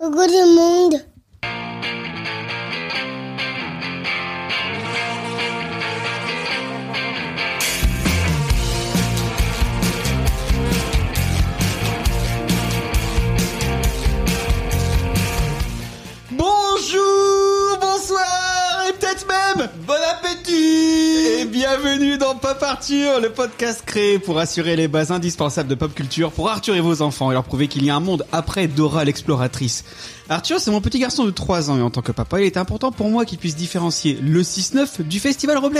Coucou le monde. Bonjour, bonsoir et peut-être même bon appétit et bienvenue dans Pop Arthur, le podcast créé pour assurer les bases indispensables de pop culture pour Arthur et vos enfants et leur prouver qu'il y a un monde après Dora l'exploratrice. Arthur, c'est mon petit garçon de 3 ans et en tant que papa, il est important pour moi qu'il puisse différencier le 6-9 du festival Robles.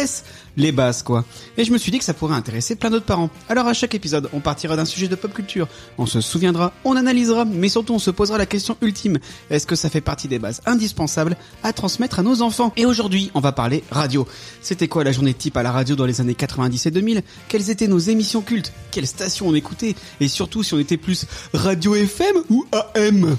Les bases quoi. Et je me suis dit que ça pourrait intéresser plein d'autres parents. Alors à chaque épisode, on partira d'un sujet de pop culture, on se souviendra, on analysera, mais surtout on se posera la question ultime. Est-ce que ça fait partie des bases indispensables à transmettre à nos enfants Et aujourd'hui, on va parler radio. C'était quoi la journée type à la radio dans les années 90 et 2000 Quelles étaient nos émissions cultes Quelles stations on écoutait Et surtout si on était plus radio FM ou AM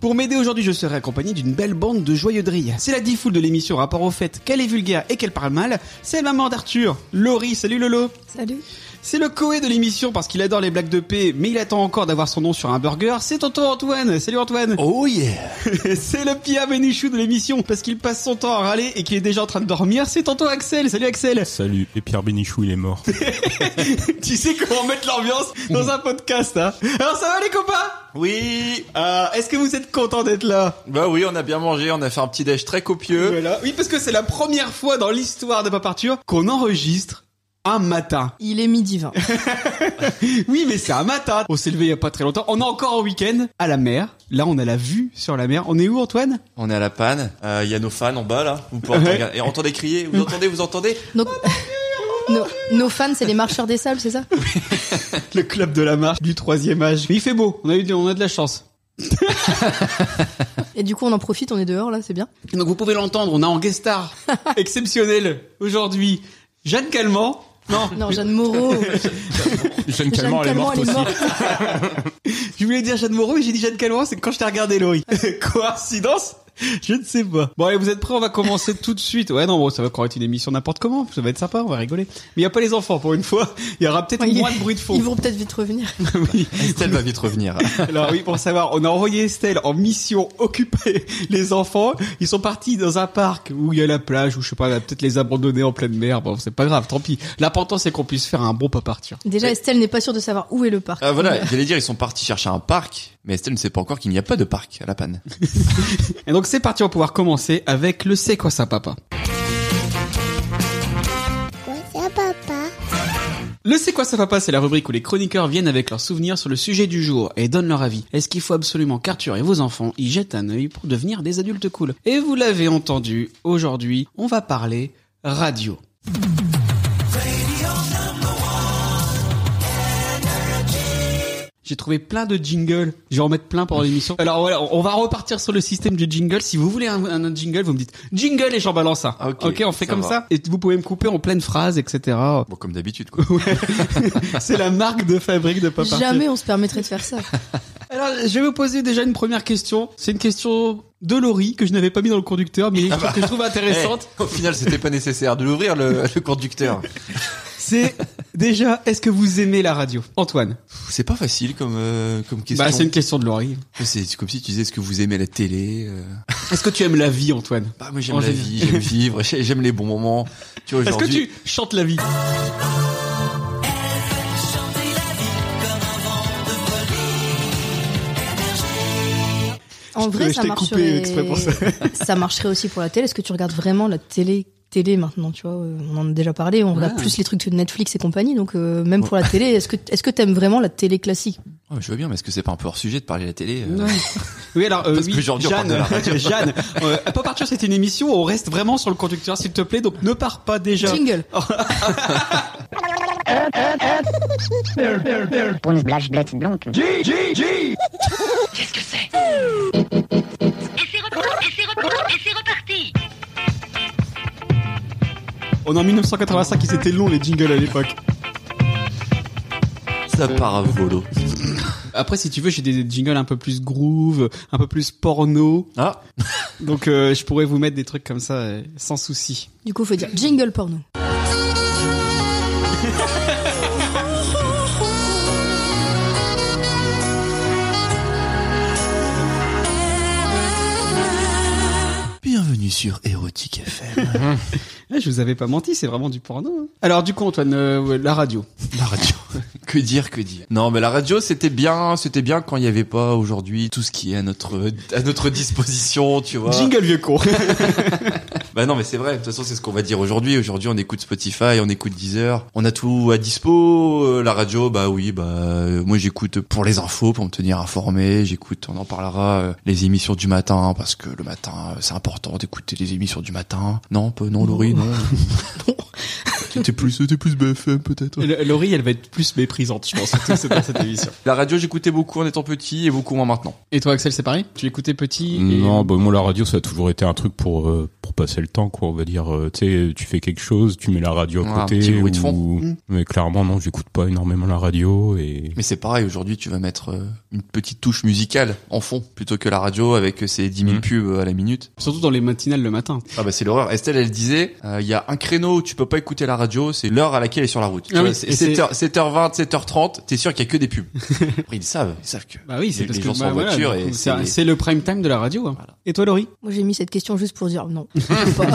Pour m'aider aujourd'hui, je serai accompagné d'une belle bande de joyeux drilles. C'est la difoule de l'émission rapport au fait qu'elle est vulgaire et qu'elle parle mal. C'est maman d'Arthur, Laurie, salut Lolo Salut. c'est le coé de l'émission parce qu'il adore les blagues de paix, mais il attend encore d'avoir son nom sur un burger. C'est tonton Antoine. Salut Antoine. Oh yeah c'est le Pia Benichou de l'émission parce qu'il passe son temps à râler et qu'il est déjà en train de dormir. C'est tonton Axel. Salut Axel. Salut, et Pierre Bénichou il est mort. tu sais comment mettre l'ambiance dans un podcast, hein Alors ça va les copains Oui Euh, Est-ce que vous êtes contents d'être là Bah oui, on a bien mangé, on a fait un petit déj très copieux. Voilà. Oui, parce que c'est la première fois dans l'histoire de Papa Arthur qu'on enregistre un matin. Il est midi 20. Oui, mais c'est un matin. On s'est levé il y a pas très longtemps. On est encore en week-end à la mer. Là, on a la vue sur la mer. On est où, Antoine On est à la panne, il y a nos fans en bas là, vous pouvez Ouais. entendre- et entendez crier, vous entendez, vous entendez Donc, nos, nos fans, c'est les marcheurs des sables, c'est ça Le club de la marche du troisième âge. Mais il fait beau. On a eu, on a de la chance. Et du coup, on en profite, on est dehors là, c'est bien. Donc vous pouvez l'entendre. On a en guest star exceptionnel aujourd'hui Jeanne Calment. Non, Non, Jeanne Moreau. Jeanne Jeanne Calment elle est Calment, morte aussi. je voulais dire Jeanne Moreau, mais j'ai dit Jeanne Calment. C'est quand je t'ai regardé, Laurie. Coïncidence je ne sais pas. Bon, allez, vous êtes prêts On va commencer tout de suite. Ouais, non, bon, ça va encore être une émission n'importe comment. Ça va être sympa, on va rigoler. Mais il n'y a pas les enfants, pour une fois. Il y aura peut-être Ouais, moins de bruit de fond. Ils vont peut-être vite revenir. Oui. Estelle va vite revenir. Alors oui, pour savoir, on a envoyé Estelle en mission occuper les enfants. Ils sont partis dans un parc où il y a la plage, où je sais pas, elle va peut-être les abandonner en pleine mer. Bon, c'est pas grave, tant pis. L'important c'est qu'on puisse faire un bon pas partir. Déjà, Estelle n'est pas sûre de savoir où est le parc. Ah voilà, j'allais dire, ils sont partis chercher un parc, mais Estelle ne sait pas encore qu'il n'y a pas de parc à la panne. Et donc c'est parti, on va pouvoir commencer avec le c'est quoi ça papa. Quoi ça, papa Le C'est quoi ça papa, c'est la rubrique où les chroniqueurs viennent avec leurs souvenirs sur le sujet du jour et donnent leur avis. Est-ce qu'il faut absolument qu'Arthur et vos enfants y jettent un œil pour devenir des adultes cool Et vous l'avez entendu, aujourd'hui, on va parler radio. J'ai trouvé plein de jingles. Je vais en mettre plein pendant l'émission. Alors voilà, on va repartir sur le système du jingle. Si vous voulez un, un jingle, vous me dites jingle et j'en balance un. Ah, ok, on fait ça comme va. ça. Et vous pouvez me couper en pleine phrase, etc. Bon, comme d'habitude quoi. C'est la marque de fabrique de Pop Arthur. Jamais on se permettrait de faire ça. Alors, je vais vous poser déjà une première question. C'est une question de Laurie que je n'avais pas mis dans le conducteur, mais que je trouve intéressante. Ah bah. Eh, au final, c'était pas nécessaire de l'ouvrir le, le conducteur. Bah, Eh. C'est déjà, est-ce que vous aimez la radio Antoine Pff, C'est pas facile comme, euh, comme question. Bah, c'est une question de Laurie. C'est comme si tu disais, est-ce que vous aimez la télé euh Est-ce que tu aimes la vie, Antoine Bah moi j'aime En la général. vie, j'aime vivre, j'ai- j'aime les bons moments. Tu vois, Est-ce que aujourd'hui- tu chantes la vie En vrai, Je ça t'ai coupé marcherait. exprès pour ça. ça marcherait aussi pour la télé. Est-ce que tu regardes vraiment la télé télé maintenant Tu vois, euh, on en a déjà parlé. On Ah. regarde plus les trucs de Netflix et compagnie. Donc euh, même pour la télé, est-ce que est-ce que t'aimes vraiment la télé classique Oh, mais je vois bien, mais est-ce que c'est pas un peu hors sujet de parler à la télé euh Oui, alors, euh, Parce oui, qu'aujourd'hui, on parle Jeanne, de la radio. Jeanne, euh, à pas partir, c'est une émission, on reste vraiment sur le conducteur, s'il te plaît, donc ne pars pas déjà. Jingle. Bruns Blasch Blitz Blanc. hein. Qu'est-ce que c'est Et c'est reparti Et c'est reparti Et c'est reparti On est en 1985, ils étaient longs les jingles à l'époque. Ça part à volo. Après, si tu veux, j'ai des jingles un peu plus groove, un peu plus porno. Ah, Donc euh, je pourrais vous mettre des trucs comme ça euh, sans souci. Du coup, faut dire jingle porno. bienvenue sur Érotique FM. Ah, je vous avais pas menti, c'est vraiment du porno. hein. Alors du coup, Antoine, euh, la radio. La radio. que dire, que dire. Non, mais la radio, c'était bien, c'était bien quand il n'y avait pas aujourd'hui tout ce qui est à notre, à notre disposition, tu vois. Jingle vieux con. Bah non, mais c'est vrai. De toute façon, c'est ce qu'on va dire aujourd'hui. Aujourd'hui, on écoute Spotify, on écoute Deezer, on a tout à dispo. Euh, La radio, bah oui, bah euh, moi j'écoute pour les infos, pour me tenir informé. J'écoute, on en parlera euh, les émissions du matin parce que le matin, euh, c'est important d'écouter les émissions du matin. Non, pas, non, Laurie, non. t'es plus, t'es plus BFM peut-être. Le- Laurie, elle va être plus méprisante, je pense, surtout c'est dans cette émission. La radio, j'écoutais beaucoup en étant petit et beaucoup moins maintenant. Et toi, Axel, c'est pareil Tu écoutais petit et- Non, bah moi la radio ça a toujours été un truc pour euh, pour passer le temps quoi, on va dire. Euh, tu sais, tu fais quelque chose, tu mets la radio à Ouais, un côté. petit bruit de ou- fond. Mais clairement non, j'écoute pas énormément la radio et Mais c'est pareil, aujourd'hui, tu vas mettre euh, une petite touche musicale en fond plutôt que la radio avec euh, ses 10 000 Mhm. pubs à la minute. Mmh. Surtout dans les matinales le matin. Ah bah c'est l'horreur. Estelle, elle disait, euh, il y a un créneau où tu peux pas écouter la radio, c'est l'heure à laquelle elle est sur la route. Tu Ah vois, oui, c'est et c'est- 7h, 7h20, 7h30, t'es sûr qu'il y a que des pubs. Après, ils savent, ils savent que. Bah oui, c'est Les- parce les que gens sont bah, en voilà, voiture du et coup, c'est Ah c'est les- c'est le prime time de la radio. hein. Voilà. Et toi, Laurie Moi, j'ai mis cette question juste pour dire non. Pas.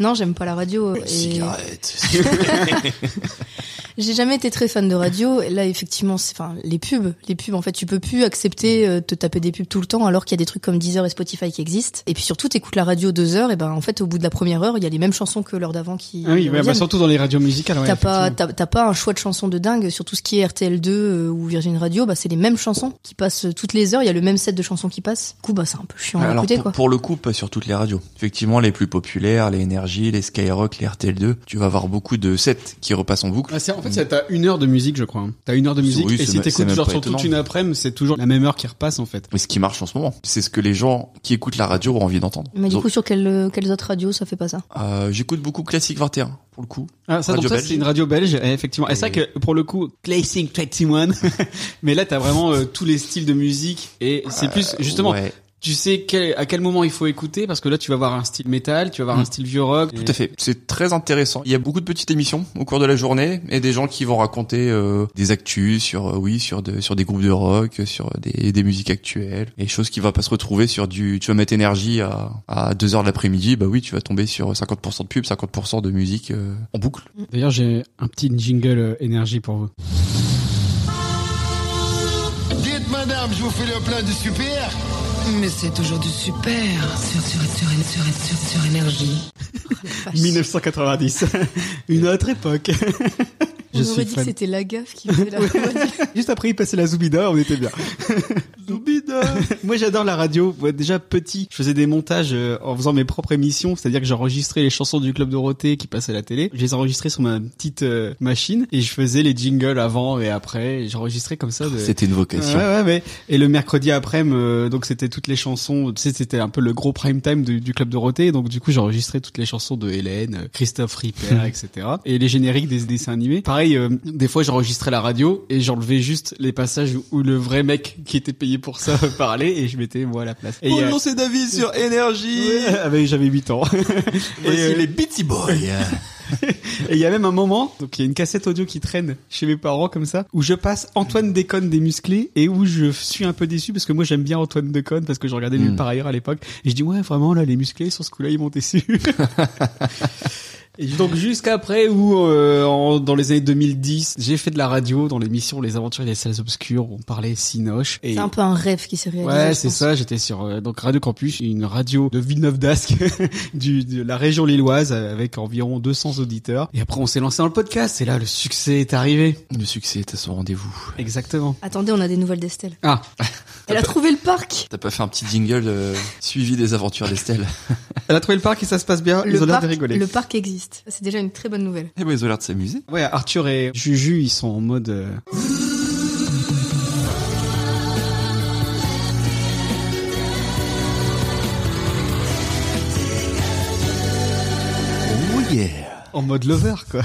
non, j'aime pas la radio. et- Cigarette. J'ai jamais été très fan de radio. Et là, effectivement, c'est, enfin, les pubs, les pubs. En fait, tu peux plus accepter euh, de te taper des pubs tout le temps, alors qu'il y a des trucs comme Deezer et Spotify qui existent. Et puis surtout, t'écoutes la radio deux heures, et ben, en fait, au bout de la première heure, il y a les mêmes chansons que l'heure d'avant qui. Ah oui, qui ouais, bah, reviennent. surtout dans les radios musicales. ouais, T'as pas, effectivement. t'as, t'as pas un choix de chansons de dingue sur tout ce qui est RTL2 euh, ou Virgin Radio. Bah, c'est les mêmes chansons qui passent toutes les heures. Il y a le même set de chansons qui passent. Du coup, bah, c'est un peu chiant à Alors, écouter, pour, quoi. pour le coup, pas sur toutes les radios. Effectivement, les plus populaires, les Énergie, les Skyrock, les RTL2, tu vas avoir beaucoup de sets qui repassent en boucle. Ah, c'est- en fait, c'est- t'as une heure de musique, je crois. hein. T'as une heure de musique, Oui, et Mm. c'est si ma- c'est t'écoutes même genre pas sur toute étonnant. une après-midi, c'est toujours la même heure qui repasse en fait. Mais ce qui marche en ce moment, c'est ce que les gens qui écoutent la radio ont envie d'entendre. Mais du Donc, coup, sur quelles, euh, quelles autres radios ça fait pas ça euh, j'écoute beaucoup Classique 21, pour le coup. Ah, ça, donc Radio ça, belge. c'est une radio belge, eh, effectivement. Et c'est Et- vrai que pour le coup, Classic 21. Mais là, t'as vraiment euh, tous les styles de musique, et c'est plus justement. Euh, Ouais, Tu sais quel- à quel moment il faut écouter parce que là tu vas voir un style métal, tu vas voir un Mm. style vieux rock. Tout à fait. C'est très intéressant. Il y a beaucoup de petites émissions au cours de la journée et des gens qui vont raconter euh, des actus sur euh, oui sur de, sur des groupes de rock, sur des, des musiques actuelles, et choses qui vont pas se retrouver sur du tu vas mettre énergie à à 2 heures de l'après-midi, bah oui, tu vas tomber sur 50% de pub, 50% de musique euh, en boucle. Mm. D'ailleurs, j'ai un petit jingle euh, énergie pour vous. Dites madame, je vous fais le plein de super. Mais c'est toujours du super sur, sur, sur, sur, sur, sur énergie. 1990. Une Euh. autre époque. Je On suis aurait dit fan. que c'était la gaffe qui faisait la radio. Juste après, il passait la Zoubida, on était bien. Zoubida Moi, j'adore la radio. Moi, déjà, petit, je faisais des montages euh, en faisant mes propres émissions, c'est-à-dire que j'enregistrais les chansons du Club Dorothée qui passaient à la télé. Je les enregistrais sur ma petite euh, machine et je faisais les jingles avant et après. et J'enregistrais comme ça. De... C'était une vocation. Ouais, ouais, mais et le mercredi après, me- donc c'était toutes les chansons. Tu sais, c'était un peu le gros prime time du, du club Dorothée. Donc du coup, j'enregistrais toutes les chansons de Hélène, euh, Christophe Ripper, etc. Et les génériques des dessins animés. Pareil, euh, des fois, j'enregistrais la radio et j'enlevais juste les passages où, où le vrai mec qui était payé pour ça parlait et je mettais moi à la place. Et, euh, Oh c'est David sur énergie. ouais, ah ben, j'avais 8 ans. Voici euh, les Beaty Boys. Et il y a même un moment, donc il y a une cassette audio qui traîne chez mes parents comme ça, où je passe Mm. Antoine Déconne des musclés et où je suis un peu déçu parce que moi j'aime bien Antoine Déconne parce que je regardais lui Mm. par ailleurs à l'époque et je dis ouais vraiment là les musclés sur ce coup-là ils m'ont déçu. Et donc jusqu'après où euh, en- dans les années 2010 j'ai fait de la radio dans l'émission Les Aventures des salles obscures où on parlait Sinoche et C'est un peu un rêve qui s'est réalisé. Ouais, je c'est pense. ça. J'étais sur euh, donc Radio Campus, une radio de Villeneuve d'Ascq, du- de la région lilloise, euh, avec environ 200 auditeurs. Et après, on s'est lancé dans le podcast. Et là, le succès est arrivé. Le succès est à son rendez-vous. Exactement. Attendez, on a des nouvelles d'Estelle. Ah, Elle a trouvé le parc. T'as pas fait un petit jingle euh, suivi des aventures d'Estelle elle a trouvé le parc et ça se passe bien. Ils Le ont l'air parc, de rigoler. le parc existe. C'est déjà une très bonne nouvelle. Eh ben ils ont l'air de s'amuser. Ouais, Arthur et Juju, ils sont en mode. euh, Oh yeah. en mode lover quoi.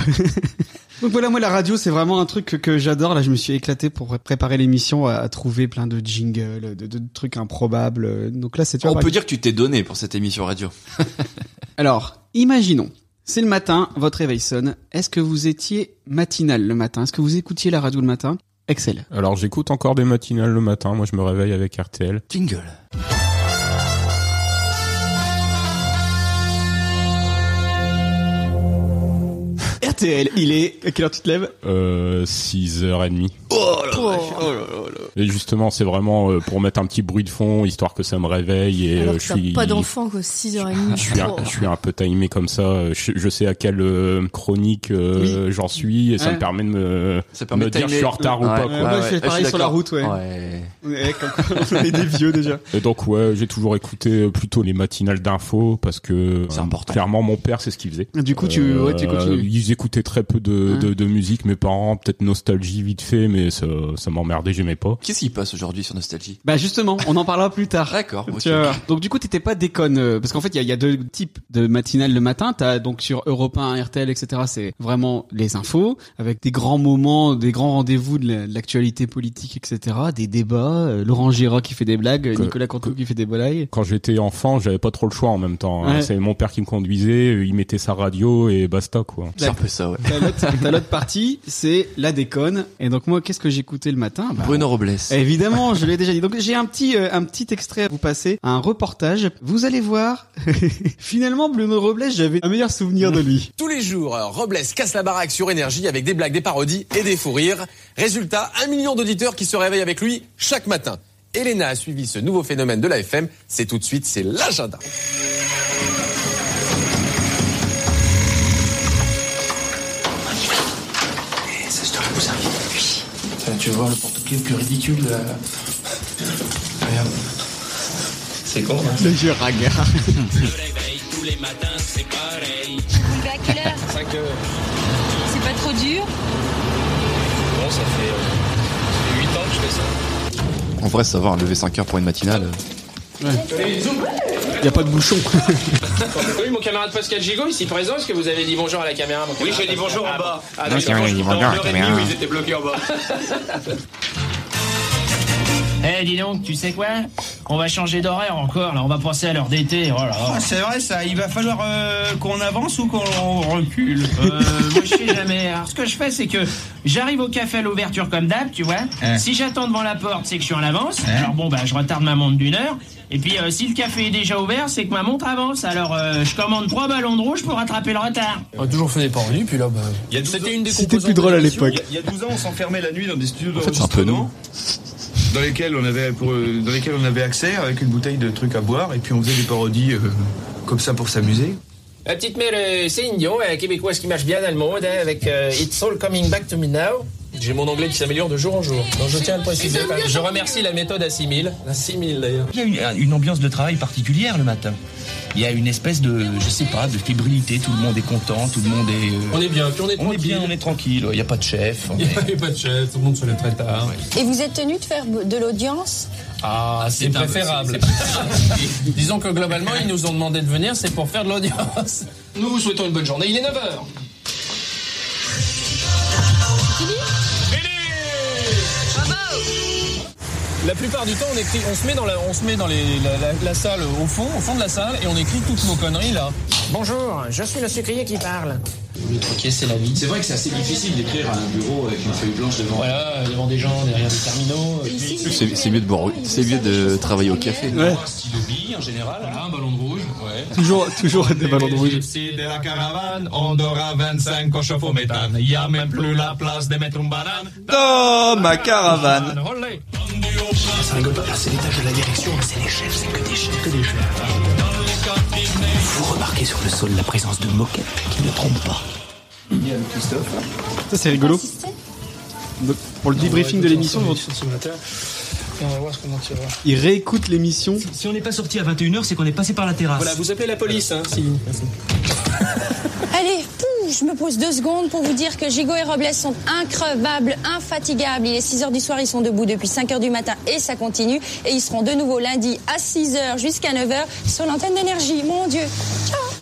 Donc voilà, moi la radio c'est vraiment un truc que, que j'adore. Là, je me suis éclaté pour pré- préparer l'émission à, à trouver plein de jingles, de, de- de trucs improbables. Donc là, bah, c'est tu vois, On par peut dire que tu t'es donné pour cette émission radio. Alors, imaginons, c'est le matin, votre réveil sonne. Est-ce que vous étiez matinal le matin Est-ce que vous écoutiez la radio le matin Excel. alors j'écoute encore des matinales le matin. Moi je me réveille avec RTL. Jingle. RTL, il est. À quelle heure tu te lèves Euh, 6h30. Oh la Oh. vache, oh là là là. Et justement, c'est vraiment euh, pour mettre un petit bruit de fond, histoire que ça me réveille et Alors euh, que je t'as suis pas d'enfant, quoi, 6h30. je suis, Oh. un, je suis un peu timé comme ça. euh, Je, je sais à quelle euh, chronique euh, j'en suis et ça Ouais. me permet de me, Ça permet me de dire timer. je suis en retard ou pas. ouais. quoi. Moi, je fais pareil Ah, suis sur la d'accord. route, ouais. Ouais, comme quoi, on est des vieux déjà. Et donc ouais, j'ai toujours écouté euh, plutôt les matinales d'info parce que C'est euh, important. clairement mon père c'est ce qu'il faisait. Du coup, tu, Euh, ouais, tu continues. Ils écoutaient très peu de, Hein. de, de musique, mes parents, peut-être nostalgie vite fait, mais ça, ça m'emmerdait, j'aimais pas. Qu'est-ce qui passe aujourd'hui sur Nostalgie Bah justement, on en parlera plus tard. D'accord. ok. Tu vas voir. Donc du coup, t'étais pas déconne euh, parce qu'en fait, il y a, il y a deux types de matinales le matin. T'as donc sur Europe 1, RTL, etc. C'est vraiment les infos avec des grands moments, des grands rendez-vous de la- de l'actualité politique, etc. Des débats. euh, Laurent Gérard qui fait des blagues, euh, Que- Nicolas Cantou qui fait des bolailles. Quand j'étais enfant, j'avais pas trop le choix en même temps. hein. Ouais. C'est mon père qui me conduisait, euh, il mettait sa radio et basta quoi. C'est un peu ça, ouais. T'as l'autre- t'as l'autre partie, c'est la déconne. Et donc moi, qu'est-ce que j'écoutais le matin Bah, Bruno Robles. Évidemment, je l'ai déjà dit. Donc j'ai un petit euh, un petit extrait à vous passer, un reportage. Vous allez voir. Finalement, Bruno Robles, j'avais un meilleur souvenir de lui. Tous les jours, euh, Robles casse la baraque sur énergie avec des blagues, des parodies et des fous rires. Résultat, un million d'auditeurs qui se réveillent avec lui chaque matin. Elena a suivi ce nouveau phénomène de la FM. C'est tout de suite, c'est l'agenda. Eh, Ça, je te repousse un Tu vas voir le porte-clés le plus ridicule de la... Regarde. C'est con, hein Le vieux ragard. Vous levez à quelle heure 5 heures. C'est pas trop dur euh, En vrai, savoir lever 5 heures pour une matinale. euh, Y a pas de bouchon. Oui, mon camarade Pascal Gigot, ici présent, est-ce que vous avez dit bonjour à la caméra Oui, j'ai dit bonjour en bas. Ah, Non, d'accord. c'est vrai, il dit bonjour à la caméra. Ils étaient bloqués en bas. Eh dis donc, tu sais quoi On va changer d'horaire encore, là, on va passer à l'heure d'été. Oh là là. Ah, c'est vrai, ça. Il va falloir euh, qu'on avance ou qu'on recule. Euh, moi je sais jamais. Alors ce que je fais c'est que j'arrive au café à l'ouverture comme d'hab, tu vois. Eh. Si j'attends devant la porte, c'est que je suis en avance. Eh. Alors bon bah je retarde ma montre d'une heure. Et puis euh, si le café est déjà ouvert, c'est que ma montre avance. Alors euh, je commande trois ballons de rouge pour rattraper le retard. On a toujours fait des parodies, puis là, bah. C'était une des C'était plus drôle à l'époque. Il y a 12 ans, on s'enfermait la nuit dans des studios En fait, c'est un peu nous. dans lesquels on avait pour, euh, dans lesquels on avait accès avec une bouteille de trucs à boire et puis on faisait des parodies euh, comme ça pour s'amuser. La petite mère, euh, c'est Indio, québécoise qui marche bien dans le monde, hein, avec It's All Coming Back to Me Now. J'ai mon anglais qui s'améliore de jour en jour. Donc je tiens à le préciser. Je remercie la méthode Assimile. Assimile d'ailleurs. Il y a une, une ambiance de travail particulière le matin. Il y a une espèce de, je sais pas, de fébrilité. Tout le monde est content, tout le monde est. euh, On est bien, puis on est on est bien, on est tranquille. ouais, Il n'y a pas de chef. on est- pas de chef, tout le monde se lève très tard. Et vous êtes tenu de faire de l'audience Ah, c'est préférable. Disons que globalement, ils nous ont demandé de venir, c'est pour faire de l'audience. Nous vous souhaitons une bonne journée, il est 9h. La plupart du temps, on, écrit, on se met dans, la, on se met dans les- la, la- la salle Euh, au fond, au fond de la salle, et on écrit toutes nos conneries là. Bonjour, je suis le sucrier qui parle. Ok, c'est la vie. C'est vrai que c'est assez difficile d'écrire à un bureau avec une feuille blanche devant. Voilà, devant des gens, derrière des terminaux. C'est c'est mieux de boire, c'est mieux de travailler au café. Un stylo bille en général, Ah, un ballon de rouge. Ouais. Toujours, toujours des ballons de rouge. de la caravane, on aura 25 cochons au méthane. Y a même plus la place de mettre une banane. Oh, ma caravane. Ça rigole pas, là, c'est l'étage de la direction, là, c'est les chefs, c'est que des chefs, que des chefs. Vous remarquez sur le sol la présence de moquettes qui ne trompent pas. Ça, c'est rigolo. Donc, pour le débriefing de l'émission, ce matin. Et on va voir ce qu'on en tirera. ils réécoutent l'émission. Si on n'est pas sorti à 21h, c'est qu'on est passé par la terrasse. Voilà, vous appelez la police, hein, si. Allez, pouh, je me pose deux secondes pour vous dire que Gigot et Robles sont increvables, infatigables. Il est 6h du soir, ils sont debout depuis 5h du matin et ça continue. Et ils seront de nouveau lundi à 6h jusqu'à 9h sur l'antenne d'énergie. Mon Dieu.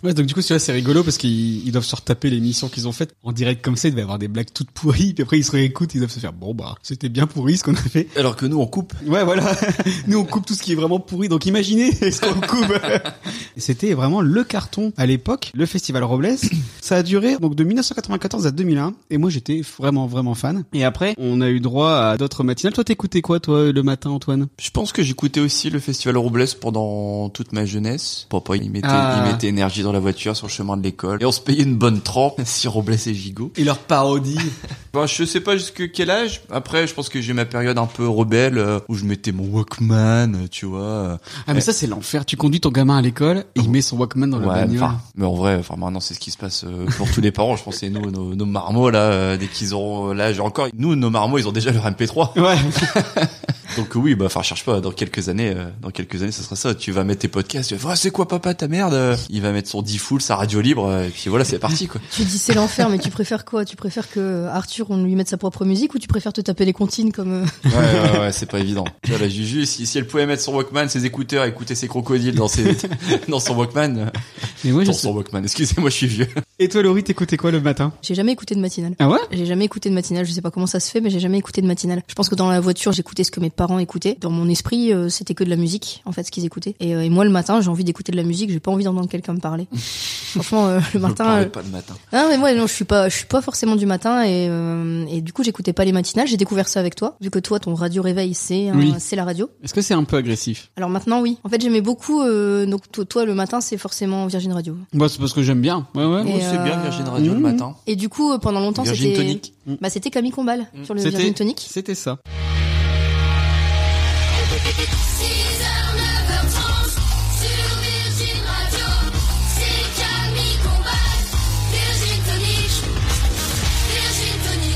Ouais, donc du coup, celui-là, c'est rigolo parce qu'ils ils doivent se retaper l'émission qu'ils ont faite en direct comme ça. Ils devaient avoir des blagues toutes pourries. Puis après, ils se réécoutent. Ils doivent se faire bon bah, c'était bien pourri ce qu'on a fait. Alors que nous, on coupe. Ouais, voilà. Nous, on coupe tout ce qui est vraiment pourri. Donc, imaginez ce qu'on coupe. C'était vraiment le carton à l'époque, le Festival Robles. Ça a duré donc de 1994 à 2001. Et moi, j'étais vraiment, vraiment fan. Et après, on a eu droit à d'autres matinales. Toi, t'écoutais quoi, toi, le matin, Antoine Je pense que j'écoutais aussi le festival Robles pendant toute ma jeunesse. Papa, il mettait, Ah. il mettait énergie dans la voiture sur le chemin de l'école et on se payait une bonne trempe si Robles et Gigot. Et leur parodie. Bon, je sais pas jusque quel âge. Après, je pense que j'ai ma période un peu rebelle euh, où je mettais mon Walkman, euh, tu vois. Euh, Ah mais ça c'est l'enfer. Tu conduis ton gamin à l'école et il met son Walkman dans la Ouais, bagnole. enfin, mais en vrai, enfin maintenant c'est ce qui se passe euh, pour tous les parents. Je pense que nous, nos, nos marmots là, euh, dès qu'ils auront euh, l'âge encore, nous, nos marmots, ils ont déjà leur MP3. Ouais. Donc oui, bah enfin cherche pas. Dans quelques années, euh, dans quelques années, ça sera ça. Tu vas mettre tes podcasts. Tu vas faire, Ah, c'est quoi papa ta merde Il va mettre son D-Full, sa radio libre, euh, et puis voilà, c'est parti quoi. Tu dis c'est l'enfer, mais tu préfères quoi Tu préfères que euh, Arthur, on lui mette sa propre musique ou tu préfères te taper les comptines comme. euh, Ouais, ouais, ouais, c'est pas évident. Tu vois, la Juju, si, si elle pouvait mettre son Walkman, ses écouteurs, écouter ses crocodiles dans ses, dans son Walkman. euh, Mais moi, je dans sais- son Walkman. Excusez-moi, je suis vieux. Et toi Laurie, t'écoutais quoi le matin J'ai jamais écouté de matinale. Ah ouais J'ai jamais écouté de matinale. Je sais pas comment ça se fait, mais j'ai jamais écouté de matinale. Je pense que dans la voiture, j'écoutais ce que mes parents écoutaient. Dans mon esprit, euh, c'était que de la musique, en fait, ce qu'ils écoutaient. Et, euh, et moi, le matin, j'ai envie d'écouter de la musique. J'ai pas envie d'entendre quelqu'un me parler. Franchement, euh, le Ne matin. parlez euh, pas le matin. Non mais moi non je suis pas je suis pas forcément du matin et, euh, et du coup j'écoutais pas les matinales j'ai découvert ça avec toi vu que toi ton radio réveil c'est un- Oui. c'est la radio Est-ce que c'est un peu agressif alors maintenant oui en fait j'aimais beaucoup euh, donc to- toi le matin c'est forcément Virgin Radio Bah c'est parce que j'aime bien. Ouais ouais. Mmh. Et, Oh, c'est euh, bien Virgin Radio le matin. et du coup euh, pendant longtemps Virgin c'était Tonic. Mm. bah c'était Camille Combal sur le C'était- Virgin Tonic C'était ça. 6h, 9h30, sur Virgin Radio, c'est Camille Combal, Virgin Tonic, Virgin Tonic.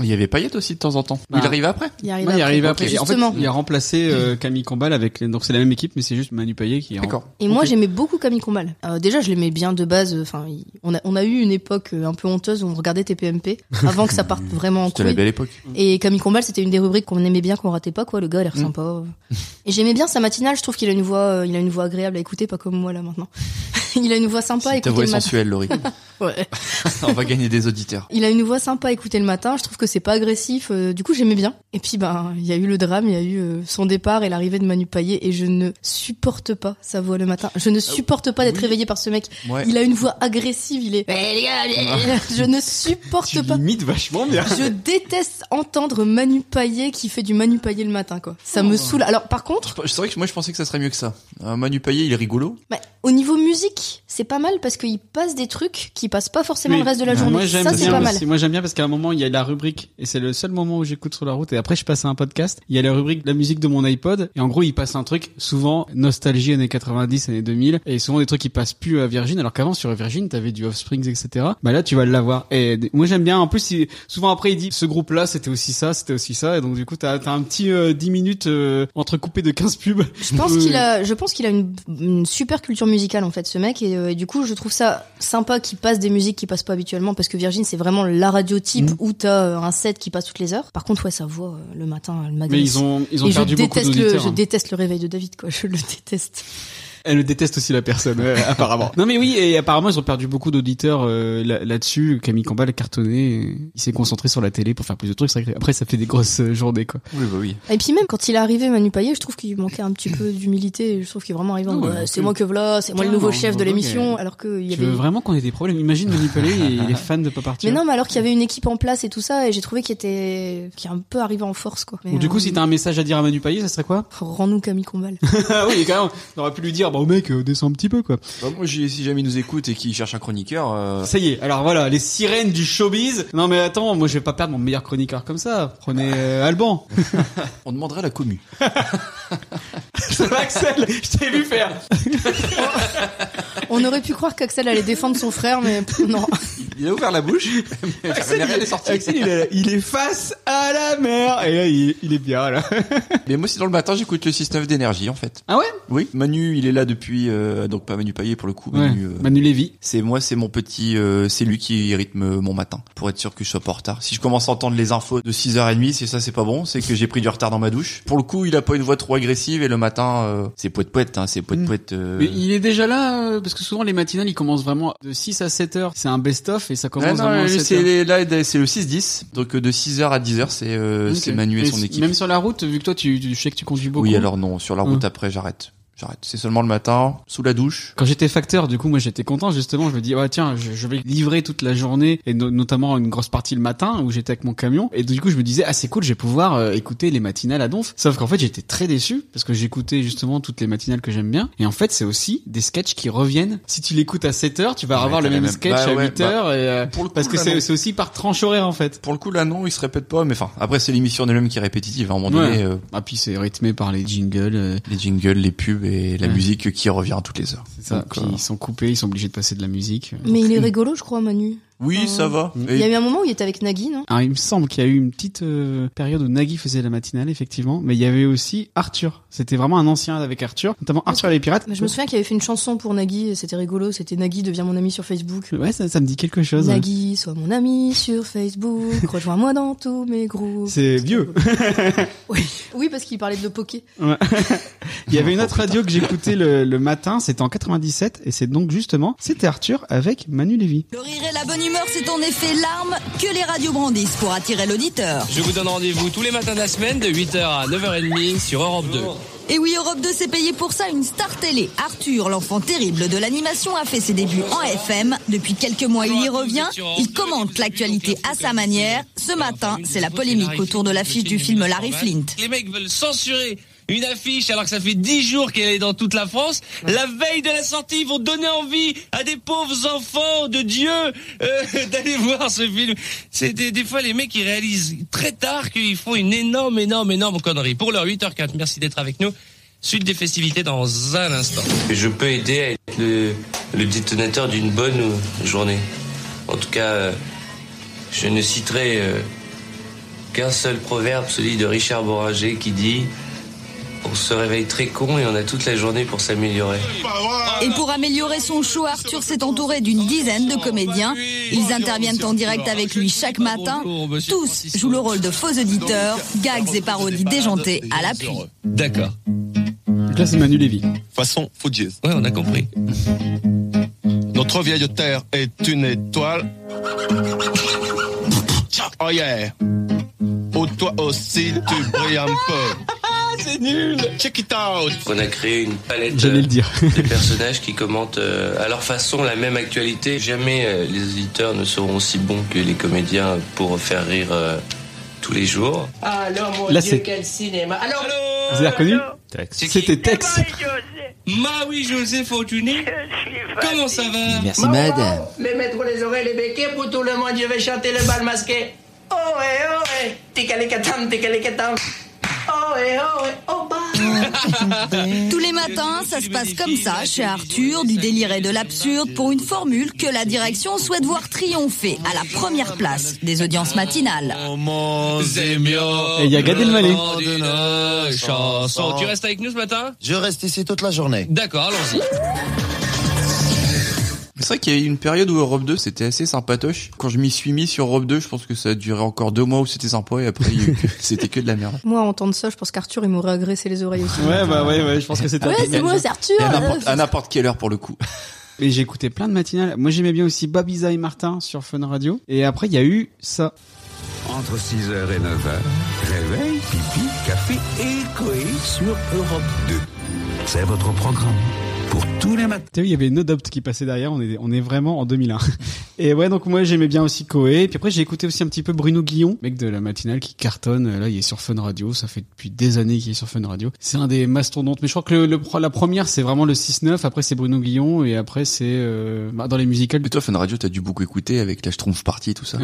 Il y avait Payette aussi de temps en temps. Bah, il arrive après Il Ouais, arrive Il après. arrive après. Et Et En fait, justement. il a remplacé euh, Camille Combal avec donc c'est la même équipe mais c'est juste Manu Payet qui est en- D'accord. Et moi, j'aimais beaucoup Camille Combal. Euh, déjà, je l'aimais bien de base. euh, Enfin, il- on a, on a eu une époque euh, un peu honteuse où on regardait TPMP avant que ça parte vraiment en C'était la couille. belle époque. Et Camille Combal, c'était une des rubriques qu'on aimait bien, qu'on ratait pas, quoi. Le gars, il est Mm. sympa. Et j'aimais bien sa matinale. Je trouve qu'il a une voix, euh, il a une voix agréable à écouter, pas comme moi là maintenant. il a une voix sympa à Ta écouter voix est le matin. sensuelle, Laurie. Ouais. On va gagner des auditeurs. Il a une voix sympa à écouter le matin. Je trouve que c'est pas agressif. euh, du coup, j'aimais bien. Et puis, ben, il y a eu le drame, il y a eu euh, son départ et l'arrivée de Manu Payet. Et je ne supporte pas sa voix le matin. Je Ah ne supporte pas d'être réveillée par ce mec. Ouais. Il a une voix agressive. Il est. Ouais, les gars, les- Je ne supporte pas. Limite vachement bien. Je déteste entendre Manu Payet qui fait du Manu Payet le matin, quoi. Ça Oh. Oh. me saoule. Alors, par contre, C'est vrai que moi je pensais que ça serait mieux que ça. Euh, Manu Payet, il est rigolo. bah, au niveau musique, c'est pas mal parce qu'il passe des trucs qui passent pas forcément Oui. le reste de la Bah, journée. Moi j'aime Ça, c'est bien pas mal. aussi. Moi j'aime bien parce qu'à un moment il y a la rubrique et c'est le seul moment où j'écoute sur la route et après je passe à un podcast. Il y a la rubrique de la musique de mon iPod et en gros il passe un truc souvent nostalgie années 90 années 2000 et souvent des trucs qui passent plus à Virgin alors qu'avant sur Virgin t'avais du Offsprings etc. Bah là tu vas l'avoir et d- moi j'aime bien en plus il- souvent après il dit ce groupe là c'était aussi ça c'était aussi ça et donc du coup t'as t'as un petit euh, 10 minutes euh, entrecoupé de 15 pubs. Je pense qu'il a, je pense qu'il a une, une super culture musicale en fait, ce mec, et, euh, et du coup, je trouve ça sympa qu'il passe des musiques qui passent pas habituellement, parce que Virgin, c'est vraiment la radio Mm. type où t'as euh, un set qui passe toutes les heures. Par contre, ouais, sa voix euh, le matin, elle m'agresse. Mais ils ont- ils ont Et je perdu beaucoup déteste le, d'auditeurs, Je hein. déteste le réveil de David, quoi. Je le déteste. Elle déteste aussi la personne, ouais, apparemment. Non mais oui, et apparemment ils ont perdu beaucoup d'auditeurs euh, là- là-dessus. Camille Combal a cartonné, euh, il s'est concentré sur la télé pour faire plus de trucs. C'est vrai que Après ça fait des grosses euh, journées quoi. Oui, bah oui. Et puis même quand il est arrivé, Manu Payet, je trouve qu'il manquait un petit peu d'humilité. Je trouve qu'il est vraiment arrivé. en Ah ouais, mode, Ouais, c'est ok. moi que voilà, c'est moi le Putain, nouveau non, chef de ok. l'émission, alors qu'il y Tu avait. veux vraiment qu'on ait des problèmes Imagine manipuler et il est fan de Pop Arthur. Mais non, mais alors qu'il y avait une équipe en place et tout ça, et j'ai trouvé qu'il était, qu'il est un peu arrivé en force, quoi. Mais, Donc, du coup, euh, si t'as un message à dire à Manu Payet, ça serait quoi Rends-nous Camille Combal. Ah oui, quand même, on aurait pu lui dire, bah, au mec, euh, descends un petit peu, quoi. Bah, moi, j'ai- si jamais il nous écoute et qu'il cherche un chroniqueur, euh, Ça y est, alors voilà, les sirènes du showbiz. Non mais attends, moi je vais pas perdre mon meilleur chroniqueur comme ça. Prenez euh, Alban. on demanderait à la commu. C'est vrai, Axel, je t'ai vu faire. On aurait pu croire qu'Axel allait défendre son frère, mais pff, non. Il a ouvert la bouche, mais rien n'est sorti. Axel, il est, il est face à la mer. Et là, il, il est bien, là. Mais moi, c'est dans le matin, j'écoute le 6-9 d'énergie, en fait. Ah ouais Oui, Manu, il est là depuis, euh, donc pas Manu Payet pour le coup, Manu, euh, Manu Lévy. c'est moi, c'est mon petit, euh, c'est lui qui rythme mon matin, pour être sûr que je sois pas en retard. Si je commence à entendre les infos de 6h30, si ça c'est pas bon, c'est que j'ai pris du retard dans ma douche. Pour le coup, il a pas une voix trop agressive et le matin, euh, c'est poète poète, hein, c'est Hmm. poète poète. Mais il est déjà là, euh, parce que souvent les matinales, ils commencent vraiment de 6 à 7 heures. C'est un best-of et ça commence Ah non, vraiment à lui, 7 c'est heures. les- là, c'est le 6-10, donc euh, de 6h à 10h, c'est euh, Ok. c'est Manu et son si- équipe. Même sur la route, vu que toi, tu, tu- je sais que tu conduis beaucoup. Hein. Oui, alors non, sur la route Ouais. après, j'arrête. J'arrête. C'est seulement le matin, sous la douche. Quand j'étais facteur, du coup, moi j'étais content justement. Je me dis, ouais, tiens, je, je vais livrer toute la journée et no- notamment une grosse partie le matin où j'étais avec mon camion. Et du coup, je me disais, ah, c'est cool, je vais pouvoir euh, écouter les matinales à Donf. Sauf qu'en fait, j'étais très déçu parce que j'écoutais justement toutes les matinales que j'aime bien. Et en fait, c'est aussi des sketchs qui reviennent. Si tu l'écoutes à 7 heures, tu vas Ouais, avoir t'as le les même mêmes- sketch bah à ouais, 8 heures. bah, et, euh, pour le coup, parce que là, c'est non. c'est aussi par tranche horaire en fait. Pour le coup, là, non, il se répète pas, mais enfin, après, c'est l'émission en elle-même qui est répétitive, à un moment donné. Ouais. euh, Ah, puis c'est rythmé par les jingles. euh, les jingles, les pubs et la Ouais. musique qui revient toutes les heures. ça. Donc, Puis euh, ils sont coupés, ils sont obligés de passer de la musique. Mais il est rigolo, je crois, Manu. Oui, Enfin, ça va. Il y a eu un moment où il était avec Nagui, non Ah, il me semble qu'il y a eu une petite euh, période où Nagui faisait la matinale, effectivement, mais il y avait aussi Arthur. C'était vraiment un ancien avec Arthur, notamment Arthur et les pirates. Mais je me souviens qu'il avait fait une chanson pour Nagui, et c'était rigolo. C'était Nagui devient mon ami sur Facebook. Ouais, ça, ça me dit quelque chose. Nagui, sois mon ami sur Facebook, rejoins-moi dans tous mes groupes. C'est vieux. Oui, parce qu'il parlait de poké. Ouais. il y avait une autre radio que j'écoutais le, le matin, c'était en 97, et c'est donc justement, c'était Arthur avec Manu Lévy. Le rire et la bonne humeur, c'est en effet l'arme que les radios brandissent pour attirer l'auditeur. Je vous donne rendez-vous tous les matins de la semaine de 8h à 9h30 sur Europe 2. Et oui, Europe 2 s'est payé pour ça une star télé. Arthur, l'enfant terrible de l'animation, a fait ses débuts en FM. Depuis quelques mois, il y revient. Il commente l'actualité à sa manière. Ce matin, c'est la polémique autour de l'affiche du film Larry Flint. Les mecs veulent censurer une affiche alors que ça fait 10 jours qu'elle est dans toute la France. La veille de la sortie, ils vont donner envie à des pauvres enfants de Dieu euh, d'aller voir ce film. C'est des, des fois les mecs ils réalisent très tard qu'ils font une énorme, énorme, énorme connerie. Pour l'heure 8h15, merci d'être avec nous. Suite des festivités dans un instant. Je peux aider à être le, le détonateur d'une bonne euh, journée. En tout cas, euh, je ne citerai euh, qu'un seul proverbe, celui de Richard Boranger, qui dit On se réveille très con et on a toute la journée pour s'améliorer. Et pour améliorer son show, Arthur s'est entouré d'une dizaine de comédiens. Ils interviennent en direct avec lui chaque matin. Tous jouent le rôle de faux auditeurs, gags et parodies déjantées à l'appui. D'accord. Donc là, c'est Manu Lévy. façon Fugees. Ouais, on a compris. Notre vieille terre est une étoile. Tcha, Oh yeah. Oh toi aussi tu brilles un peu. C'est nul. Check it out. On a créé une palette J'allais euh, le dire. de personnages qui commentent euh, à leur façon la même actualité. Jamais euh, les auditeurs ne seront aussi bons que les comédiens pour faire rire euh, tous les jours. Alors, mon Là, Dieu, c'est- quel cinéma. Alors, Vous avez reconnu C'était Tex. Maui José Fortuné, comment ça va Merci, madame. les mettre les oreilles, les béquets pour tout le monde. Je vais chanter le bal masqué. Oh, eh, oh, eh. Ticalikatam, ticalikatam. Oh, eh, oh, eh. Oh, bah. Tous les matins, ça se passe comme ça chez Arthur, du délire et de l'absurde pour une formule que la direction souhaite voir triompher à la première place des audiences matinales. Et il y a Gad Elmaleh. Chanson. Tu restes avec nous ce matin Je reste ici toute la journée. D'accord, allons-y. Mais C'est vrai qu'il y a eu une période où Europe 2 c'était assez sympatoche. Quand je m'y suis mis sur Europe 2, je pense que ça a duré encore deux mois où c'était sympa et après il y a eu que- c'était que de la merde. Moi, à entendre ça, je pense qu'Arthur, il m'aurait agressé les oreilles aussi. Ouais, bah ouais, ouais, je pense que c'était Ah Ouais, un peu c'est comme moi, ça. c'est Arthur. Et à euh, n'importe- à n'importe quelle heure pour le coup. Et j'ai écouté plein de matinales. Moi, j'aimais bien aussi Babiza et Martin sur Fun Radio. Et après, il y a eu ça. Entre 6h et 9h, réveil, pipi, café et Coé sur Europe 2. C'est votre programme pour tous les matins. T'as vu, il y avait No Doubt qui passait derrière. On est, on est vraiment en 2001. et ouais, donc moi, j'aimais bien aussi Coé. Puis après, j'ai écouté aussi un petit peu Bruno Guillon, mec de la matinale qui cartonne. Là, il est sur Fun Radio. Ça fait depuis des années qu'il est sur Fun Radio. C'est un des mastodontes. Mais je crois que le, le pro- la première, c'est vraiment le 6-9. Après, c'est Bruno Guillon. Et après, c'est, euh, bah, dans les musicales. Et toi, Fun Radio, t'as dû beaucoup écouter avec la Schtroumpf Party, tout ça.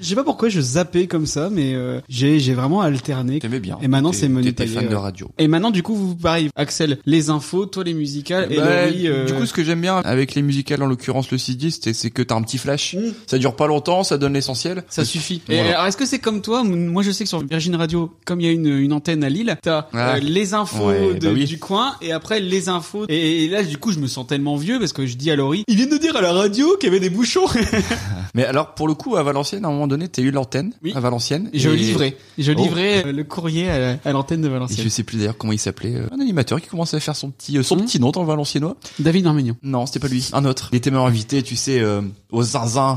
Je sais pas pourquoi je zappais comme ça, mais euh, j'ai j'ai vraiment alterné. T'aimais bien. Et maintenant, T'es- c'est Manu t'étais fan Payet, de ouais. radio. Et maintenant, du coup, vous pareil, Axel, les infos, toi les musicales, et Bah, Laurie, euh, Du coup, ce que j'aime bien avec les musicales, en l'occurrence le 6-10, c'est- c'est que t'as un petit flash. Ça dure pas longtemps, ça donne l'essentiel. Mm. ça suffit. Et Voilà. alors, est-ce que c'est comme toi Moi, je sais que sur Virgin Radio, comme il y a une, une antenne à Lille, t'as Ah. euh, les infos Ouais, de- bah oui. du coin et après les infos. Et, et là, du coup, je me sens tellement vieux parce que je dis à Laurie, il vient de dire à la radio qu'il y avait des bouchons. Mais alors, pour le coup, à Valenciennes, à un moment donné, t'as eu l'antenne à Valenciennes. Je livrais. Je Oh. livrais euh, le courrier à la- à l'antenne de Et Valenciennes. je sais plus d'ailleurs comment il s'appelait. euh, Un animateur qui commençait à faire son petit, euh, son petit nom en valenciennois. Mmh. David Armignon. Non, c'était pas lui. Un autre. Il était même invité, tu sais, euh, aux zinzins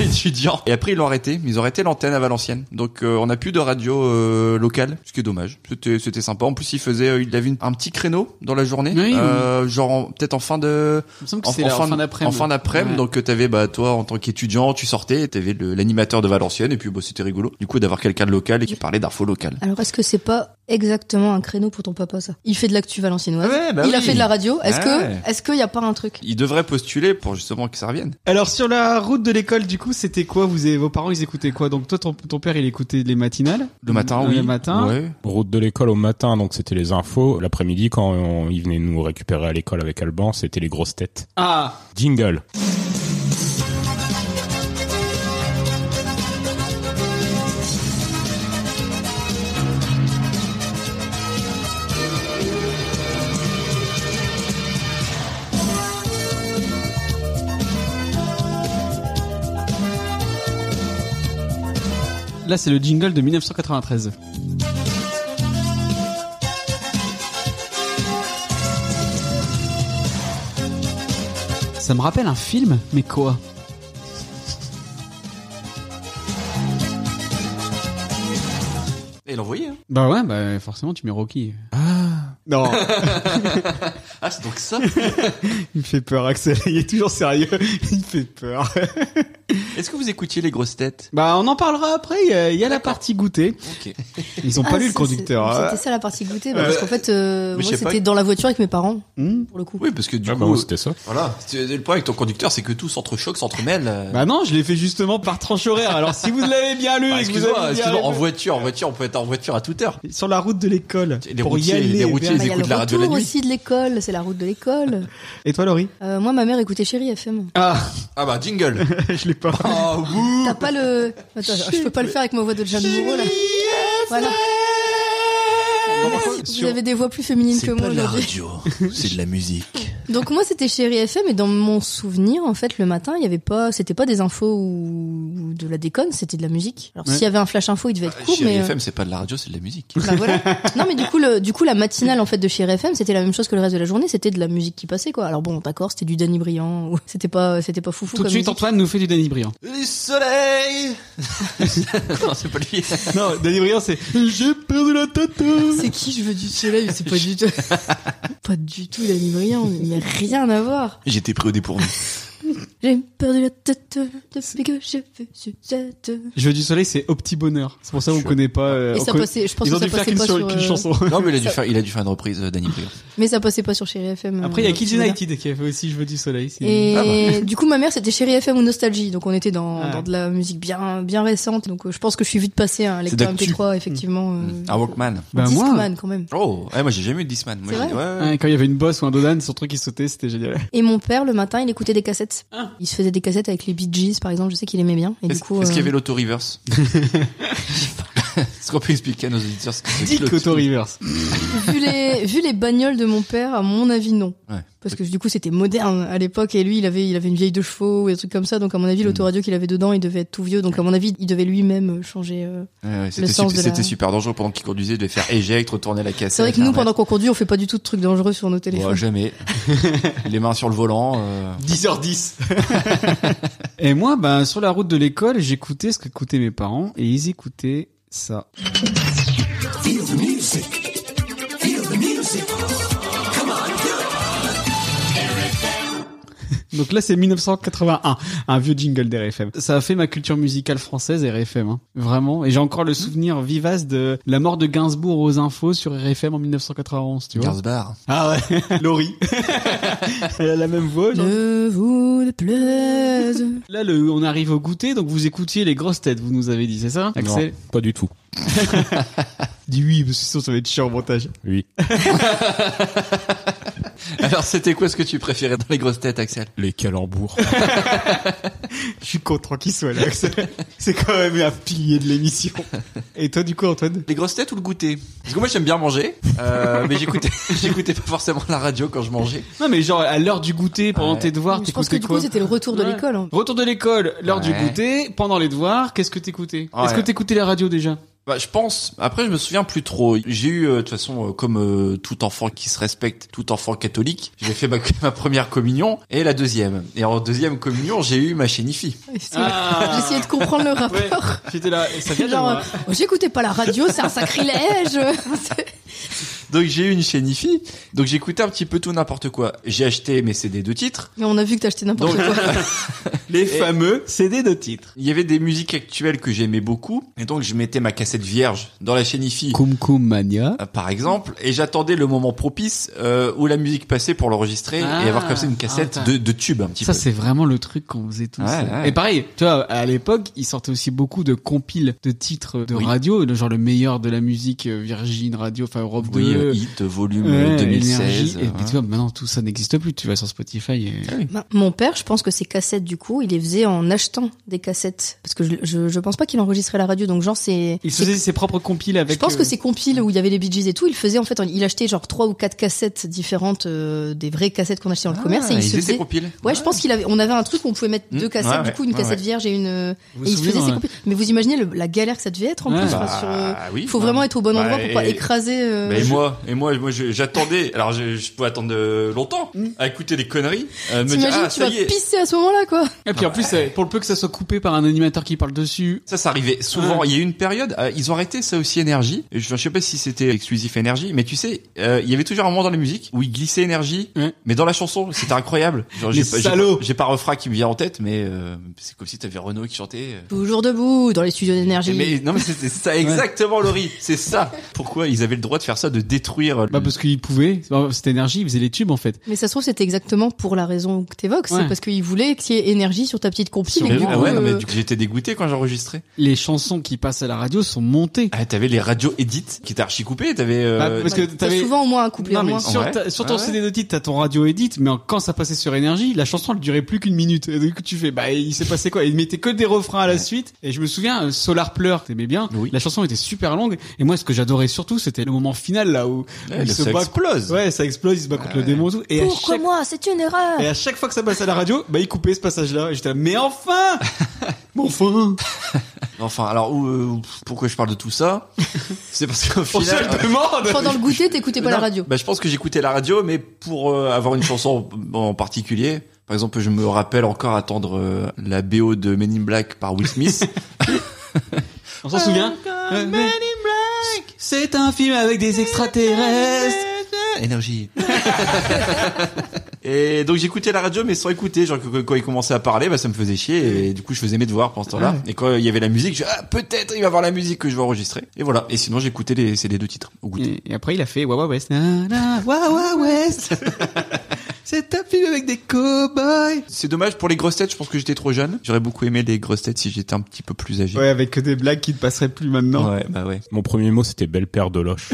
et étudiants. Et après, ils l'ont arrêté. Ils ont arrêté l'antenne à Valenciennes. Donc, euh, on a plus de radio euh, locale, ce qui est dommage. C'était, c'était sympa. En plus, il faisait, euh, il avait une- un petit créneau dans la journée. Oui, euh, Genre, en- peut-être en fin de, Il me semble que c'est la- en fin d'après-midi. en fin d'après-midi. Ouais. Donc, euh, t'avais, bah, toi, en tant qu'étudiant, tu sortais, t'avais le- l'animateur de Valenciennes. Et puis, bah, c'était rigolo. Du coup, d'avoir quelqu'un de local et qui parlait d'infos locales. Alors est-ce que c'est pas exactement un créneau pour ton papa ça Il fait de l'actu valenciennoise. bah il a oui. fait de la radio. Ah Est-ce Ouais. que est-ce qu'il y a pas un truc Il devrait postuler pour justement que ça revienne. Alors sur la route de l'école, du coup, c'était quoi Vous avez vos parents, ils écoutaient quoi Donc toi, ton, ton père, il écoutait les matinales. Le matin, Euh, oui. Le matin. Route de l'école au matin, donc c'était les infos. L'après-midi, quand on, ils venaient nous récupérer à l'école avec Alban, c'était les grosses têtes. Ah. Jingle. Là, c'est le jingle de 1993. Ça me rappelle un film, mais quoi Et il envoyait. Hein. Bah ouais, bah forcément, tu mets Rocky. Ah Non ah, c'est donc ça. Il me fait peur, Axel. Il est toujours sérieux. Il me fait peur. Est-ce que vous écoutiez les grosses têtes Bah, on en parlera après. Il y a, il y a la partie goûter. Ils ont Ah, pas lu le ça, conducteur. c'est- hein. C'était ça la partie goûtée. Euh, parce qu'en fait, euh, mais je moi sais pas. c'était dans la voiture avec mes parents. Hmm. Pour le coup. Oui, parce que du Ah bah coup, oui, c'était ça. Voilà. C'est- Le problème avec ton conducteur, c'est que tout s'entrechoque, s'entremêle. euh. Bah non, je l'ai fait justement par tranche horaire. Alors si vous l'avez bien lu, Bah, et que vous excuse-moi, avez bien excuse-moi, en lu- voiture, en voiture, on peut être en voiture à toute heure. sur la route de l'école les pour bah, y routiers- aller. eh ben, les routiers, vers- ils Il y a le écoutent la radio retour la nuit. aussi de l'école. C'est la route de l'école. Et toi, Laurie Euh, moi, ma mère écoutait Chérie FM. Ah. Ah bah jingle. Oh, je l'ai pas. T'as pas le. Attends, je peux pas le faire avec ma voix de Jeanne Moreau là. Voilà. bah, Vous avez des voix plus féminines que moi aujourd'hui. c'est de la musique. Donc moi c'était Chéri FM et dans mon souvenir en fait le matin il y avait pas c'était pas des infos ou, ou de la déconne c'était de la musique. Alors Ouais. s'il y avait un flash info il devait être court Chérie mais euh, FM, c'est pas de la radio, c'est de la musique. bah voilà. non mais du coup le du coup la matinale en fait de Chéri FM c'était la même chose que le reste de la journée c'était de la musique qui passait quoi. Alors bon d'accord c'était du Danny Briand ou c'était pas c'était pas foufou Tout de comme suite, musique. Antoine nous fait du Danny Briand. Le soleil. non, c'est pas lui. Non, Danny Briand, c'est J'ai peur de la tata. C'est qui je veux du soleil c'est pas du tout pas du tout Danny Briand mais rien à voir. J'étais pris au dépourvu. J'ai peur de la tête depuis que je fais sucette. Je veux du soleil, c'est au petit bonheur. C'est pour ça qu'on connaît pas. euh, Et on ça conna- passait- je pense Ils que ont ça dû faire passait qu'une pas so- sur, qu'une euh, chanson. Non, mais il a dû Ça- faire, il a dû faire une reprise euh, d'Annie Briand. Mais ça passait pas sur Chéri FM. Après, il y a euh, Kids tu vois. United qui a fait aussi Je veux du soleil. c'est- Ah bah. Et du coup, ma mère, c'était Chéri FM ou Nostalgie. Donc, on était dans, Ah. dans de la musique bien, bien récente. Donc, euh, je pense que je suis vite passé à un C'est lecteur d'actu. MP3, effectivement. euh, Un Walkman. Bah, moi- Discman, quand même. Oh, ouais, moi j'ai jamais eu de Disman. Moi, C'est j'ai- vrai ouais, ouais. Ouais, Quand il y avait une bosse ou un dodan, son truc qui sautait, c'était génial. Et mon père, le matin, il écoutait des cassettes. Ah. Il se faisait des cassettes avec les Bee Gees, par exemple. Je sais qu'il aimait bien. Et du Est-ce coup, est-ce qu'il y euh, avait l'auto-reverse Est-ce qu'on peut expliquer à nos auditeurs ce que c'est Dick que l'auto- Auto-Reverse. vu les vu les bagnoles de mon père, à mon avis non. Ouais. Parce que du coup c'était moderne à l'époque et lui il avait il avait une vieille de chevaux et des trucs comme ça donc à mon Hmm. avis l'autoradio qu'il avait dedans il devait être tout vieux donc à mon avis il devait lui-même changer. euh. Ouais, ouais, Le C'était sens sup- de la- c'était super dangereux pendant qu'il conduisait de les faire éjecte, retourner la cassette. C'est vrai que nous faire- pendant qu'on conduit on fait pas du tout de trucs dangereux sur nos Bon, téléphones. jamais. les mains sur le volant. euh. 10h10. Et moi, ben, sur la route de l'école, j'écoutais ce qu'écoutaient mes parents et ils écoutaient ça. Donc là, c'est 1981, un vieux jingle d'RFM. Ça a fait ma culture musicale française, RFM, hein. vraiment. Et j'ai encore le souvenir vivace de la mort de Gainsbourg aux infos sur RFM en 1991, tu vois. Gainsbourg. Ah ouais, Laurie. Elle a la même voix. genre. Ne vous déplaise. Là, le, on arrive au goûter, donc vous écoutiez les grosses têtes, vous nous avez dit, c'est ça, Axel Non, pas du tout. Dis oui, parce que sinon ça va être chiant au montage. Oui. Alors, c'était quoi ce que tu préférais dans les grosses têtes, Axel Les calembours. Je suis content qu'il soit là. Axel. C'est quand même un pilier de l'émission. Et toi, du coup, Antoine Les grosses têtes ou le goûter Parce que moi, j'aime bien manger, euh, mais j'écoutais, j'écoutais pas forcément la radio quand je mangeais. Non, mais genre, à l'heure du goûter, pendant Ouais. tes devoirs, Je pense que t'écoutais du coup, quoi c'était le retour de Ouais. l'école. hein. Retour de l'école, l'heure du Ouais. goûter, pendant les devoirs, qu'est-ce que t'écoutais Est-ce que Ouais. t'écoutais la radio déjà Bah, je pense. Après, je me souviens plus trop. J'ai eu, euh, de toute façon, euh, comme euh, tout enfant qui se respecte, tout enfant catholique, j'ai fait ma, ma première communion et la deuxième. Et en deuxième communion, j'ai eu ma chaîne IFI. Ah. J'essayais de comprendre le rapport. J'étais là, ça vient de Genre, moi. euh, j'écoutais pas la radio, c'est un sacrilège. Donc j'ai eu une chaîne IFI. Donc j'écoutais un petit peu tout n'importe quoi. J'ai acheté mes CD de titres. Mais on a vu que t'achetais n'importe Donc- quoi. Les fameux CD de titres. Il y avait des musiques actuelles que j'aimais beaucoup. Et donc je mettais ma cassette vierge dans la chaîne IFI. Kumkum Mania. euh, Par exemple, et j'attendais le moment propice euh, où la musique passait pour l'enregistrer Ah. et avoir comme ça une cassette Ah, putain. de, de tube un petit Ça, peu. c'est vraiment le truc qu'on faisait tous. euh, Ouais, ouais. Et pareil, tu vois, à l'époque, ils sortaient aussi beaucoup de compiles de titres de radio, le genre le meilleur de la musique, euh, Virgin Radio, enfin Europe Oui, 2. euh, Hit, volume euh, Ouais, 2016. Énergie. Et puis ouais. Ah tu vois, maintenant tout ça n'existe plus. Tu vas sur Spotify et... Ben, mon père, je pense que ses cassettes, du coup, il les faisait en achetant des cassettes. Parce que je, je, je pense pas qu'il enregistrait la radio. Donc, genre, c'est. Il se c'est- faisait ses propres compiles avec. Je pense euh, que c'est compile où il y avait les Bee Gees et tout. Il faisait en fait, il achetait genre trois ou quatre cassettes différentes euh, des vraies cassettes qu'on achetait dans le commerce et il ils se étaient faisait. compiles. Ouais, je pense qu'il avait, on avait un truc où on pouvait mettre Mmh, deux cassettes, ouais, du ouais, coup une ouais, cassette ouais. vierge et une. euh, Vous et vous il se faisait souvenez, ses ouais. compiles. Mais vous imaginez le- la galère que ça devait être en Ouais. plus. Bah, enfin, sur, euh, Ah, oui, faut bah. vraiment être au bon endroit Bah, pour pas et- écraser. euh, Mais moi, et moi, moi, je- j'attendais. Alors, je, je pouvais attendre euh, longtemps à écouter des conneries, euh, me dire Mm. T'imagines, ah tu ça vas y est. Ah, bah. pisser à ce moment-là, quoi. Et puis en plus, euh, pour le peu que ça soit coupé par un animateur qui parle dessus. Ça, ça arrivait souvent. Ouais. Il y a eu une période, euh, ils ont arrêté ça aussi énergie. Et Je, je sais pas si c'était exclusif énergie, mais tu sais, euh, il y avait toujours un moment dans la musique où ils glissaient énergie, Ouais. mais dans la chanson, c'était incroyable. Genre, j'ai Les pas- j'ai pas- salauds. J'ai pas un refrain qui me vient en tête, mais euh, c'est comme si t'avais Renaud qui chantait. euh. Toujours debout dans les studios d'énergie. Eh, Mais non, mais c'était ça exactement, Laurie. C'est ça. Pourquoi ils avaient le droit de faire ça, de détruire Bah parce qu'il pouvait, cette énergie, il faisait les tubes en fait. Mais ça se trouve, c'était exactement pour la raison que t'évoques. Ouais. C'est parce qu'il voulait qu'il y ait énergie sur ta petite compile. et que du Ah coup, ouais, non, mais euh, du coup, j'étais dégoûté quand j'enregistrais. Les chansons qui passent à la radio sont montées. Ah, t'avais les radios édites qui étaient archi coupées, t'avais, euh, Bah, parce que t'as t'avais- souvent au moins un couplet Non, en mais moins. sur, Ouais. ta- sur ton Ouais. CD de titre, t'as ton radio edit, mais en- quand ça passait sur énergie, la chanson elle durait plus qu'une minute. Et du coup, tu fais, bah, il s'est passé quoi Il mettait que des refrains à la suite. Et je me souviens, euh, Solar Pleur, t'aimais bien. Oui. La chanson était super longue. Et moi, ce que j'adorais surtout, c'était le moment final là où, où le- il se ça bat. explose. Ouais, ça explose, il se bat contre le démon et tout. Et à Pourquoi chaque- moi C'est une erreur. Et à chaque fois que ça passait à la radio, bah il coupait ce passage-là. Et J'étais là, mais enfin Mais enfin Enfin, alors, où, euh, pourquoi je parle de tout ça? C'est parce qu'au On se final... euh, le demande Pendant le goûter, t'écoutais pas la Non, radio. Bah, je pense que j'écoutais la radio, mais pour euh, avoir une chanson en en particulier. Par exemple, je me rappelle encore attendre euh, la BO de Men in Black par Will Smith. On s'en souvient Euh, mais- C'est un film avec des extraterrestres Ah, Énergie. et donc j'écoutais la radio mais sans écouter, genre que- que- quand il commençait à parler, bah ça me faisait chier et du coup je faisais mes devoirs pendant ce temps-là. Et quand il y avait la musique, je ah, peut-être il va y avoir la musique que je vais enregistrer. Et voilà. Et sinon j'écoutais les CD de titres au goûter. Et, et après, il a fait Wawa West. Na, na, Wawa West. C'est un film avec des cowboys. C'est dommage pour les grosses têtes, je pense que j'étais trop jeune. J'aurais beaucoup aimé les grosses têtes si j'étais un petit peu plus âgé. Ouais, avec que des blagues qui ne passeraient plus maintenant. Ouais, bah ouais. Mon premier mot, c'était belle paire de loches.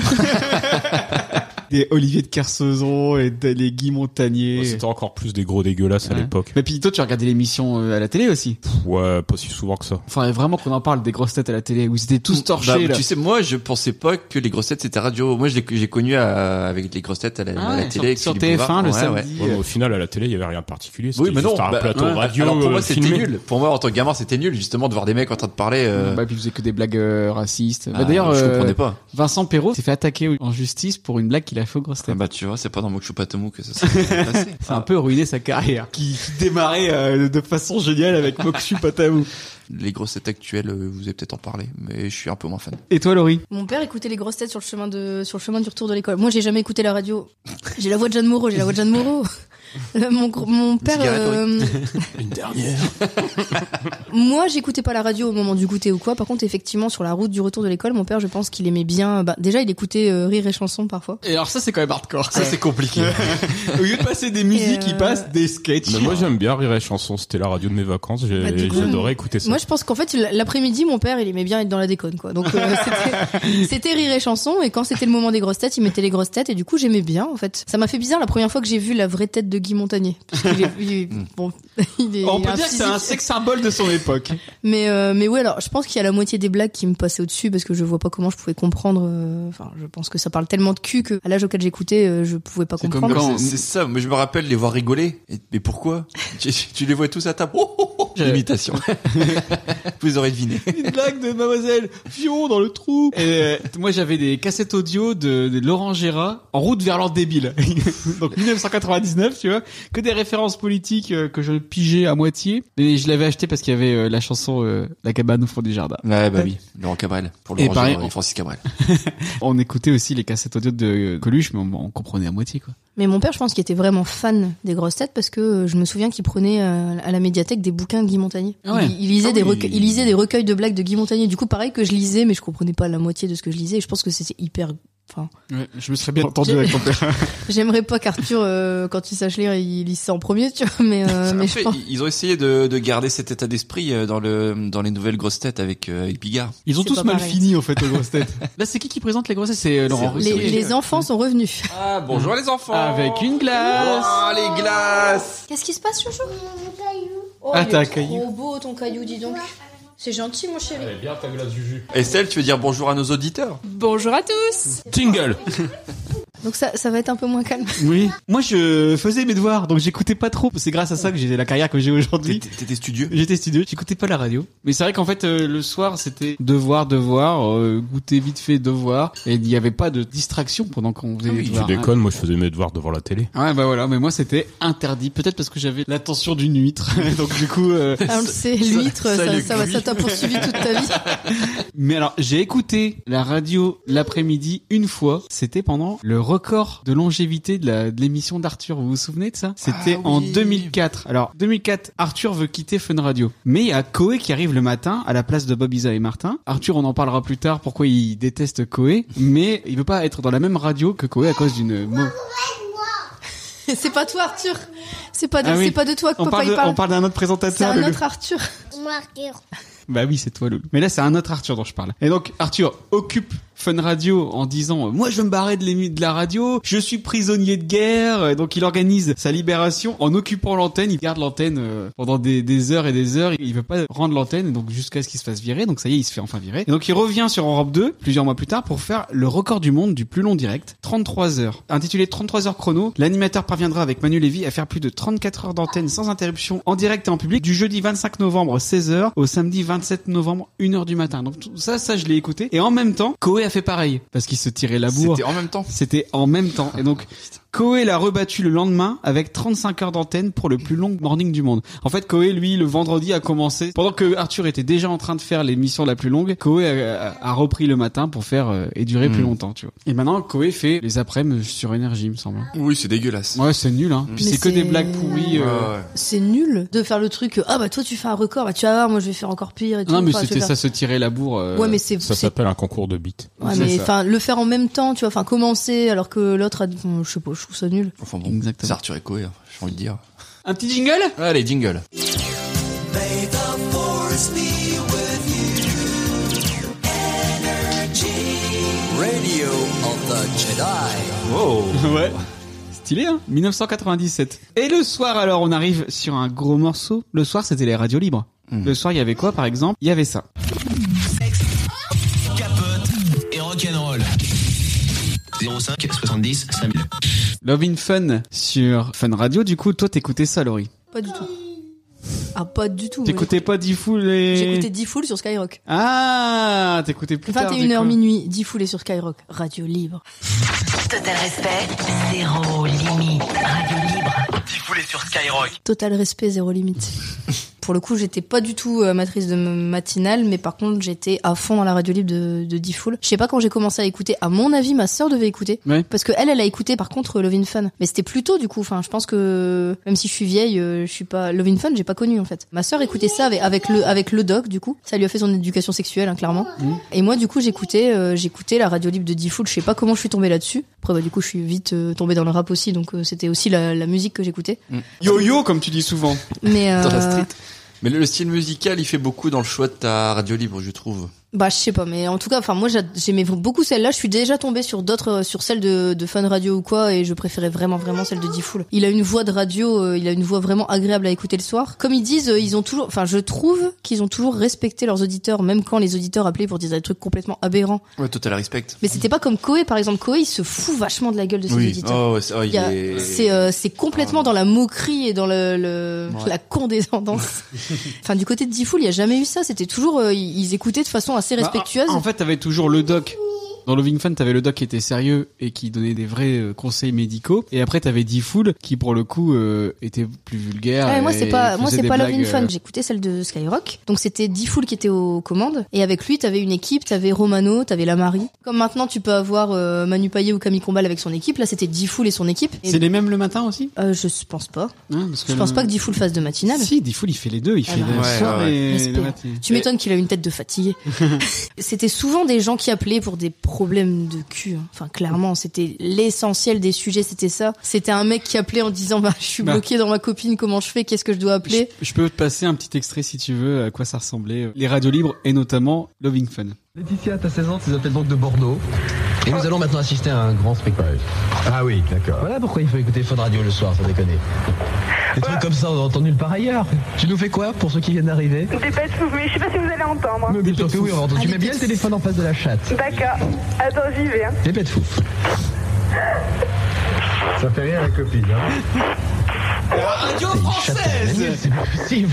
Des Olivier de Kersauzon et des les Guy Montagnier. c'était encore plus des gros dégueulasses à Ouais. l'époque. Mais puis toi, tu regardais l'émission euh, à la télé aussi. Pff, Ouais, pas si souvent que ça. Faudrait vraiment qu'on en parle des grosses têtes à la télé où ils étaient tous Bah, torchés. là. Tu sais, moi, je pensais pas que les grosses têtes c'était radio. Moi, je l'ai- j'ai connu à- avec les grosses têtes à la, Ah à la ouais, télé. avec sur, sur Philippe TF1 le Bouvard. Ouais, samedi. Ouais, mais au final, à la télé, il y avait rien de particulier. Oui, C'était mais non. juste un bah, plateau ouais. radio Alors pour moi, euh, c'était filmé. nul. Pour moi, en tant que gamin, c'était nul justement de voir des mecs en train de parler. euh, Bah, puis ils faisaient que des blagues euh, racistes. Bah, ah, D'ailleurs, je euh, comprenais pas. Vincent Perrault s'est fait attaquer en justice pour une blague qu'il a fait aux grosses Ah têtes. bah tu vois, c'est pas dans Mokchupatomo que ça s'est passé. Ça a un peu ruiné sa carrière, qui, qui démarrait euh, de façon géniale avec Mokshu Patamou. Les grosses têtes actuelles, euh, vous avez peut-être en parlé, mais je suis un peu moins fan. Et toi, Laurie Mon père écoutait les grosses têtes sur le chemin de sur le chemin du retour de l'école. Moi, j'ai jamais écouté la radio. J'ai la voix de Jeanne Moreau, j'ai la voix de Jeanne Moreau. Euh, mon, gr- mon père. euh, Une dernière. moi, j'écoutais pas la radio au moment du goûter ou quoi. Par contre, effectivement, sur la route du retour de l'école, mon père, je pense qu'il aimait bien. Bah, déjà, il écoutait euh, rire et chansons parfois. Et alors ça c'est quand même hardcore. Ça, c'est compliqué. Au lieu de passer des musiques, ils passent des sketchs. Mais moi j'aime bien rire et chanson, c'était la radio de mes vacances, Euh, j'ai- Bah, du coup, j'adorais écouter ça. Moi, je pense qu'en fait, l- l'après-midi, mon père, il aimait bien être dans la déconne, quoi. Donc, euh, c'était- c'était rire et chanson. Et quand c'était le moment des grosses têtes, il mettait les grosses têtes. Et du coup, j'aimais bien, en fait. Ça m'a fait bizarre la première fois que j'ai vu la vraie tête de Guy Montagnier. Parce qu'il est- il est- Hmm. bon, il est- On il a peut dire que c'est physique- un sex symbole de son époque. Mais euh, mais ouais alors je pense qu'il y a la moitié des blagues qui me passaient au-dessus parce que je vois pas comment je pouvais comprendre euh, enfin je pense que ça parle tellement de cul que à l'âge auquel j'écoutais euh, je pouvais pas Comme comprendre. quand- C'est ça, moi je me rappelle les voir rigoler. Et- mais pourquoi tu, tu les vois tous à table. Oh, oh, oh, L'imitation. Vous aurez deviné. Une blague de mademoiselle Fion dans le trou. Et euh, moi j'avais des cassettes audio de, de Laurent Gérard en route vers l'ordre débile. Donc 1999, tu vois, que des références politiques euh, que je pigeais à moitié. Et je l'avais acheté parce qu'il y avait euh, la chanson euh, La cabane au fond du jardin. Ouais, bah oui, Laurent Cabrel. Pour Et Laurent pareil, Gérard on- et Francis Cabrel. On écoutait aussi les cassettes audio de euh, Coluche, mais on, on comprenait à moitié quoi. Mais mon père je pense qu'il était vraiment fan des grosses têtes parce que euh, je me souviens qu'il prenait euh, à la médiathèque des bouquins de Guy Montagnier. Ah ouais. Il, il lisait Ah des oui. recueils, il lisait des recueils de blagues de Guy Montagnier. Du coup pareil que je lisais mais je comprenais pas la moitié de ce que je lisais et je pense que c'était hyper enfin je me serais bien entendu avec ton père. j'aimerais pas qu'Arthur euh, quand il sache lire il lise ça en premier tu vois mais euh, mais je Après, pense- ils- ils ont essayé de, de garder cet état d'esprit euh, dans le dans les nouvelles grosses têtes avec euh, avec Bigard. Ils ont tous mal fini en fait aux grosses têtes. Là c'est qui qui présente les grosses têtes C'est euh, Laurent C'est- les, Ruquier. les enfants sont revenus. Ah bonjour les enfants. Avec une glace. Oh les glaces. Qu'est-ce qui se passe, chouchou Oh, Ah, il est t'as un trop caillou. beau ton caillou, dis donc. C'est gentil, mon chéri. bien ta glace Juju. Estelle, tu veux dire bonjour à nos auditeurs Bonjour à tous. Tingle. Donc ça, ça va être un peu moins calme. Oui. Moi, je faisais mes devoirs, donc j'écoutais pas trop. C'est grâce à ça que j'ai la carrière que j'ai aujourd'hui. T'étais studieux. J'étais studieux. J'écoutais pas la radio. Mais c'est vrai qu'en fait, euh, le soir, c'était devoir, devoir, euh, goûter vite fait, devoir. Et il n'y avait pas de distraction pendant qu'on Ah faisait les Tu devoirs. déconnes, moi je faisais mes devoirs devant la télé. Ah, Ouais, bah voilà. Mais moi, c'était interdit. Peut-être parce que j'avais l'attention d'une huître. donc du coup. euh, Ah, on le sait, l'huître, ça, ça ça, lui va- ça t'a poursuivi toute ta vie. Mais alors, j'ai écouté la radio l'après-midi une fois. C'était pendant le record de longévité de la- de l'émission d'Arthur. Vous vous souvenez de ça C'était en 2004. Alors, 2004, Arthur veut quitter Fun Radio. Mais il y a Coé qui arrive le matin à la place de Bob Isa et Martin. Arthur, on en parlera plus tard pourquoi il déteste Coé. Mais il veut pas être dans la même radio que Coé à cause d'une... mau- C'est pas toi, Arthur. C'est pas de, Ah oui. c'est pas de toi que on papa parle, de- il parle. on parle d'un autre C'est présentateur. un Loulou. autre Arthur. Bah oui, c'est toi, Loulou. Mais là, c'est un autre Arthur dont je parle. Et donc, Arthur occupe Fun Radio en disant euh, Moi, je veux me barrer de, l'émi- de la radio, je suis prisonnier de guerre. Et donc, il organise sa libération en occupant l'antenne. Il garde l'antenne euh, pendant des, des heures et des heures. Il veut pas rendre l'antenne, et donc jusqu'à ce qu'il se fasse virer. Donc, ça y est, il se fait enfin virer. Et donc, il revient sur Europe 2 plusieurs mois plus tard pour faire le record du monde du plus long direct 33 heures. Intitulé 33 heures chrono, l'animateur parviendra avec Manu Lévy à faire plus de 34 heures d'antenne sans interruption en direct et en public du jeudi 25 novembre 16h au samedi 27 novembre 1h du matin. Donc tout ça, ça je l'ai écouté. Et en même temps, Koé a fait pareil parce qu'il se tirait la bourre. C'était en même temps. C'était en même temps. Et donc, Koé l'a rebattu le lendemain avec 35 heures d'antenne pour le plus long morning du monde. En fait, Koé, lui, le vendredi a commencé. Pendant que Arthur était déjà en train de faire l'émission la plus longue, Koé a, a- a repris le matin pour faire euh, et durer plus Mm. longtemps, tu vois. Et maintenant, Koé fait les après-midi sur énergie, il me semble. hein. Oui, c'est dégueulasse. Ouais, c'est nul, hein. Puis Mais c'est que des c'est- blagues pourries. euh. Ouais, ouais. C'est nul de faire le truc. Ah bah toi tu fais un record, bah tu vas voir, moi je vais faire encore pire. Et tout. Non, mais Enfin, tu c'était vas ça faire- se tirer la bourre. euh. Ouais, mais c'est- Ça c'est- s'appelle un concours de beats. Ouais, mais enfin le faire en même temps, tu vois, enfin commencer alors que l'autre a, bon, je sais pas, je trouve ça nul. Enfin bon, c'est Arthur et Coé, hein, j'ai envie de dire. Un petit jingle Allez, jingle. Radio of the Jedi. Ah Wow. ouais. Stylé, hein 1997. Et le soir, alors, on arrive sur un gros morceau. Le soir, c'était les radios libres. Le soir, il y avait quoi, par exemple Il y avait ça. Capote et rock'n'roll. 05 70 5000. Love in Fun sur Fun Radio. Du coup, toi, t'écoutais ça, Laurie. Pas du tout. Ah pas du tout. T'écoutais pas Diffoul et... J'écoutais Diffoul sur Skyrock. Ah, t'écoutais plus tard. du 21h coup. minuit, Diffoul est sur Skyrock, radio libre. Total respect, zéro limite. Radio libre. Diffoulé sur Skyrock. Total respect, zéro limite. Pour le coup, j'étais pas du tout euh, matrice de m- matinale, mais par contre, j'étais à fond dans la radio libre de, de Diffoul. Je sais pas quand j'ai commencé à écouter. À mon avis, ma sœur devait écouter. Ouais. Parce que elle, elle a écouté par contre Love in Fun. Mais c'était plus tôt du coup. Enfin, je pense que même si je suis vieille, euh, je suis pas Love in Fun, j'ai pas connu en fait. Ma sœur écoutait ça avec, avec le avec le doc du coup. Ça lui a fait son éducation sexuelle hein, clairement. Hmm. Et moi du coup, j'écoutais euh, j'écoutais la radio libre de Diffoul. Je sais pas comment je suis tombée là-dessus. Après bah, du coup, je suis vite euh, tombée dans le rap aussi, donc euh, c'était aussi la, la musique que j'écoutais. Mm. Yo-yo, comme tu dis souvent. Mais euh, Dans la street. Mais le le style musical, il fait beaucoup dans le choix de ta radio libre, je trouve. Bah je sais pas, mais en tout cas, enfin moi j'a- j'aimais beaucoup celle-là. Je suis déjà tombée sur d'autres, euh, sur celle de, de Fun Radio ou quoi, et je préférais vraiment vraiment celle de Diffoul. Il a une voix de radio, euh, il a une voix vraiment agréable à écouter le soir. Comme ils disent, euh, ils ont toujours, enfin je trouve qu'ils ont toujours respecté leurs auditeurs, même quand les auditeurs appelaient pour dire des trucs complètement aberrants. Ouais, total respect. Mais c'était pas comme Koé par exemple. Koé il se fout vachement de la gueule de ses Oui. auditeurs. Oh, ouais, c'est- oh, il Il y a- est- Ah. c'est euh, c'est complètement dans la moquerie et dans le, le- Ouais. la condescendance. enfin du côté de Diffoul, il y a jamais eu ça. C'était toujours euh, ils ils écoutaient de façon assez Bah, respectueuse. en, en fait, t'avais toujours le doc. Dans Loving Fun, t'avais le doc qui était sérieux et qui donnait des vrais euh, conseils médicaux. Et après, t'avais D-Fool qui, pour le coup, euh, était plus vulgaire. Ouais, moi c'est et pas moi faisait c'est des pas Love in blagues, Fun, euh, j'écoutais celle de Skyrock. Donc c'était Diffoul qui était aux commandes et avec lui t'avais une équipe, t'avais Romano, t'avais la Marie. Comme maintenant tu peux avoir euh, Manu Payet ou Camille Combal avec son équipe, là c'était Diffoul et son équipe. Et- C'est les mêmes le matin aussi Euh, Je pense pas. hein, parce que Je pense le- pas que Diffoul fasse de matinale. Si, Diffoul, il fait les deux. Il fait bah, le ouais, soir ouais. et Respect. le matin. Tu m'étonnes qu'il a une tête de fatigué. c'était souvent des gens qui appelaient pour des problèmes de cul. hein. Enfin, clairement, c'était l'essentiel des sujets, c'était ça. C'était un mec qui appelait en disant bah je suis Bah. bloqué dans ma copine, comment je fais, qu'est-ce que je dois appeler Je peux te passer un petit extrait si tu veux à quoi ça ressemblait. euh, Les radios libres et notamment Loving Fun. Laetitia, t'as 16 ans, tu nous appelles donc de Bordeaux. Et nous allons maintenant assister à un grand spectacle. Ah oui, d'accord. Voilà pourquoi il faut écouter Fun Radio le soir, sans déconner. Des trucs comme ça, on en entend nulle part ailleurs. Tu nous fais quoi pour ceux qui viennent d'arriver Des pets souffles, mais je sais pas si vous allez entendre. Ah, Mais bien sûr que oui, on va entendre. Tu mets bien le téléphone en face de la chatte. D'accord. Attends, j'y vais. hein. Des bêtes fous. Ça fait rien la copine, hein Radio française C'est pas possible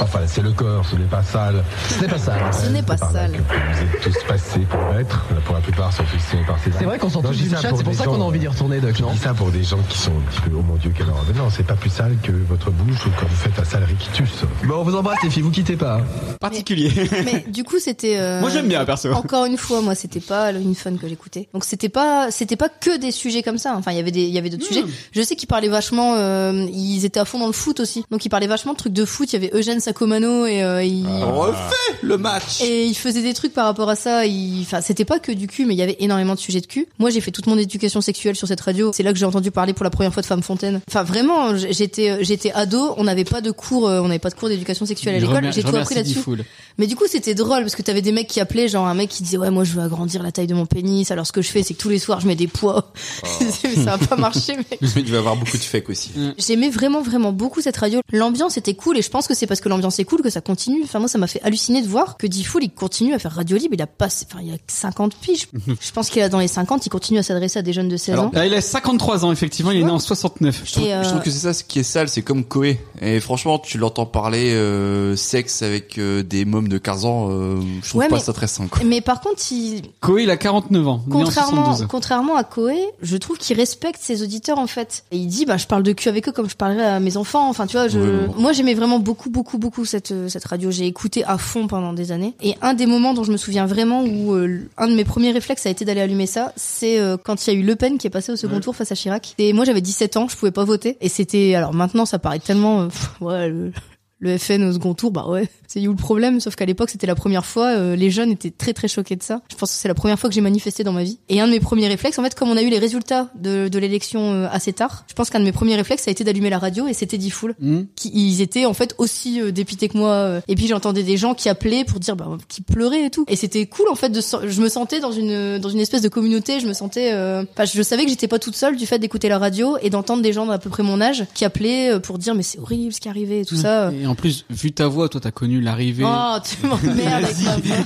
Enfin, c'est le corps, ce n'est pas sale. Ce n'est pas sale. Ce n'est pas C'est par là sale. que Vous êtes tous passés pour maître, pour la plupart sont fixés par ces C'est vrai qu'on sent tous du chat, c'est pour ça qu'on a envie d'y retourner, Doc, non Je dis ça pour des gens qui sont un petit peu, oh mon Dieu, quelle horreur. Mais non, c'est pas plus sale que votre bouche ou quand vous faites un sale rictus. Bon, on vous embrasse les filles, vous quittez pas. hein. Particulier. Mais du coup, c'était. euh, Moi, j'aime bien, perso. Encore une fois, moi, c'était pas Halloween Fun que j'écoutais. Donc c'était pas, c'était pas que des sujets comme ça. Enfin, il y avait des, il y avait d'autres Hmm. sujets. Je sais qu'ils parlaient vachement. euh, ils étaient à fond dans le foot aussi. Donc ils parlaient vachement de trucs de foot. Il y avait Eugène Sacomano et euh, il- Ah. Refais le match et il faisait des trucs par rapport à ça. Il... Enfin, c'était pas que du cul, mais il y avait énormément de sujets de cul. Moi, j'ai fait toute mon éducation sexuelle sur cette radio. C'est là que j'ai entendu parler pour la première fois de Femme Fontaine. Enfin, vraiment, j- j'étais, euh, j'étais ado. On n'avait pas de cours, euh, on n'avait pas de cours d'éducation sexuelle à Je l'école. remer- J'ai je tout remercie appris là-dessus. Diffoul. Mais du coup, c'était drôle parce que t'avais des mecs qui appelaient, genre un mec qui disait ouais, moi, je veux agrandir la taille de mon pénis. Alors ce que je fais, c'est que tous les soirs, je mets des poids. Oh. Mais ça va pas marcher, mec. Mais tu vas avoir beaucoup de fake aussi. Mm. J'aimais vraiment vraiment beaucoup cette radio. L'ambiance était cool et je pense que c'est parce que l'ambiance est cool que ça continue. Enfin moi ça m'a fait halluciner de voir que Diffoul il continue à faire radio libre. Il a pas, enfin il a 50 piges. Mhm. je pense qu'il a dans les 50, il continue à s'adresser à des jeunes de 16 ans. Alors, là, il a 53 ans, effectivement. Il est né en 69. Je trouve, Et, euh, je trouve que c'est ça ce qui est sale, c'est comme Koé. Et franchement, tu l'entends parler euh, sexe avec euh, des mômes de 15 ans, euh, je trouve Ouais, pas mais- ça très sain. quoi. Mais par contre, il, Koé, il a 49 ans. né en contrairement, 72. contrairement à Koé, je trouve qu'il respecte ses auditeurs en fait. Et il dit bah je parle de cul avec eux comme je parlerais à mes enfants. Enfin tu vois, je... Ouais, ouais, ouais. moi j'aimais vraiment beaucoup beaucoup beaucoup cette euh, cette radio. J'ai écouté à fond pendant des années. Et un des moments dont je me souviens vraiment où euh, un de mes premiers réflexes a été d'aller allumer ça, c'est euh, quand il y a eu Le Pen qui est passé au second tour face à Chirac. Et moi j'avais 17 ans, je pouvais pas voter. Et c'était alors maintenant ça paraît tellement euh, pff, ouais le... le FN au second tour, bah ouais, c'est où le problème. Sauf qu'à l'époque, c'était la première fois. euh, les jeunes étaient très très choqués de ça. Je pense que c'est la première fois que j'ai manifesté dans ma vie. Et un de mes premiers réflexes, en fait, comme on a eu les résultats de, de l'élection euh, assez tard, je pense qu'un de mes premiers réflexes ça a été d'allumer la radio et c'était Diffoul. Qui, ils étaient en fait aussi euh, dépités que moi. euh. Et puis j'entendais des gens qui appelaient pour dire, bah, qui pleuraient et tout. Et c'était cool en fait. De, sen- je me sentais dans une dans une espèce de communauté. Je me sentais, euh, enfin, je savais que j'étais pas toute seule du fait d'écouter la radio et d'entendre des gens d'à peu près mon âge qui appelaient euh, pour dire, mais c'est horrible ce qui est arrivé et Mmh. tout ça. euh. Et en plus, vu ta voix, toi, t'as connu l'arrivée. Oh, tu m'emmerdes avec ma voix.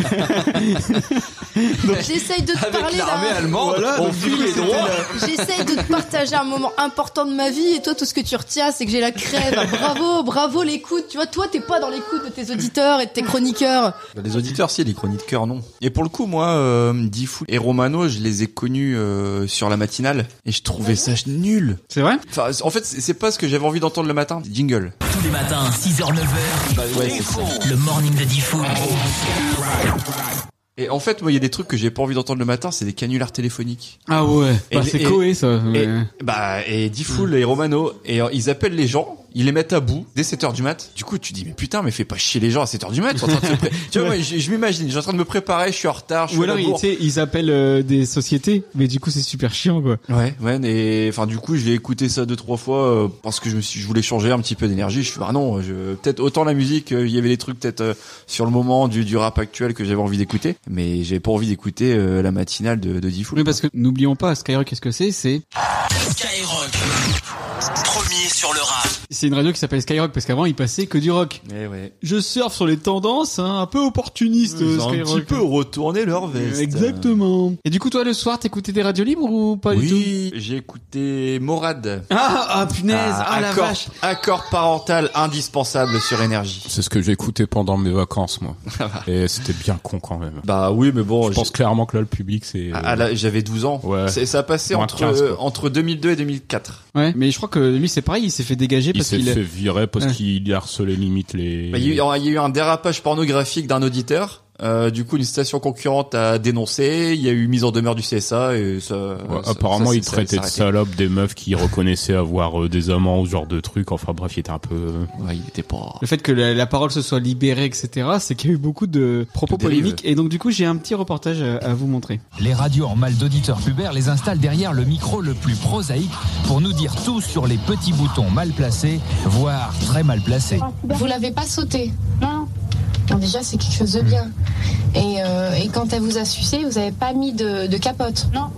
J'essaye de te parler d'un. allemande, on file les droits. J'essaye de te partager un moment important de ma vie et toi tout ce que tu retiens c'est que j'ai la crève. Ah, Bravo, bravo l'écoute. Tu vois, toi t'es pas dans l'écoute de tes auditeurs et de tes chroniqueurs. Bah, Les auditeurs, si, les chroniqueurs, non. Et pour le coup, moi, euh, Diffoul et Romano, je les ai connus euh, sur la Ah matinale et je trouvais ça nul. C'est vrai En fait, c'est c'est pas ce que j'avais envie d'entendre le matin. Jingle. Tous les matins, 6h-9h, ouais, c'est ça. le morning de Diffoul. Et en fait, moi, il y a des trucs que j'ai pas envie d'entendre le matin, c'est des canulars téléphoniques. Ah ouais, Et bah, les- c'est et- Coé ça. Mm. mais- Et, bah, et Diffoul et Romano, et euh, ils appellent les gens, ils les mettent à bout dès 7h du mat. Du coup, tu dis, mais putain, mais fais pas chier les gens à 7h du mat. t'es en train de te pré- tu vois, moi, je, je m'imagine, je suis en train de me préparer, je suis en retard, je Ou suis alors à la ils, bourre. tu sais, ils appellent euh, des sociétés, mais du coup c'est super chiant quoi. Ouais, ouais, mais enfin du coup j'ai écouté ça deux trois fois euh, parce que je me suis, je voulais changer un petit peu d'énergie. Je suis ah non, je peut-être autant la musique, euh, il y avait des trucs peut-être euh, sur le moment du, du rap actuel que j'avais envie d'écouter, mais j'avais pas envie d'écouter euh, la matinale de, de Diffoul. Oui parce que n'oublions pas Skyrock qu'est-ce que c'est C'est Skyrock, premier sur le rap. c'est une radio qui s'appelle Skyrock parce qu'avant il passait que du rock. Eh Je surfe sur les tendances hein, un peu opportunistes. Ils euh, ont un Skyrock. petit peu retourné leur veste. Exactement. Et du coup toi le soir t'écoutais des radios libres ou pas du tout Oui, j'ai écouté Morad. Ah, ah, punaise, ah, la accord, vache. Accord parental indispensable sur énergie. C'est ce que j'ai écouté pendant mes vacances, moi. Et c'était bien con quand même. Bah oui, mais bon. Je pense clairement que là, le public, c'est. Ah, là, j'avais 12 ans. Ouais. C'est- Ça a passé Moins entre 15, quoi. Euh, entre 2002 et 2004. Ouais, mais je crois que lui c'est pareil, il s'est fait dégager Il parce s'est qu'il fait virer parce Ouais. qu'il harcelait limite les. Bah, Il y, a eu- il y a eu un dérapage pornographique d'un auditeur. Euh, du coup, une station concurrente a dénoncé. Il y a eu mise en demeure du CSA et ça. Ouais, ça- apparemment, ça, il ça- traitait de ça s'est arrêté. salope des meufs qui reconnaissaient avoir euh, des amants ou ce genre de trucs. Enfin bref, il était un peu. euh, Ouais, il était pas. Le fait que la, la parole se soit libérée, etc., c'est qu'il y a eu beaucoup de propos De dérives. polémiques. Et donc, du coup, j'ai un petit reportage à, à vous montrer. Les radios en mal d'auditeurs pubères les installent derrière le micro le plus prosaïque pour nous dire tout sur les petits boutons mal placés, voire très mal placés. Vous l'avez pas sauté Non. déjà, c'est quelque chose de bien. Mm. Et, euh, et quand elle vous a sucé, vous avez pas mis de, de capote Non.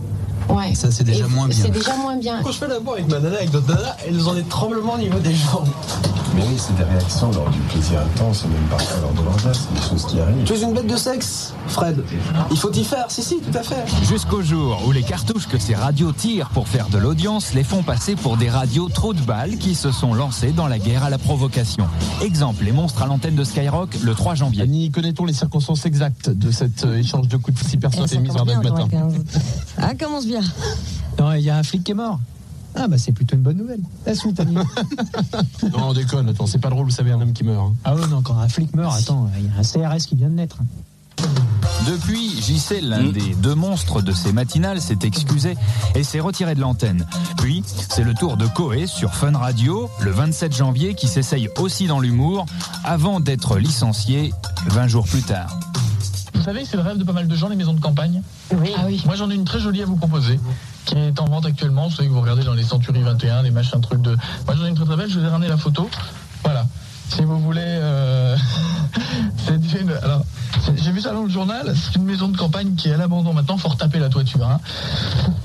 Ouais. Ça, c'est déjà Et moins bien. C'est déjà moins bien. Quand je fais l'amour avec ma nana, avec d'autres nanas, elles ont des tremblements au niveau des jambes. Mais oui, c'est des réactions lors du plaisir intense et même parfois lors de l'orgasme, des choses qui arrivent. Tu es une bête de sexe, Fred. Il faut t'y faire, si, si, tout à fait. Jusqu'au jour où les cartouches que ces radios tirent pour faire de l'audience les font passer pour des radios trop de balles qui se sont lancées dans la guerre à la provocation. Exemple, les monstres à l'antenne de Skyrock le 3 janvier. Ni connaît-on les circonstances exactes de cet euh, échange de coups de six personnes émises vers notre matin Ah, commence bien. Non, il y a un flic qui est mort. hein. Ah bah c'est plutôt une bonne nouvelle. La suite, ami. non, on déconne, attends, c'est pas drôle, vous savez, un homme qui meurt. Ah ouais, non, quand un flic meurt, attends, il y a un CRS qui vient de naître. Depuis, JC, l'un des deux monstres de ces matinales, s'est excusé et s'est retiré de l'antenne. Puis, c'est le tour de Coé sur Fun Radio, le 27 janvier, qui s'essaye aussi dans l'humour, avant d'être licencié 20 jours plus tard. Vous savez, c'est le rêve de pas mal de gens, les maisons de campagne. Ah Oui. Moi, j'en ai une très jolie à vous proposer, qui est en vente actuellement. Vous savez que vous regardez dans les Centuries 21, les machins trucs de. Moi, j'en ai une très très belle, je vous ai ramené la photo. Voilà. Si vous voulez. euh, c'est une. Alors, c'est- j'ai vu ça dans le journal, c'est une maison de campagne qui est à l'abandon maintenant, faut retaper la toiture. Hein.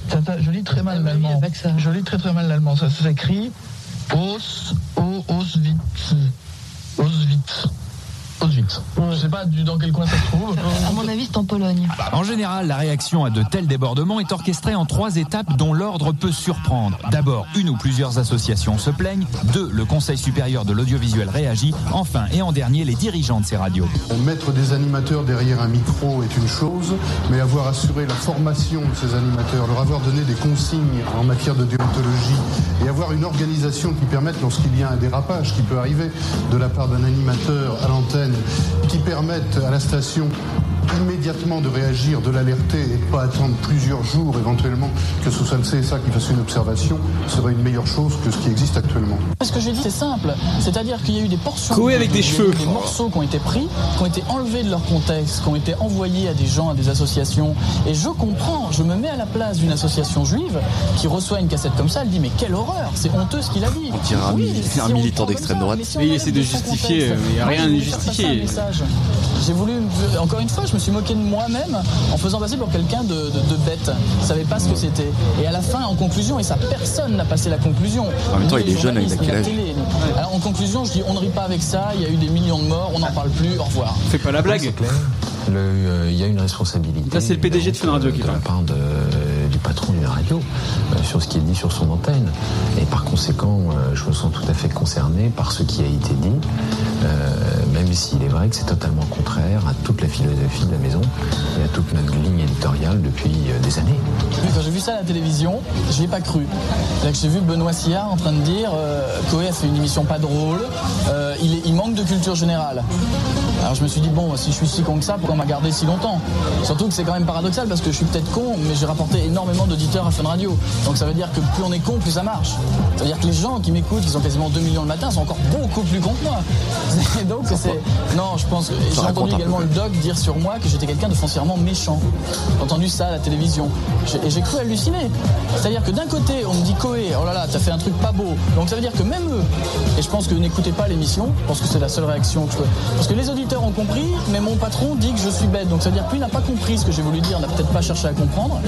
Ça, ça, je lis très mal l'allemand. Je lis très très mal l'allemand. Ça, ça s'écrit. Os, o, Auschwitz. Auschwitz. Auschwitz. Je sais pas du- dans quel coin ça se trouve. À mon avis, c'est en Pologne. En général, la réaction à de tels débordements est orchestrée en trois étapes dont l'ordre peut surprendre. D'abord, une ou plusieurs associations se plaignent. Deux, le Conseil supérieur de l'audiovisuel réagit. Enfin, et en dernier, les dirigeants de ces radios. Mettre des animateurs derrière un micro est une chose, mais avoir assuré la formation de ces animateurs, leur avoir donné des consignes en matière de déontologie et avoir une organisation qui permette, lorsqu'il y a un dérapage qui peut arriver de la part d'un animateur à l'antenne, qui permette à la station immédiatement de réagir, de l'alerter et de pas attendre plusieurs jours éventuellement que ce soit le CSA qui fasse une observation, serait une meilleure chose que ce qui existe actuellement. Ce que j'ai dit, c'est simple. C'est-à-dire qu'il y a eu des portions. Coué de- avec des de- cheveux. Des morceaux qui ont été pris, qui ont été enlevés de leur contexte, qui ont été envoyés à des gens, à des associations. Et je comprends, je me mets à la place d'une association juive qui reçoit une cassette comme ça, elle dit Mais quelle horreur, c'est honteux ce qu'il a dit. On dirait un, mili- si un on- militant d'extrême droite. Ah, si on enlève de euh, son contexte, moi, j'ai voulu faire passer un message. J'ai voulu, encore une fois, je me suis moqué de moi-même en faisant passer pour quelqu'un de, de- de bête. Je savais pas ce que c'était. Et à la fin, en conclusion, et ça, personne n'a passé la conclusion. En même temps, Ni il les est jeune, journalistes, il a ni quel la âge télé, ni- Alors, en conclusion, je dis, on ne rit pas avec ça, il y a eu des millions de morts, on n'en parle plus, au revoir. Fais pas la blague. euh, Il y a une responsabilité. Ça, c'est le PDG de Fun Radio qui parle. du patron d'une radio euh, sur ce qui est dit sur son antenne. Et par conséquent, euh, je me sens tout à fait concerné par ce qui a été dit, euh, même s'il est vrai que c'est totalement contraire à toute la philosophie de la maison et à toute notre ligne éditoriale depuis euh, des années. Oui, quand j'ai vu ça à la télévision, je l'ai pas cru. C'est-à-dire que j'ai vu Benoît Sillard en train de dire euh, Coé a fait une émission pas drôle, euh, il, est- il manque de culture générale. Alors je me suis dit, bon, si je suis si con que ça, pourquoi m'a gardé si longtemps Surtout que c'est quand même paradoxal parce que je suis peut-être con, mais j'ai rapporté énormément d'auditeurs à Fun Radio. Donc ça veut dire que plus on est con, plus ça marche. Ça veut dire que les gens qui m'écoutent, qui sont quasiment 2 millions le matin, sont encore beaucoup plus cons que moi. Et donc c'est. Non, je pense. que- Ça J'ai raconte entendu un peu, également ouais. le doc dire sur moi que j'étais quelqu'un de foncièrement méchant. J'ai entendu ça à la télévision. J'ai- Et j'ai cru halluciner. C'est-à-dire que d'un côté, on me dit Coé, oh là là, t'as fait un truc pas beau. Donc ça veut dire que même eux, et je pense que n'écoutez pas l'émission, je pense que c'est la seule réaction que je peux. Parce que les auditeurs ont compris, mais mon patron dit que je suis bête. Donc ça veut dire que lui n'a pas compris ce que j'ai voulu dire, n'a peut-être pas cherché à comprendre.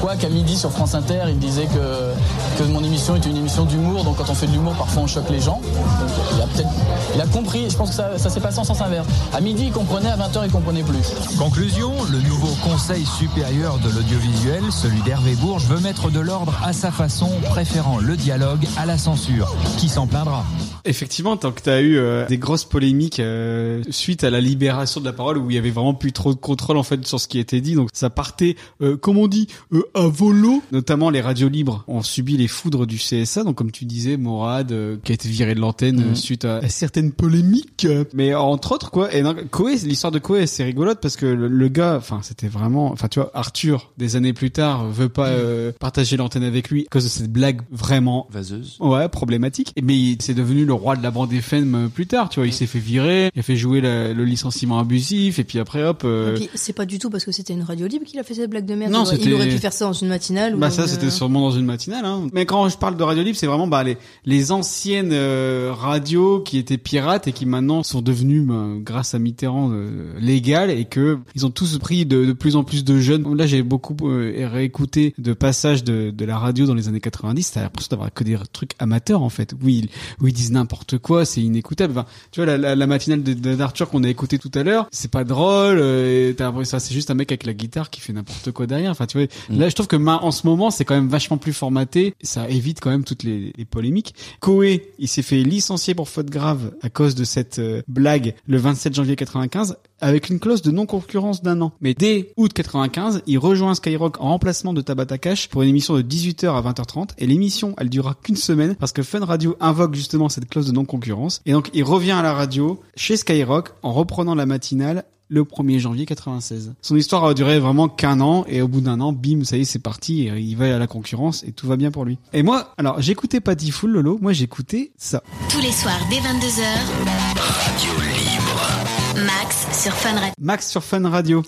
Quoi qu'à midi sur France Inter, il disait que, que mon émission était une émission d'humour, donc quand on fait de l'humour, parfois on choque les gens. Donc il a peut-être. Il a compris, je pense que ça, ça s'est passé en sens inverse. À midi, il comprenait, à 20h, il comprenait plus. Conclusion, le nouveau conseil supérieur de l'audiovisuel, celui d'Hervé Bourges, veut mettre de l'ordre à sa façon, préférant le dialogue à la censure. Qui s'en plaindra Effectivement, tant que t'as eu euh, des grosses polémiques euh, suite à la libération de la parole, où il y avait vraiment plus trop de contrôle en fait sur ce qui était dit, donc ça partait, euh, comme on dit, euh, à volo. Notamment les radios libres ont subi les foudres du CSA, donc comme tu disais, Morad euh, qui a été viré de l'antenne euh, Mhm. suite à, à certaines polémiques. Mais entre autres quoi, et non, Coé, l'histoire de Coé, c'est rigolote parce que le, le gars, enfin c'était vraiment, enfin tu vois, Arthur des années plus tard veut pas euh, partager l'antenne avec lui à cause de cette blague vraiment vaseuse. Ouais, problématique. Mais il- c'est devenu le roi de la bande FM euh, plus tard, tu vois. Il s'est fait virer, il a fait jouer la- le licenciement abusif, et puis après, hop. euh, Et puis, c'est pas du tout parce que c'était une radio libre qu'il a fait cette blague de merde. il, Non, aurait- il c'était- aurait pu faire ça dans une matinale. ou Bah dans ça, une- c'était sûrement dans une matinale. Hein. Mais quand je parle de radio libre, c'est vraiment bah, les, les anciennes euh, radios qui étaient pirates et qui maintenant sont devenues, bah, grâce à Mitterrand, euh, légales et que ils ont tous pris de, de plus en plus de jeunes. Là, j'ai beaucoup euh, réécouté de passages de, de la radio dans les années 90. T'as l'impression d'avoir que des trucs amateurs en fait. Oui, ils, où ils disent n'importe quoi, c'est inécoutable. Enfin, tu vois la, la, la matinale de- de- d'Arthur qu'on a écoutée tout à l'heure, c'est pas drôle. euh, et t'as l'impression- ça, c'est juste un mec avec la guitare qui fait n'importe quoi derrière. Enfin, tu vois, là, je trouve que ma- en ce moment, c'est quand même vachement plus formaté. Ça évite quand même toutes les, les polémiques. Koé, il s'est fait licencier pour faute grave à cause de cette euh, blague le 27 janvier 95 avec une clause de non-concurrence d'un an. Mais dès août 95, il rejoint Skyrock en remplacement de Tabata Cash pour une émission de 18h à 20h30 et l'émission, elle durera qu'une semaine parce que Fun Radio invoque justement cette clause de non-concurrence et donc il revient à la radio chez Skyrock en reprenant la matinale le 1er janvier 96. Son histoire a duré vraiment qu'un an et au bout d'un an, bim, ça y est, c'est parti, et il va à la concurrence et tout va bien pour lui. Et moi, alors j'écoutais pas Tifoul Lolo, moi j'écoutais ça. Tous les soirs dès 22h. Radio Libre. Max sur Fun Radio. Max sur Fun Radio.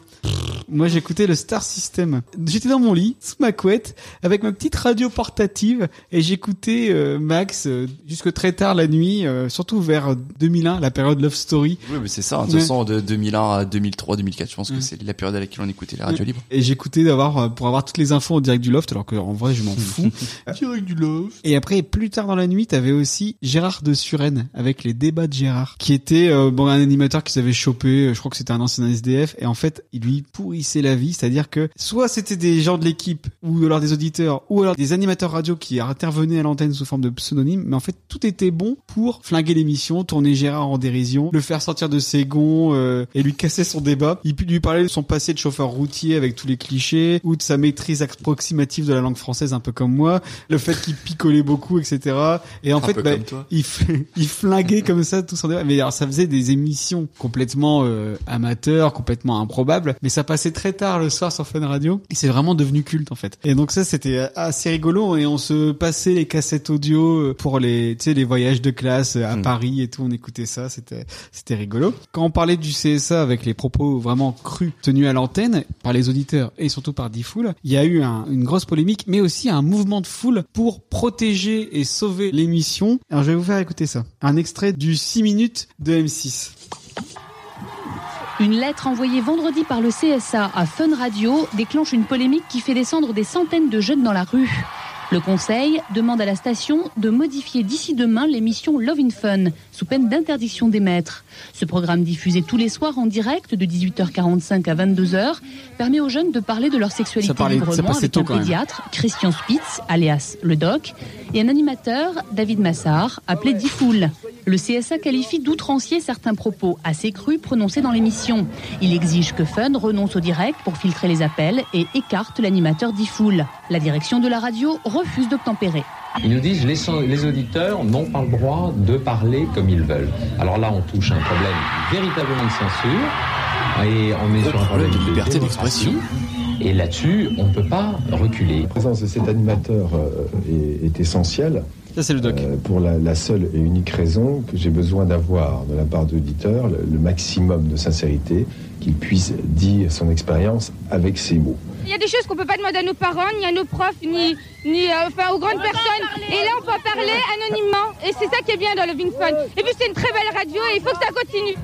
Moi, j'écoutais le Star System. J'étais dans mon lit, sous ma couette, avec ma petite radio portative, et j'écoutais euh, Max euh, jusque très tard la nuit, euh, surtout vers 2001, la période Love Story. Oui, mais c'est ça. De toute Ouais. façon, de 2001 à 2003, 2004, je pense que c'est la période à laquelle on écoutait la radio libre. Et j'écoutais d'avoir euh, pour avoir toutes les infos en direct du loft, alors que en vrai, je m'en fous. Direct du love. Et après, plus tard dans la nuit, t'avais aussi Gérard de Suren avec les débats de Gérard, qui était euh, bon un animateur qui s'avait chopé. euh, Je crois que c'était un ancien SDF, et en fait, il lui pourrissait la vie, c'est-à-dire que soit c'était des gens de l'équipe, ou alors des auditeurs, ou alors des animateurs radio qui intervenaient à l'antenne sous forme de pseudonyme, mais en fait, tout était bon pour flinguer l'émission, tourner Gérard en dérision, le faire sortir de ses gonds euh, et lui casser son débat. Il lui parlait de son passé de chauffeur routier avec tous les clichés, ou de sa maîtrise approximative de la langue française, un peu comme moi, le fait qu'il picolait beaucoup, etc. Et en Un fait, peu bah, comme toi. il, f- il flinguait comme ça tout son débat. Mais alors, ça faisait des émissions complètement euh, amateurs, complètement improbables, mais ça passait très tard le soir sur Fun Radio. Et c'est vraiment devenu culte en fait. Et donc ça, c'était assez rigolo. Et on se passait les cassettes audio euh, pour les, tu sais, les voyages de classe euh, à Paris et tout. On écoutait ça. C'était, c'était rigolo. Quand on parlait du CSA avec les propos vraiment crus tenus à l'antenne par les auditeurs et surtout par Difool, il y a eu un- une grosse polémique, mais aussi un mouvement de foule pour protéger et sauver l'émission. Alors je vais vous faire écouter ça. Un extrait du 6 minutes de M6. Une lettre envoyée vendredi par le CSA à Fun Radio déclenche une polémique qui fait descendre des centaines de jeunes dans la rue. Le Conseil demande à la station de modifier d'ici demain l'émission Love in Fun, sous peine d'interdiction d'émettre. Ce programme diffusé tous les soirs en direct de 18h45 à 22h permet aux jeunes de parler de leur sexualité Ça parlait- ça librement passait avec tôt un quand même. pédiatre, Christian Spitz, alias le doc, et un animateur, David Massard, appelé Difool. Le CSA qualifie d'outrancier certains propos assez crus prononcés dans l'émission. Il exige que Fun renonce au direct pour filtrer les appels et écarte l'animateur Difool. La direction de la radio refuse d'obtempérer. Ils nous disent les, so- les auditeurs n'ont pas le droit de parler comme ils veulent. Alors là, on touche à un problème véritablement de censure et on met sur un problème de liberté d'expression. Et là-dessus, on ne peut pas reculer. La présence de cet animateur euh, est, est essentielle. Euh, pour la, la seule et unique raison que j'ai besoin d'avoir de la part d'auditeurs le, le maximum de sincérité, qu'il puisse dire son expérience avec ses mots. Il y a des choses qu'on peut pas demander à nos parents, ni à nos profs, ni, ni euh, enfin, aux grandes personnes. Et là, on peut en parler anonymement. Et c'est ça qui est bien dans le Vin Fun. Et puis, c'est une très belle radio et il faut que ça continue.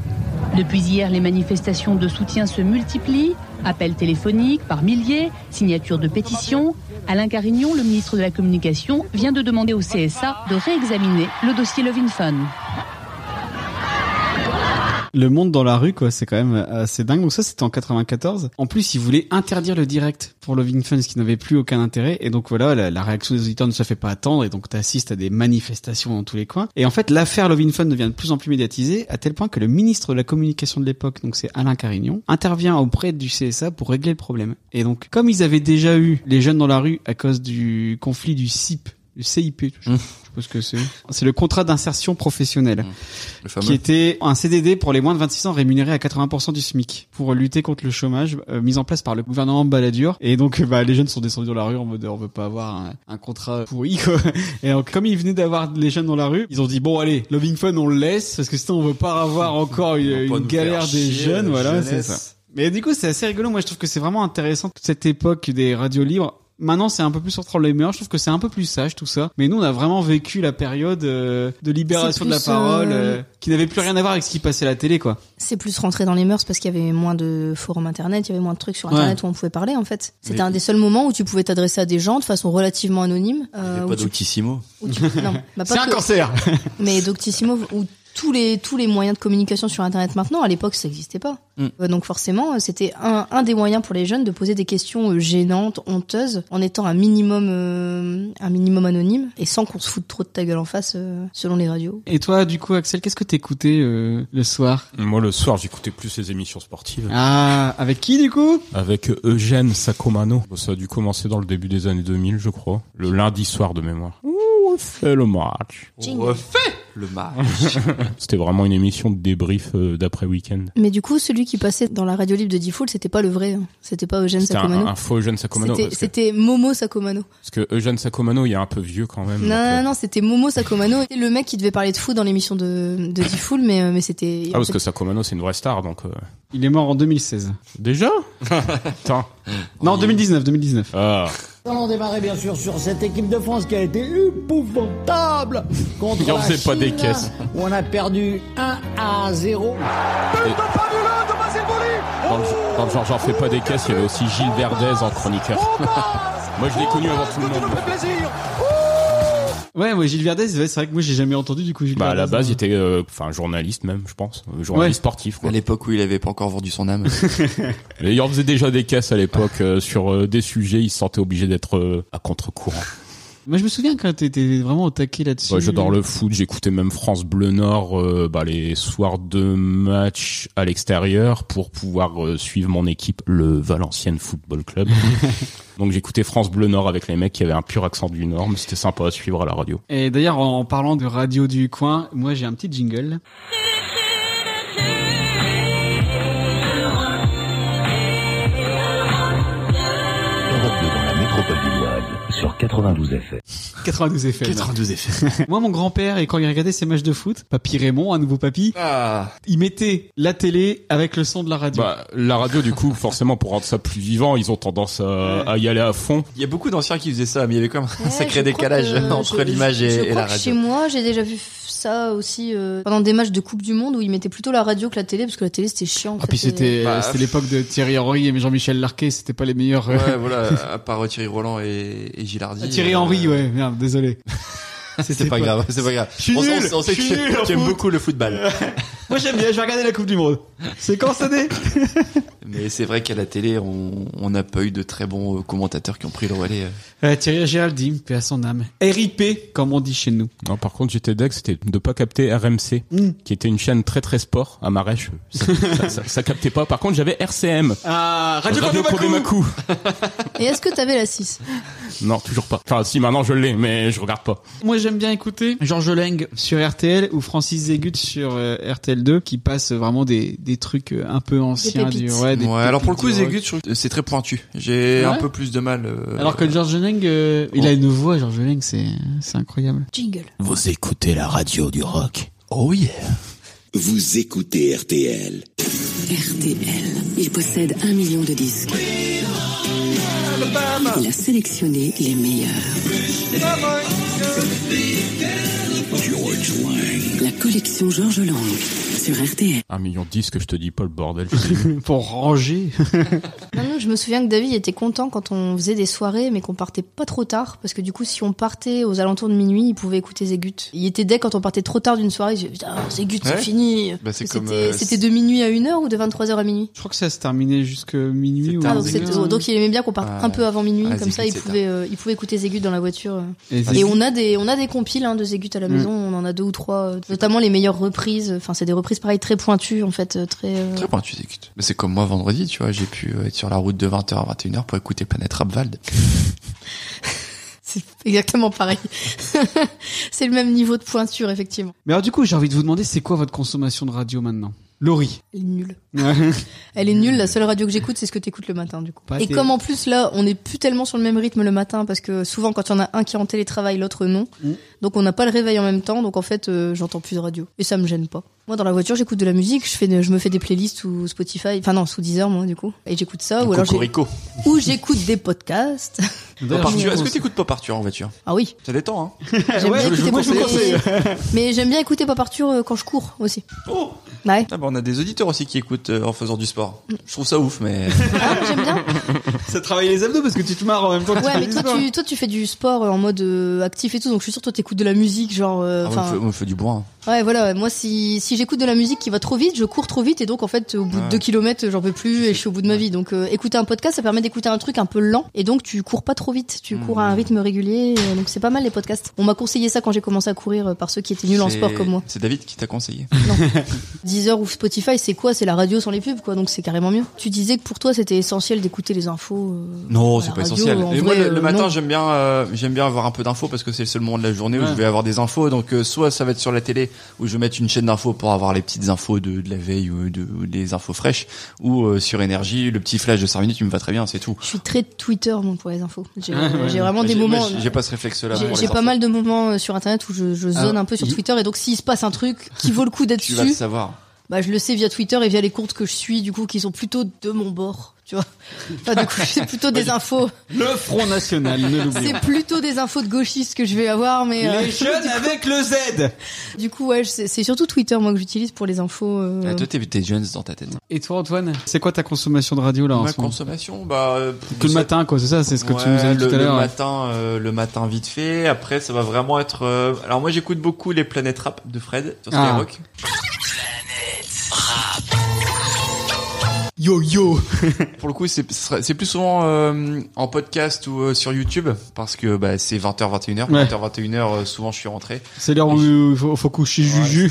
Depuis hier, les manifestations de soutien se multiplient. Appels téléphoniques par milliers, signatures de pétitions. Alain Carignon, le ministre de la Communication, vient de demander au CSA de réexaminer le dossier Levin Fun. Le monde dans la rue, quoi, c'est quand même euh, assez dingue. Donc ça, c'était en 94. En plus, ils voulaient interdire le direct pour Loving Fun, ce qui n'avait plus aucun intérêt. Et donc voilà, la, la réaction des auditeurs ne se fait pas attendre. Et donc t'assistes à des manifestations dans tous les coins. Et en fait, l'affaire Loving Fun devient de plus en plus médiatisée, à tel point que le ministre de la Communication de l'époque, donc c'est Alain Carignon, intervient auprès du CSA pour régler le problème. Et donc, comme ils avaient déjà eu les jeunes dans la rue à cause du conflit du CIP, du CIP, je je sais pas ce que c'est. C'est le contrat d'insertion professionnelle qui fameux. était un CDD pour les moins de 26 ans rémunéré à 80% du SMIC pour lutter contre le chômage euh, mis en place par le gouvernement Balladur. Et donc, euh, bah, les jeunes sont descendus dans la rue en mode euh, on veut pas avoir un, un contrat pourri. Quoi. Et donc, comme ils venaient d'avoir les jeunes dans la rue, ils ont dit bon allez, Loving Fun on le laisse parce que sinon on veut pas avoir encore une, pas une nous faire galère des chier, jeunes. la Voilà, c'est jeunesse. ça. Mais du coup, c'est assez rigolo. Moi, je trouve que c'est vraiment intéressant toute cette époque des radios libres. Maintenant, c'est un peu plus sur les mœurs. Je trouve que c'est un peu plus sage tout ça. Mais nous, on a vraiment vécu la période euh, de libération de la plus, parole, euh, euh, qui n'avait plus rien à voir avec ce qui passait à la télé, quoi. C'est plus rentré dans les mœurs parce qu'il y avait moins de forums internet, il y avait moins de trucs sur Ouais. internet où on pouvait parler en fait. C'était Mais- un des seuls moments où tu pouvais t'adresser à des gens de façon relativement anonyme. euh, où Pas tu- d'Octissimo. non, bah, pas que- Mais Doctissimo où tous les tous les moyens de communication sur internet maintenant, à l'époque ça n'existait pas. Mm. Euh, Donc forcément, euh, c'était un, un des moyens pour les jeunes de poser des questions euh, gênantes, honteuses, en étant un minimum euh, un minimum anonyme et sans qu'on se foute trop de ta gueule en face euh, selon les radios. Et toi, du coup, Axel, qu'est-ce que t'écoutais euh, le soir Moi, le soir, j'écoutais plus les émissions sportives. Ah, avec qui, du coup Avec Eugène Sacomano. Ça a dû commencer dans le début des années 2000, je crois. Le lundi soir de mémoire. Ouh, c'est le match. Jingle. le match. C'était vraiment une émission de débrief euh, d'après-week-end. Mais du coup, celui qui passait dans la radio libre de Default, c'était pas le vrai, hein. c'était pas Eugène C'était un, Sacomano. un faux Eugène Sacomano. C'était- Parce que, C'était Momo Sacomano. parce que Eugène Sacomano, il est un peu vieux quand même. Non, donc, euh, non, non, c'était Momo Sacomano. C'était le mec qui devait parler de foot dans l'émission de, de Default, mais, euh, mais c'était. Ah, parce que Sacomano, c'est une vraie star, donc... euh, Il est mort en 2016. Déjà Attends. Non, 2019, 2019. Ah. Allons démarrer bien sûr sur cette équipe de France qui a été épouvantable contre Il en la faisait pas des Chine, caisses. où on a perdu 1 à 0. Dans le, dans le genre, j'en fais pas des caisses, il y avait aussi Gilles Verdez en chroniqueur. Moi, je l'ai Oh, connu avant tout le monde. Ouais, moi, Gilles Verdez, ouais, c'est vrai que moi, j'ai jamais entendu, du coup, Gilles Bah, à Verdez. hein. la base, il hein. était, euh, enfin, journaliste même, je pense. Euh, Ouais. Journaliste sportif, quoi. À l'époque où il avait pas encore vendu son âme. Mais il en faisait déjà des caisses à l'époque euh, sur euh, des sujets, il se sentait obligé d'être euh, à contre-courant. Moi, je me souviens quand t'étais vraiment au taquet là-dessus. Ouais, J'adore le foot, j'écoutais même France Bleu Nord euh, bah, les soirs de match à l'extérieur pour pouvoir euh, suivre mon équipe, le Valenciennes Football Club. Donc j'écoutais France Bleu Nord avec les mecs qui avaient un pur accent du Nord, mais c'était sympa à suivre à la radio. Et d'ailleurs, en, en parlant de radio du coin, moi, j'ai un petit jingle. Europe 2 dans la métropole lilloise sur 92 effets. 92 FM. 92 FM. Moi, mon grand-père, et quand il regardait ses matchs de foot, papy Raymond, un nouveau papy, Ah. il mettait la télé avec le son de la radio. Bah, la radio, du coup, forcément, pour rendre ça plus vivant, ils ont tendance à, à y aller à fond. Il y a beaucoup d'anciens qui faisaient ça, mais il y avait quand même un Ouais, sacré je crois décalage que- entre je- l'image je- je et, et crois la que Chez radio. moi, j'ai déjà vu f- ça aussi euh, pendant des matchs de Coupe du Monde où ils mettaient plutôt la radio que la télé parce que la télé c'était chiant. en Ah, puis fait, et- c'était Bah, c'était l'époque de Thierry Henry et Jean-Michel Larquet, c'était pas les meilleurs. euh, Ouais, voilà, à part Thierry Roland et, et Gilardi. Thierry Euh, Henry, ouais, merde, désolé. C'est pas grave, c'est pas grave. Je suis On sait- nul, on sait je suis que nul en tu aimes foot. beaucoup le football. Moi j'aime bien, je vais regarder la Coupe du Monde. C'est quand cette année Mais c'est vrai qu'à la télé, on on n'a pas eu de très bons euh, commentateurs qui ont pris le relais. euh. Euh, Thierry Géraldi, paix à son âme. RIP, comme on dit chez nous. Hmm. Non, par contre, j'étais deg, c'était de pas capter RMC, qui était une chaîne très très sport à Marèche. Ça, ça- ça- ça captait pas. Par contre, j'avais RCM. Ah, Radio Corbemakou. Et est-ce que t'avais la 6 Non, toujours pas. Enfin, si maintenant je l'ai, mais je regarde pas. Moi j'aime bien écouter Georges Leng sur RTL ou Francis Zégut sur euh, RTL2 qui passe vraiment des, des trucs euh, un peu anciens. du, ouais, des Ouais, alors pour le coup, pépites du rock. Ah Zégut, je trouve que c'est très pointu. J'ai un Ouais. peu plus de mal. euh, Oh, Alors que Georges Leng, euh, il a une voix, Georges Leng, c'est c'est incroyable. Jingle. Vous écoutez la radio du rock. Oh yeah. Vous écoutez RTL. RTL. Il possède un million de disques. Il a sélectionné les meilleurs. La collection Georges Lang sur RTL. Un million de disques, je te dis pas le bordel. Pour ranger. Maintenant, je me souviens que David était content quand on faisait des soirées, mais qu'on partait pas trop tard, parce que du coup, si on partait aux alentours de minuit, il pouvait écouter Zégut. Il était dès quand on partait trop tard d'une soirée, il disait, putain, Zégut, c'est Ouais. fini. Bah, c'est C'était- comme, euh, C'était de minuit à 1h ou de 23h à minuit Je crois que ça se terminait jusque minuit. Ou Ah, donc, c'est- oh, donc il aimait bien qu'on parte Ah, un peu avant minuit, ah, comme ça Zégut, il c'est pouvait, euh, il pouvait écouter Zégut dans la voiture. euh. Et Et, Zégut- on a des, on a des compiles hein, de Zégut à la Mm. maison, on en a deux ou trois, euh, notamment les meilleures reprises. euh, Enfin, c'est des reprises pareil très pointues en fait, euh, très. euh, Très pointu, Zégut. Mais c'est comme moi vendredi, tu vois, j'ai pu euh, être sur la route de 20h à 21h pour écouter Planète Rapvald. Ah, c'est exactement pareil. c'est le même niveau de pointure effectivement. Mais alors du coup, j'ai envie de vous demander, c'est quoi votre consommation de radio maintenant Laurie. Elle est nulle. Elle est Euh, nulle. La seule radio que j'écoute, c'est ce que t'écoutes le matin, du coup. Pas Et tes- comme en plus là, on n'est plus tellement sur le même rythme le matin parce que souvent quand il y en a un qui est en télétravail, l'autre non, Mm. donc on n'a pas le réveil en même temps. Donc en fait, euh, j'entends plus de radio et ça me gêne pas. Moi, dans la voiture, j'écoute de la musique. Je fais, de- je me fais des playlists sous Spotify, enfin non, sous Deezer moi du coup, et j'écoute ça ou alors j'ai- Cocorico. ou j'écoute des podcasts. Pop Arthur, Ou- Est-ce que t'écoutes Pop Arthur en voiture Ah oui. Ça détend, hein J'aime bien Je- je écouter vous Pop conseille. Arthur. Mais j'aime bien écouter Pop Arthur euh, quand je cours aussi. Ouais. Mm. Ah bah, on a des auditeurs aussi qui écoutent euh, en faisant du sport. Je trouve ça ouf, mais. Ah, ça travaille les abdos parce que tu te marres en même temps que tu Ouais, fais mais du toi sport. tu, toi, tu fais du sport euh, en mode euh, actif et tout, donc je suis sûre, toi, t'écoutes de la musique, genre. euh, Ah, on, enfin, fait, on fait du bois. hein. ouais, voilà, ouais. moi, si, si j'écoute de la musique qui va trop vite, je cours trop vite, et donc, en fait, au bout Ouais. de 2 km, j'en peux plus, et je suis au bout de ma vie. Donc, euh, écouter un podcast, ça permet d'écouter un truc un peu lent, et donc, tu cours pas trop vite, tu cours à Mmh. un rythme régulier, euh, donc, c'est pas mal les podcasts. On m'a conseillé ça quand j'ai commencé à courir euh, par ceux qui étaient nuls en C'est- sport comme moi. C'est David qui t'a conseillé. Deezer ou Spotify, c'est quoi C'est la radio sans les pubs, quoi, donc c'est carrément mieux. Tu disais que pour toi, c'était essentiel d'écouter les infos. euh, Non, à c'est la pas radio, essentiel. en Et moi, vrai, le, le euh, matin, non. j'aime bien, euh, j'aime bien avoir un peu d'infos parce que c'est le seul moment de la journée où Ouais. je vais avoir des infos. Donc, euh, soit ça va être sur la télé où je vais mettre une chaîne d'infos pour avoir les petites infos de, de la veille ou de, ou des infos fraîches, ou euh, sur énergie, le petit flash de 5 minutes, il me va très bien, c'est tout. Je suis très Twitter, moi, pour les infos. J'ai Ah, j'ai ouais. vraiment des Moi, moments. euh, j'ai- J'ai pas ce réflexe-là. J'ai- pour les J'ai pas infos. mal de moments euh, sur internet où je, je zone Ah, un peu sur il- Twitter et donc s'il se passe un truc qui vaut le coup d'être Tu vas le dessus, savoir. bah je le sais via Twitter et via les comptes que je suis du coup qui sont plutôt de mon bord, tu vois. Enfin, du coup, c'est plutôt des infos. Le Front National, ne l'oubliez C'est pas. plutôt des infos de gauchistes que je vais avoir, mais euh, Les jeunes avec le Z. du coup ouais, c'est c'est surtout Twitter moi que j'utilise pour les infos. euh. Ah, toi, t'es t'es Jones dans ta tête. Et toi Antoine, c'est quoi ta consommation de radio là en Ma ce moment consommation, bah. euh, pff, Que le matin quoi, c'est ça, c'est ce que tu Ouais, nous as dit le, tout à le l'heure. hein. matin, euh, le matin vite fait. Après, ça va vraiment être. euh, Alors moi, j'écoute beaucoup les Planète Rap de Fred sur Ah. Skyrock. Yo yo. Pour le coup, c'est ce serait- c'est plus souvent euh, en podcast ou euh, sur YouTube parce que bah, c'est 20h 21h, Ouais. 20h 21h. euh, souvent, je suis rentré. C'est l'heure où il faut, faut coucher Juju.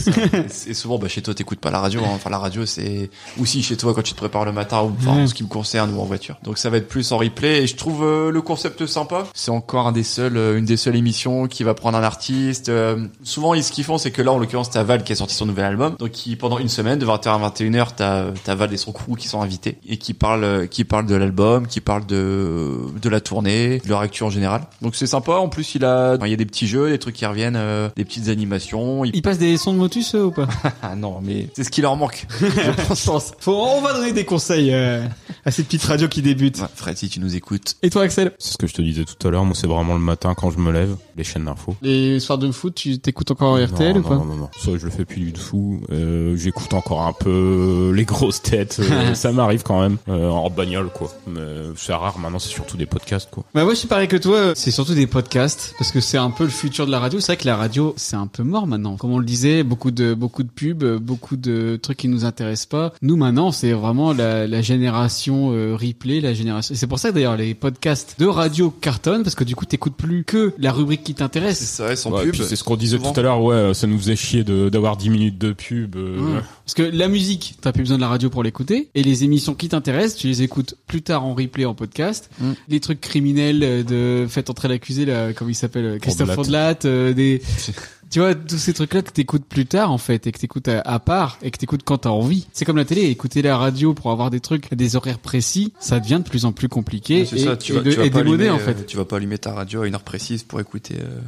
Et souvent, bah, chez toi, t'écoutes pas la radio. hein. Enfin, la radio, c'est aussi chez toi quand tu te prépares le matin, ou enfin, Ouais. en ce qui me concerne, ou en voiture. Donc, ça va être plus en replay. Et je trouve euh, le concept sympa. C'est encore un des seuls, euh, une des seules émissions qui va prendre un artiste. Euh, souvent, ils, ce qu'ils font, c'est que là, en l'occurrence, t'as Val qui a sorti son nouvel album. Donc, qui, pendant une semaine, de 20h à 21h, t'as, euh, t'as Val et son crew qui sont invités et qui parlent, euh, qui parlent de l'album, qui parlent de, de la tournée, de leur actu en général. Donc, c'est sympa. En plus, il a, enfin, il y a des petits jeux, des trucs qui reviennent, euh, des petites animations. Il- Il passe des sons de Motus eux, ou pas ah non, mais c'est ce qui leur manque. Je pense. Faut- on va donner des conseils euh, à à cette petite radio qui débute. Fred, si tu nous écoutes. Et toi, Axel C'est ce que je te disais tout à l'heure. Moi, c'est vraiment le matin quand je me lève, les chaînes d'infos. Les soirs de foot, tu t'écoutes encore RTL non, ou pas non, non, non. Ça, je le fais plus du tout. Euh, J'écoute encore un peu les grosses têtes. Euh, ça m'arrive quand même. Euh, en bagnole, quoi. Mais euh, c'est rare. Maintenant, c'est surtout des podcasts, quoi. Bah moi je suis pareil que toi, euh, c'est surtout des podcasts parce que c'est un peu le futur de la radio. C'est vrai que la radio c'est un peu mort maintenant. Comme on le disait, beaucoup de beaucoup de pubs, euh, beaucoup de trucs qui nous intéressent pas. Nous maintenant c'est vraiment la, la génération euh, replay, la génération. et C'est pour ça que, d'ailleurs les podcasts de radio cartonnent parce que du coup t'écoutes plus que la rubrique qui t'intéresse. C'est vrai, sans Ouais, puis C'est ce qu'on disait tout à l'heure. Ouais, euh, ça nous faisait chier de- d'avoir 10 minutes de pub. Mmh. euh, Parce que la musique, t'as plus besoin de la radio pour l'écouter. Et les émissions qui t'intéressent, tu les écoutes plus tard en replay, en podcast. Mm. Les trucs criminels euh, de Faites entrer l'accusé, là, comme il s'appelle, euh, Christophe Fondelatte. Fondelatte, euh, des... Tu vois, tous ces trucs-là que t'écoutes plus tard, en fait, et que t'écoutes à, à part, et que t'écoutes quand t'as envie. C'est comme la télé, écouter la radio pour avoir des trucs à des horaires précis, ça devient de plus en plus compliqué. C'est et, ça, tu et vas, de- tu vas et pas démodé, allumer, en euh, fait. tu vas pas allumer ta radio à une heure précise pour écouter. euh,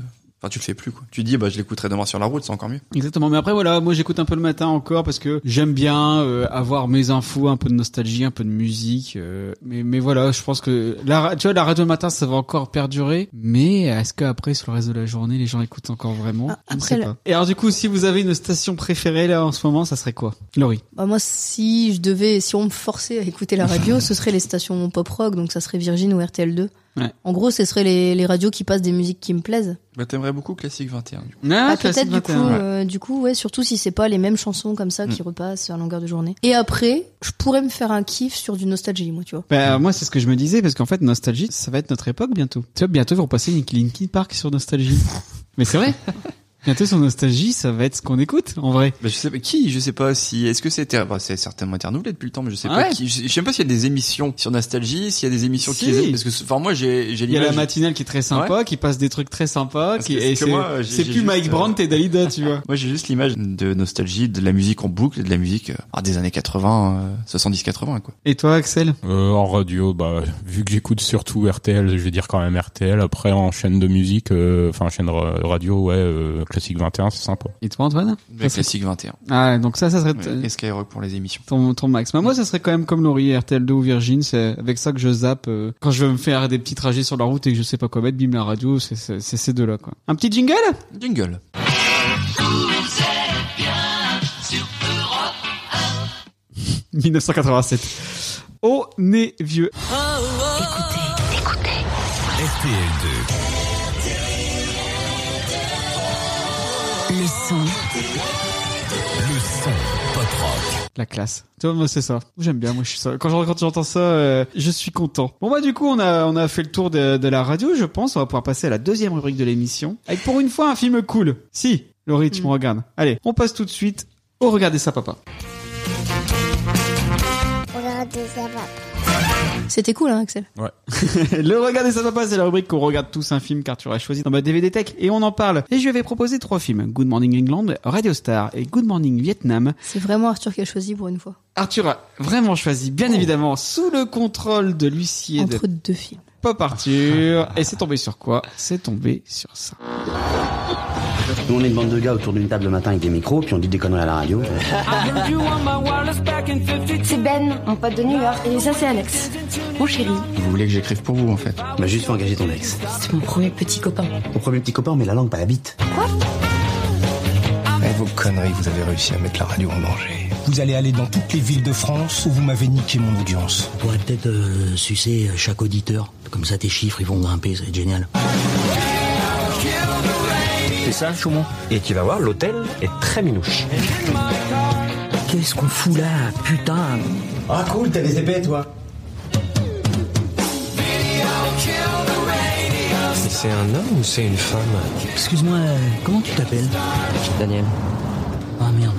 Enfin, tu le fais plus, quoi. Tu dis, bah, je l'écouterai demain sur la route, c'est encore mieux. Exactement, mais après voilà, moi j'écoute un peu le matin encore parce que j'aime bien euh, avoir mes infos, un peu de nostalgie, un peu de musique. euh, mais mais voilà, je pense que la ra- tu vois la radio le matin ça va encore perdurer, mais est-ce qu'après sur le reste de la journée les gens écoutent encore vraiment Je ne après, sais la- pas. Et alors du coup, si vous avez une station préférée là en ce moment, ça serait quoi, Laurie Bah, moi, si je devais, si on me forçait à écouter la radio, ce serait les stations pop rock, donc ça serait Virgin ou RTL2. Ouais. En gros, ce serait les, les radios qui passent des musiques qui me plaisent. Bah, t'aimerais beaucoup Classique 21, du coup. Ah, peut-être du coup, euh, du coup, ouais, surtout si c'est pas les mêmes chansons comme ça Mm. qui repassent à longueur de journée. Et après, je pourrais me faire un kiff sur du nostalgie, moi, tu vois. Bah, moi, c'est ce que je me disais, parce qu'en fait, Nostalgie, ça va être notre époque bientôt. Tu vois, bientôt, ils vont passer Link- Linkin Park sur Nostalgie. Mais c'est vrai. Bientôt, sur Nostalgie, ça va être ce qu'on écoute, en vrai. Bah, je sais pas qui, je sais pas si est-ce que c'était bah, c'est certainement été renouvelé depuis le temps mais je sais Ah ouais pas qui je je sais même pas s'il y a des émissions sur nostalgie, s'il y a des émissions Si. qui les aiment, parce que ce- enfin moi j'ai j'ai Il y a la l'image matinale qui est très sympa, qui passe des trucs très sympas, qui, que et c'est que c'est moi, j'ai- c'est j'ai plus juste, Mike euh, Brandt et Dalida, tu vois. moi j'ai juste l'image de nostalgie de la musique en boucle et de la musique euh, ah, des années 80 euh, 70 80 quoi. Et toi, Axel Euh, en radio, bah, vu que j'écoute surtout RTL, je vais dire quand même RTL. Après, en chaîne de musique, euh, enfin, chaîne ra- radio, ouais, euh, Classique 21, c'est sympa. Et toi, Antoine Mais classique 21. Ah, donc ça, ça serait Et Skyrock pour les émissions. ton, ton max. Bah, moi, ça serait quand même comme Laurie, RTL2 ou Virgin. C'est avec ça que je zappe euh, quand je veux me faire des petits trajets sur la route et que je sais pas quoi mettre. Bim, la radio, c'est c'est- c'est ces deux-là, quoi. Un petit jingle Jingle. sur 1987. Oh, né vieux. RTL2. Le son. Le son pop rock. La classe. Tu vois, moi, c'est ça. J'aime bien, moi, je suis ça. Quand j'en- quand j'entends ça, euh, je suis content. Bon, bah, du coup, on a, on a fait le tour de, de la radio, je pense. On va pouvoir passer à la deuxième rubrique de l'émission. Avec, pour une fois, un film cool. Si, Laurie, tu me regardes. Allez, on passe tout de suite au Regardez ça, papa. C'était cool, hein, Axel. Ouais. le Regardez ça, papa, c'est la rubrique qu'on regarde tous un film car tu aurais choisi dans ma DVD Tech et on en parle. Et je vais proposer trois films. Good Morning England, Radio Star et Good Morning Vietnam. C'est vraiment Arthur qui a choisi pour une fois. Arthur a vraiment choisi, bien évidemment, sous le contrôle de l'huissier de Entre deux films. Pop Arthur. Et c'est tombé sur quoi C'est tombé sur ça. Nous, on est une bande de gars autour d'une table le matin avec des micros, puis on dit des conneries à la radio. C'est Ben, mon pote de New York. Et ça, c'est Alex. Mon chéri. Vous voulez que j'écrive pour vous, en fait M'a juste fait engager ton ex. C'était mon premier petit copain. Ton premier petit copain, mais la langue, pas la bite. Quoi Ah, vos conneries, vous avez réussi à mettre la radio en danger. Vous allez aller dans toutes les villes de France où vous m'avez niqué mon audience. On pourrait peut-être euh, sucer chaque auditeur. Comme ça, tes chiffres, ils vont grimper, ça va être génial. C'est ça, Chaumont Et tu vas voir, l'hôtel est très minouche. Qu'est-ce qu'on fout là, putain Ah cool, t'as des épées, toi Mais c'est é um un homme ou c'est une femme Excuse-moi, euh, comment tu t'appelles Daniel. Ah merde.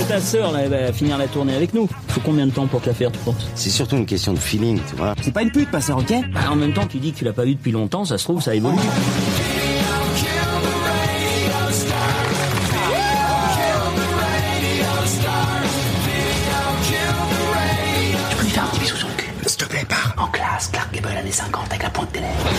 Et ta sœur, là, elle va finir la tournée avec nous. Faut combien de temps pour te la faire, tu penses C'est surtout une question de feeling, tu vois. C'est pas une pute, ma sœur, ok Bah, En même temps, tu dis que tu l'as pas eu depuis longtemps, ça se trouve, ça évolue. Tu peux lui faire un petit bisou sur le cul S'il te plaît, pars. En classe, Clark Gable, années 50, avec la pointe des lèvres.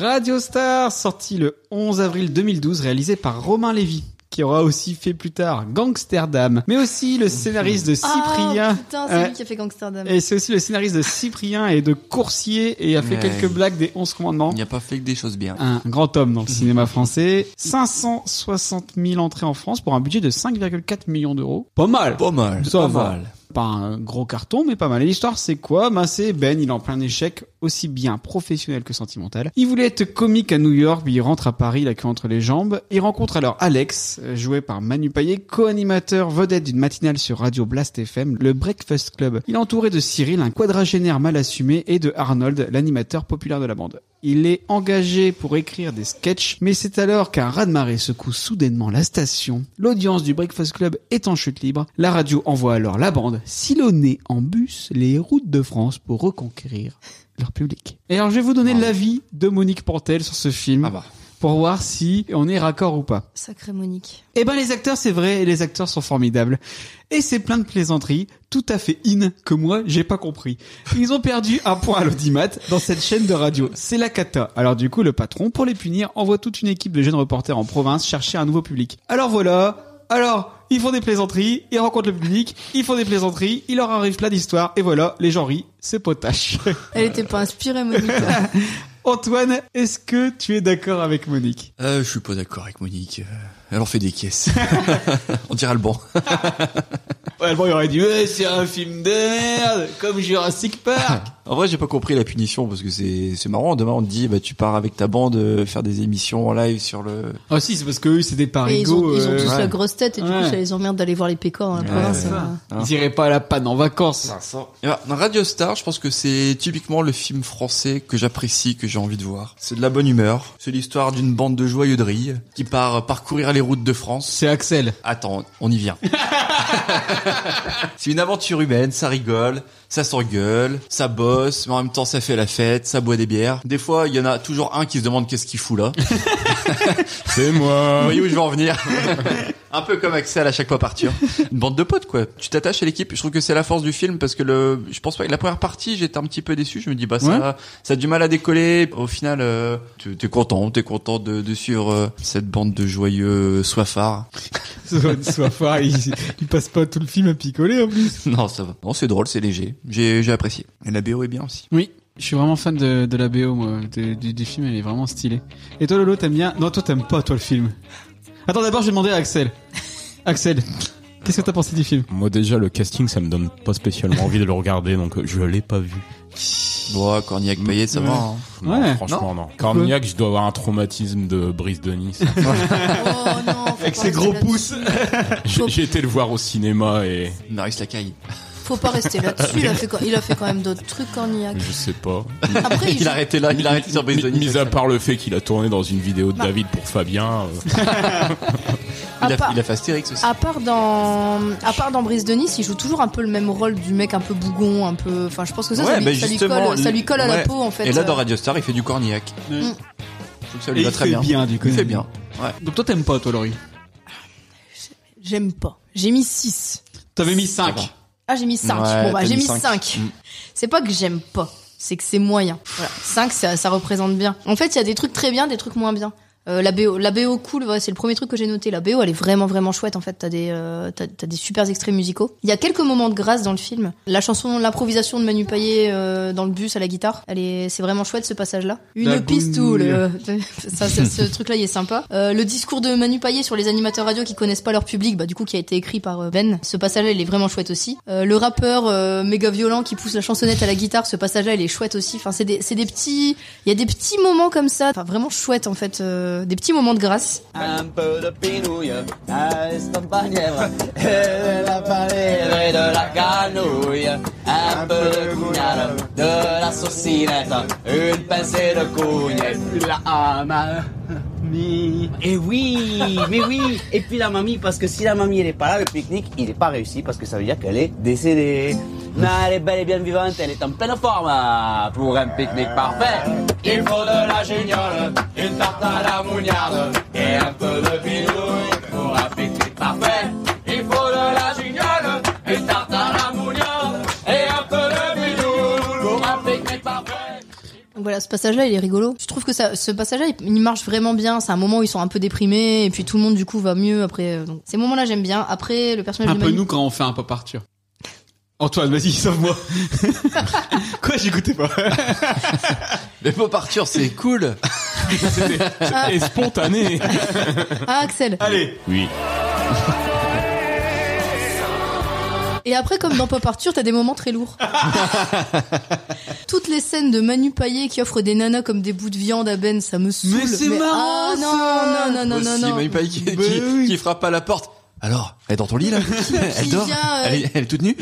Radio Star, sorti le 11 avril 2012, réalisé par Romain Lévy. qui aura aussi fait plus tard Gangsterdam, mais aussi le scénariste de Cyprien. Ah, putain, c'est Euh, lui qui a fait Gangsterdam. et c'est aussi le scénariste de Cyprien et de Coursier et a fait Ouais. quelques blagues des 11 commandements. Il n'y a pas fait que des choses bien. Un grand homme dans le cinéma français. 560 000 entrées en France pour un budget de 5,4 millions d'euros. Pas mal. Pas mal. Ça pas va. mal. Pas un gros carton, mais pas mal. Et l'histoire, c'est quoi Ben, c'est Ben, il est en plein échec, aussi bien professionnel que sentimental. Il voulait être comique à New York, puis il rentre à Paris, la queue entre les jambes. Il rencontre alors Alex, euh, joué par Manu Payet, co-animateur vedette d'une matinale sur Radio Blast FM, le Breakfast Club. Il est entouré de Cyril, un quadragénaire mal assumé, et de Arnold, l'animateur populaire de la bande. Il est engagé pour écrire des sketchs, mais c'est alors qu'un raz-de-marée secoue soudainement la station. L'audience du Breakfast Club est en chute libre. La radio envoie alors la bande sillonner en bus les routes de France pour reconquérir leur public. Et alors je vais vous donner l'avis de Monique Pantel sur ce film pour voir si on est raccord ou pas. Sacré Monique. Eh ben les acteurs c'est vrai et les acteurs sont formidables et c'est plein de plaisanteries tout à fait in que moi j'ai pas compris. Ils ont perdu un point à l'audimat dans cette chaîne de radio. C'est la cata. Alors du coup le patron pour les punir envoie toute une équipe de jeunes reporters en province chercher un nouveau public. Alors voilà, alors ils font des plaisanteries, ils rencontrent le public, ils font des plaisanteries, il leur arrive plein d'histoires et voilà, les gens rient, c'est potache. Elle était pas inspirée, Monique. Antoine, est-ce que tu es d'accord avec Monique Euh, je suis pas d'accord avec Monique. Euh, Elle en fait des caisses. On dirait le bon. Ouais, bon, il aurait dit, ouais, c'est un film de merde, comme Jurassic Park. En vrai, j'ai pas compris la punition parce que c'est c'est marrant. Demain, on te dit, bah, tu pars avec ta bande euh, faire des émissions en live sur le. Ah si, c'est parce que eux, c'est des Et ils ont, parigots. ils ont tous euh, la grosse tête et du Ouais. coup, ça les emmerde d'aller voir les pécores à la Ouais, province. c'est ça. euh. Hein. Ils iraient pas à la panne en vacances. Eh ben, dans Radio Star, je pense que c'est typiquement le film français que j'apprécie, que j'ai envie de voir. C'est de la bonne humeur. C'est l'histoire d'une bande de joyeux de rire qui part parcourir les routes de France. C'est Axel. Attends, on y vient. c'est une aventure humaine, ça rigole, ça s'engueule, ça bosse, mais en même temps ça fait la fête, ça boit des bières. Des fois, il y en a toujours un qui se demande qu'est-ce qu'il fout là. c'est moi. Vous voyez où Euh, je veux en venir Un peu comme Axel à chaque fois partir. Une bande de potes quoi. Tu t'attaches à l'équipe. Je trouve que c'est la force du film parce que le, je pense pas que la première partie j'étais un petit peu déçu. Je me dis bah ça, Ouais. ça a du mal à décoller. Au final, euh, tu- t'es content, t'es content de, de suivre euh, cette bande de joyeux soifards. Soit fort, ils, ils passent pas tout le film à picoler en plus. Non, ça va. Non, c'est drôle, c'est léger. J'ai, j'ai apprécié. Et la BO est bien aussi. Oui. Je suis vraiment fan de, de la BO, moi, de- du, du film, elle est vraiment stylée. Et toi, Lolo, t'aimes bien Non, toi, t'aimes pas, toi, le film. Attends, d'abord, je vais demander à Axel. Axel, qu'est-ce que t'as pensé du film Moi déjà le casting ça me donne pas spécialement envie de le regarder donc euh, je l'ai pas vu. Bon, Cornillac Payet, ça va. hein. Non, Ouais. franchement non. Non Cornillac, je dois avoir un traumatisme de Brice de Nice. Oh, Avec ses gros pouces. J'ai j'ai été le voir au cinéma et Marius Lacaille. Faut pas rester là-dessus. Il, a fait quand- il a fait quand même d'autres trucs, Cornillac. Je sais pas. Après, il a arrêté là, il a arrêté sur Brice de Nice. Mis à part le fait qu'il a tourné dans une vidéo de Bah. David pour Fabien. euh, Il À part- a, il a fait Astérix aussi. À part dans, à part dans Brise de Nice, il joue toujours un peu le même rôle du mec un peu bougon, un peu. Enfin, je pense que ça, ça, Ouais, lui, bah, ça lui justement, colle, ça lui colle à la ouais. peau en fait. Et là, dans Euh, Radio Star, il fait du Cornillac. Mm. Je trouve que ça Et lui va il très fait bien. bien, du coup. Il fait bien. Ouais. Donc toi, t'aimes pas, toi, Laurie J'aime pas. J'ai mis 6. T'avais mis 5. Ah, j'ai mis 5. Ouais, bon, bah, t'as j'ai mis mis cinq. 5. Mm. C'est pas que j'aime pas, c'est que c'est moyen. Voilà. 5, ça, ça représente bien. En fait, il y a des trucs très bien, des trucs moins bien. Euh, la BO, la BO cool, ouais, c'est le premier truc que j'ai noté. La BO, elle est vraiment vraiment chouette. En fait, t'as des, euh, t'as, t'as des super extraits musicaux. Il y a quelques moments de grâce dans le film. La chanson, l'improvisation de Manu Payet euh, dans le bus à la guitare, elle est, c'est vraiment chouette ce passage-là. Une La pistoule. gouille. euh, ça, ça- ce truc-là, il est sympa. Euh, le discours de Manu Payet sur les animateurs radio qui connaissent pas leur public, bah du coup qui a été écrit par euh, Ben. Ce passage-là, il est vraiment chouette aussi. Euh, le rappeur euh, méga violent qui pousse la chansonnette à la guitare, ce passage-là, il est chouette aussi. Enfin, c'est des, c'est des petits, il y a des petits moments comme ça, enfin vraiment chouette en fait, euh, des petits moments de grâce. Un peu de pinouille, à Estampanière, et de la panure et de la grenouille. Un peu de cougnade, de la saucinette, une pincée de couille, et puis la hame. Et Eh oui, mais oui. Et puis la mamie, parce que si la mamie elle est pas là, le pique-nique il n'est pas réussi parce que ça veut dire qu'elle est décédée. Mais elle est belle et bien vivante, elle est en pleine forme. Pour un pique-nique parfait, il faut de la gignole, une tarte à la mougnarde et un peu de pinouille. Pour un pique-nique parfait, il faut de la gignole, une tarte à la mougnarde et un peu de pinouille. Pour un pique-nique parfait. Donc, voilà, voilà, ce passage-là, il est rigolo. Je trouve que ça, ce passage-là, il- il marche vraiment bien. C'est un moment où ils sont un peu déprimés, et puis tout le monde, du coup, va mieux après. euh, Donc, ces moments-là, j'aime bien. Après, le personnage Un de peu Manu- nous quand on fait un pop Arthur. Antoine, vas-y, sauve-moi. Quoi, j'écoutais pas. Le pop Arthur, c'est cool. Et spontané. Ah, Axel. Allez. Oui. Et après, comme dans Pop Arthur, t'as des moments très lourds. Toutes les scènes de Manu Paillet qui offre des nanas comme des bouts de viande à Ben, ça me saoule. Mais c'est ah, marrant ça non, non, non, non, Aussi, non, Bah non. Manu Paillet qui, qui- qui frappe à la porte. Alors, elle est dans ton lit là Elle Qui dort vient, euh, elle, est, elle est toute nue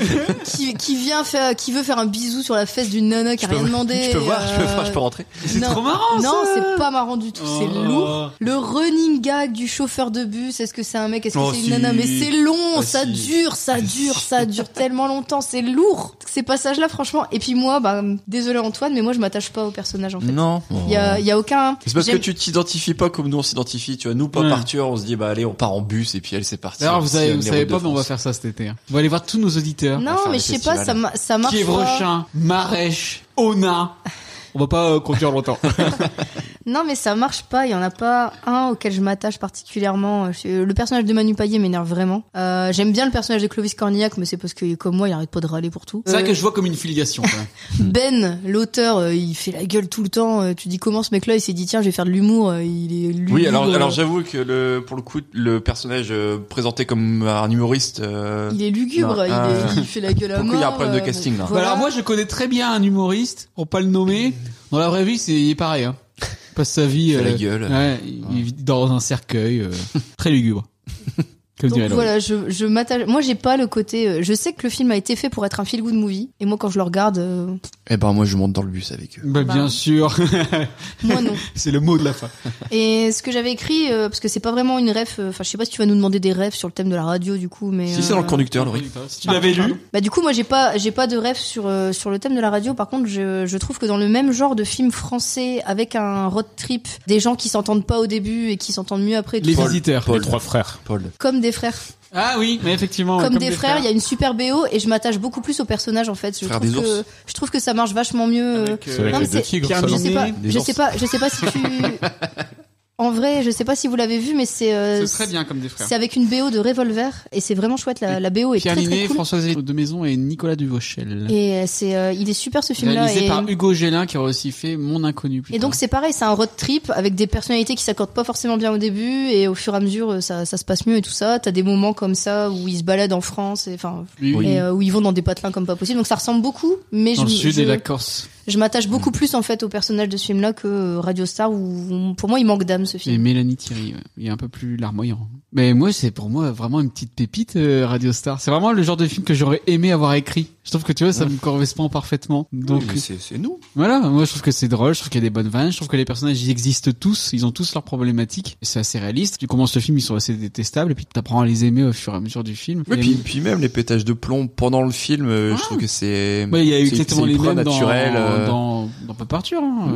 Qui, qui vient faire, qui veut faire un bisou sur la fesse d'une nana qui a peux- rien demandé. euh, je peux voir, je peux voir, je peux rentrer. C'est trop marrant, Non, ça. c'est pas marrant du tout, c'est Oh. lourd. Le running gag du chauffeur de bus, est-ce que c'est un mec, est-ce que Oh, c'est si. une nana Mais c'est long, Ah, ça si. dure, ça dure, ça dure tellement longtemps, c'est lourd. Ces passages-là, franchement. Et puis moi, bah, désolé Antoine, mais moi je m'attache pas au personnage en fait. Non. Il y a, il y a aucun. Oh. C'est parce que j'aime- tu t'identifies pas comme nous on s'identifie, tu vois. Nous, pas Ouais. Arthur, on se dit, bah allez, on part en bus et puis elle, c'est parti. D'ailleurs, vous Si savez, on vous est savez route de pas, mais on va France. faire ça cet été. hein. On va aller voir tous nos auditeurs. Non, mais je sais pas, ça, ma- ça marche. Kievrechin, pas. Marèche, Ona. On va pas euh, conduire longtemps. Non, mais ça marche pas. Il y en a pas un auquel je m'attache particulièrement. Je- Le personnage de Manu Payet m'énerve vraiment. Euh, J'aime bien le personnage de Clovis Cornillac, mais c'est parce que comme moi, il arrête pas de râler pour tout. C'est vrai Euh, que je vois comme une filiation. quand même. Ben, l'auteur, euh, il fait la gueule tout le temps. Euh, Tu dis comment ce mec-là Il s'est dit tiens, je vais faire de l'humour. Euh, Il est lugubre. Oui, alors, alors j'avoue que le, pour le coup, le personnage euh, présenté comme un humoriste. euh, Il est lugubre. non, il, est- euh, il fait la gueule à pour le coup, il y a un mort, problème de euh, casting, là. Bah alors moi je connais très bien un humoriste, pour pas le nommer. Dans la vraie vie c'est il est pareil. Hein. Il passe sa vie. Il fait la euh, gueule. ouais, il- il vit dans un cercueil euh, très lugubre. Comme dirait Donc Laurie. voilà, je, je m'attache. Moi, j'ai pas le côté. euh, Je sais que le film a été fait pour être un feel good movie, et moi, quand je le regarde, euh, Eh ben moi, je monte dans le bus avec eux. Bah, bien sûr. moi non. c'est le mot de la fin. Et ce que j'avais écrit, euh, parce que c'est pas vraiment une ref, euh, enfin je sais pas si tu vas nous demander des refs sur le thème de la radio du coup, mais. Si c'est dans le euh, conducteur, Laurie. Si tu l'avais lu. Bah du coup moi j'ai pas j'ai pas de ref sur euh, sur le thème de la radio. Par contre je je trouve que dans le même genre de film français avec un road trip, des gens qui s'entendent pas au début et qui s'entendent mieux après. tout ça. Les trois frères. Paul. Comme des frères. Ah oui, mais effectivement. Comme, des, frères, il y a une super BO et je m'attache beaucoup plus au personnage en fait. Je Frères trouve des que ours. je trouve que ça marche vachement mieux. euh, C'est vrai Non, mais qu'il y a deux c'est- tigres, je sais pas, Pierre Ninet, je des sais ours. pas, je sais pas si tu. En vrai, je sais pas si vous l'avez vu, mais c'est. euh, C'est très bien comme des frères. C'est avec une BO de Revolver et c'est vraiment chouette. La, la BO est Pierre très très Ninet, cool. Françoise de Maison et Nicolas Duvauchel. Et euh, c'est, euh, il est super ce film-là. réalisé Et, par Hugo Gélin qui aurait aussi fait Mon Inconnu. plus et donc c'est pareil, c'est un road trip avec des personnalités qui s'accordent pas forcément bien au début et au fur et à mesure euh, ça, ça se passe mieux et tout ça. T'as des moments comme ça où ils se baladent en France et enfin Oui, oui. et, euh, où ils vont dans des patelins comme pas possible. Donc ça ressemble beaucoup, mais Dans je le sud je- et la Corse. Mm. je m'attache beaucoup plus en fait au personnage de ce film-là que euh, Radio Star où pour moi il manque d'âme ce film. Et Mélanie Thierry, ouais. il est un peu plus larmoyant. Mais moi, c'est pour moi vraiment une petite pépite, euh, Radio Star. C'est vraiment le genre de film que j'aurais aimé avoir écrit. Je trouve que tu vois, ça me correspond parfaitement. Donc, mais c'est- c'est nous. Voilà, moi je trouve que c'est drôle, je trouve qu'il y a des bonnes vannes, je trouve que les personnages ils existent tous, ils ont tous leurs problématiques, et c'est assez réaliste. Tu commences le film, ils sont assez détestables, et puis t'apprends à les aimer au fur et à mesure du film. Oui, Et- puis, puis même les pétages de plomb pendant le film, euh, je trouve que c'est. Ouais, il y a eu c'est- exactement c'est les ultra mêmes dans, naturel, euh, dans, dans Pop Arthur. Hein,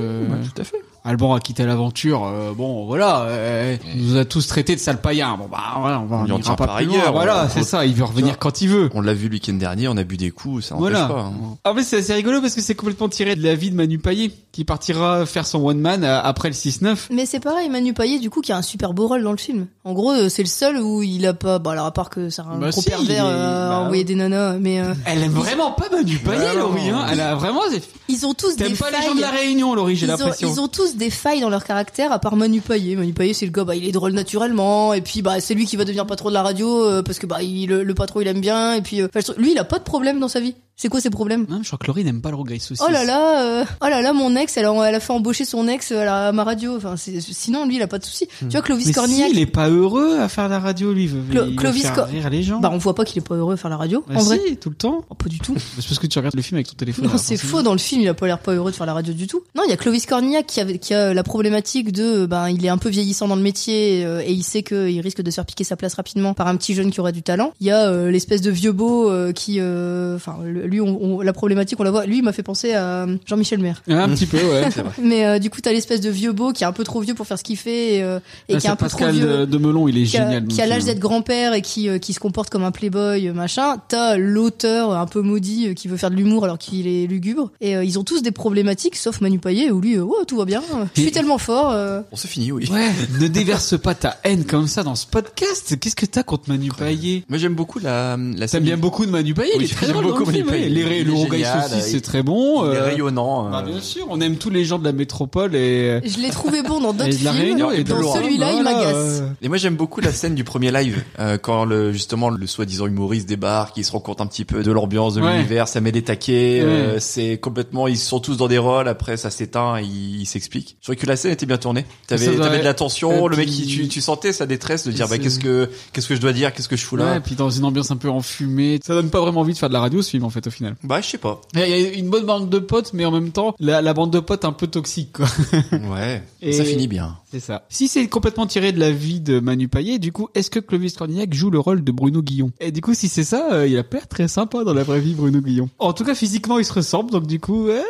tout à fait. Alban a quitté l'aventure. euh, bon, voilà, euh, il nous a tous traités de sale païen. Bon, bah voilà, on va on Il en ira tient pas par plus loin, ailleurs. Voilà, c'est ça. Il veut revenir quand il veut. On l'a vu le week-end dernier, on a bu des coups, ça n'empêche Voilà. pas. hein. En fait, c'est assez rigolo parce que c'est complètement tiré de la vie de Manu Payet, qui partira faire son one man euh, après le 6-9. Mais c'est pareil, Manu Payet du coup qui a un super beau rôle dans le film. En gros, euh, c'est le seul où il a pas, bah alors à part que c'est un Bah gros si, pervers il est- euh, bah, à envoyer des nanas, mais euh, Elle aime vraiment pas Manu Bah Payet, Laurie. hein. Elle a vraiment. Ils ont tous T'aimes des pas les failles. gens de la Réunion, Laurie, j'ai ils ont- l'impression. Ils ont tous des failles dans leur caractère, à part Manu Payet. Manu Payet, c'est le gars, bah, il est drôle naturellement, et puis bah, c'est lui qui va devenir patron de la radio, euh, parce que bah, il, le, le patron, il aime bien, et puis euh, enfin, je trouve- lui, il a pas de problème dans sa vie. C'est quoi ses problèmes Hein, je crois que Laurie n'aime pas le rogaille saucisse. Oh là là, euh, oh là là, mon ex, elle a, elle a fait embaucher son ex à, la- à ma radio. Enfin, c'est- sinon, lui, il a pas de souci. Tu vois, Clovis Hmm. Mais Cornillac. si, il est pas heureux à faire de la radio, lui. Il veut, Clo- il veut Clovis faire Cor- rire les gens. Bah, on voit pas qu'il est pas heureux à faire la radio. Bah en vrai. Oh, si, tout le temps. pas du tout. C'est parce que tu regardes le film avec ton téléphone. Non, alors, c'est forcément. faux. Dans le film, il a pas l'air pas heureux de faire la radio du tout. Non, il y a Clovis Cornillac qui, avait- qui a euh, la problématique de, ben, il est un peu vieillissant dans le métier euh, et il sait que il risque de se faire piquer sa place rapidement par un petit jeune qui aura du talent. Il y a euh, l'espèce de vieux beau euh, qui, euh, enfin, le- lui, on- on- la problématique, on la voit. Lui, il m'a fait penser à euh, Jean-Michel Maire. Ah, un petit peu, ouais. C'est vrai. Mais euh, du coup, t'as l'espèce de vieux beau qui est un peu trop vieux pour faire ce qu'il fait et, euh, et Ah, qui est un c'est peu trop Pascal vieux. de, de Melon, il est qui a, génial. euh, qui a l'âge d'être grand-père et qui, euh, qui se comporte comme un playboy, euh, machin. T'as l'auteur un peu maudit euh, qui veut faire de l'humour alors qu'il est lugubre. Et euh, ils ont tous des problématiques, sauf Manu Payet où lui, euh, oh, tout va bien, euh, je suis tellement fort. euh. On se finit, oui. Ouais, ne déverse pas ta haine comme ça dans ce podcast. Qu'est-ce que t'as contre Manu Payet Moi, j'aime beaucoup la. la T'aimes bien beaucoup de Manu Payet, il Oui, est très j'aime drôle dans beaucoup le film, Manu ouais. Payet. Les Il est ré- Le rougail génial, saucisse, il- c'est très bon. il est euh, rayonnant, euh. bah, bien sûr, on aime tous les gens de la métropole et. Je l'ai trouvé bon dans d'autres Et de La films, Réunion, et et de dans Laurent. celui-là, il Voilà, m'agace. euh, Et moi j'aime beaucoup la scène du premier live euh, quand le justement le soi-disant humoriste débarque, il se rend compte un petit peu de l'ambiance de Ouais. l'univers, ça met des taquets, Ouais. euh, c'est complètement ils sont tous dans des rôles, après ça s'éteint, et il, il s'explique. Je trouvais que la scène était bien tournée. T'avais Ça doit- t'avais de la tension, et le mec puis- qui tu, tu sentais sa détresse de Et dire bah c'est- qu'est-ce que qu'est-ce que je dois dire, qu'est-ce que je fous là. Ouais, et puis dans une ambiance un peu enfumée, ça donne pas vraiment envie de faire de la radio ce film en fait au final. Bah je sais pas. Il y a une bonne bande de potes, mais en même temps, la, la bande de potes un peu toxique, quoi. Ouais. Ça finit bien. C'est ça. Si c'est complètement tiré de la vie de Manu Payet, du coup, est-ce que Clovis Cornillac joue le rôle de Bruno Guillon Et du coup, si c'est ça, euh, il a pas l'air très sympa dans la vraie vie, Bruno Guillon. En tout cas, physiquement, ils se ressemblent, donc du coup, euh,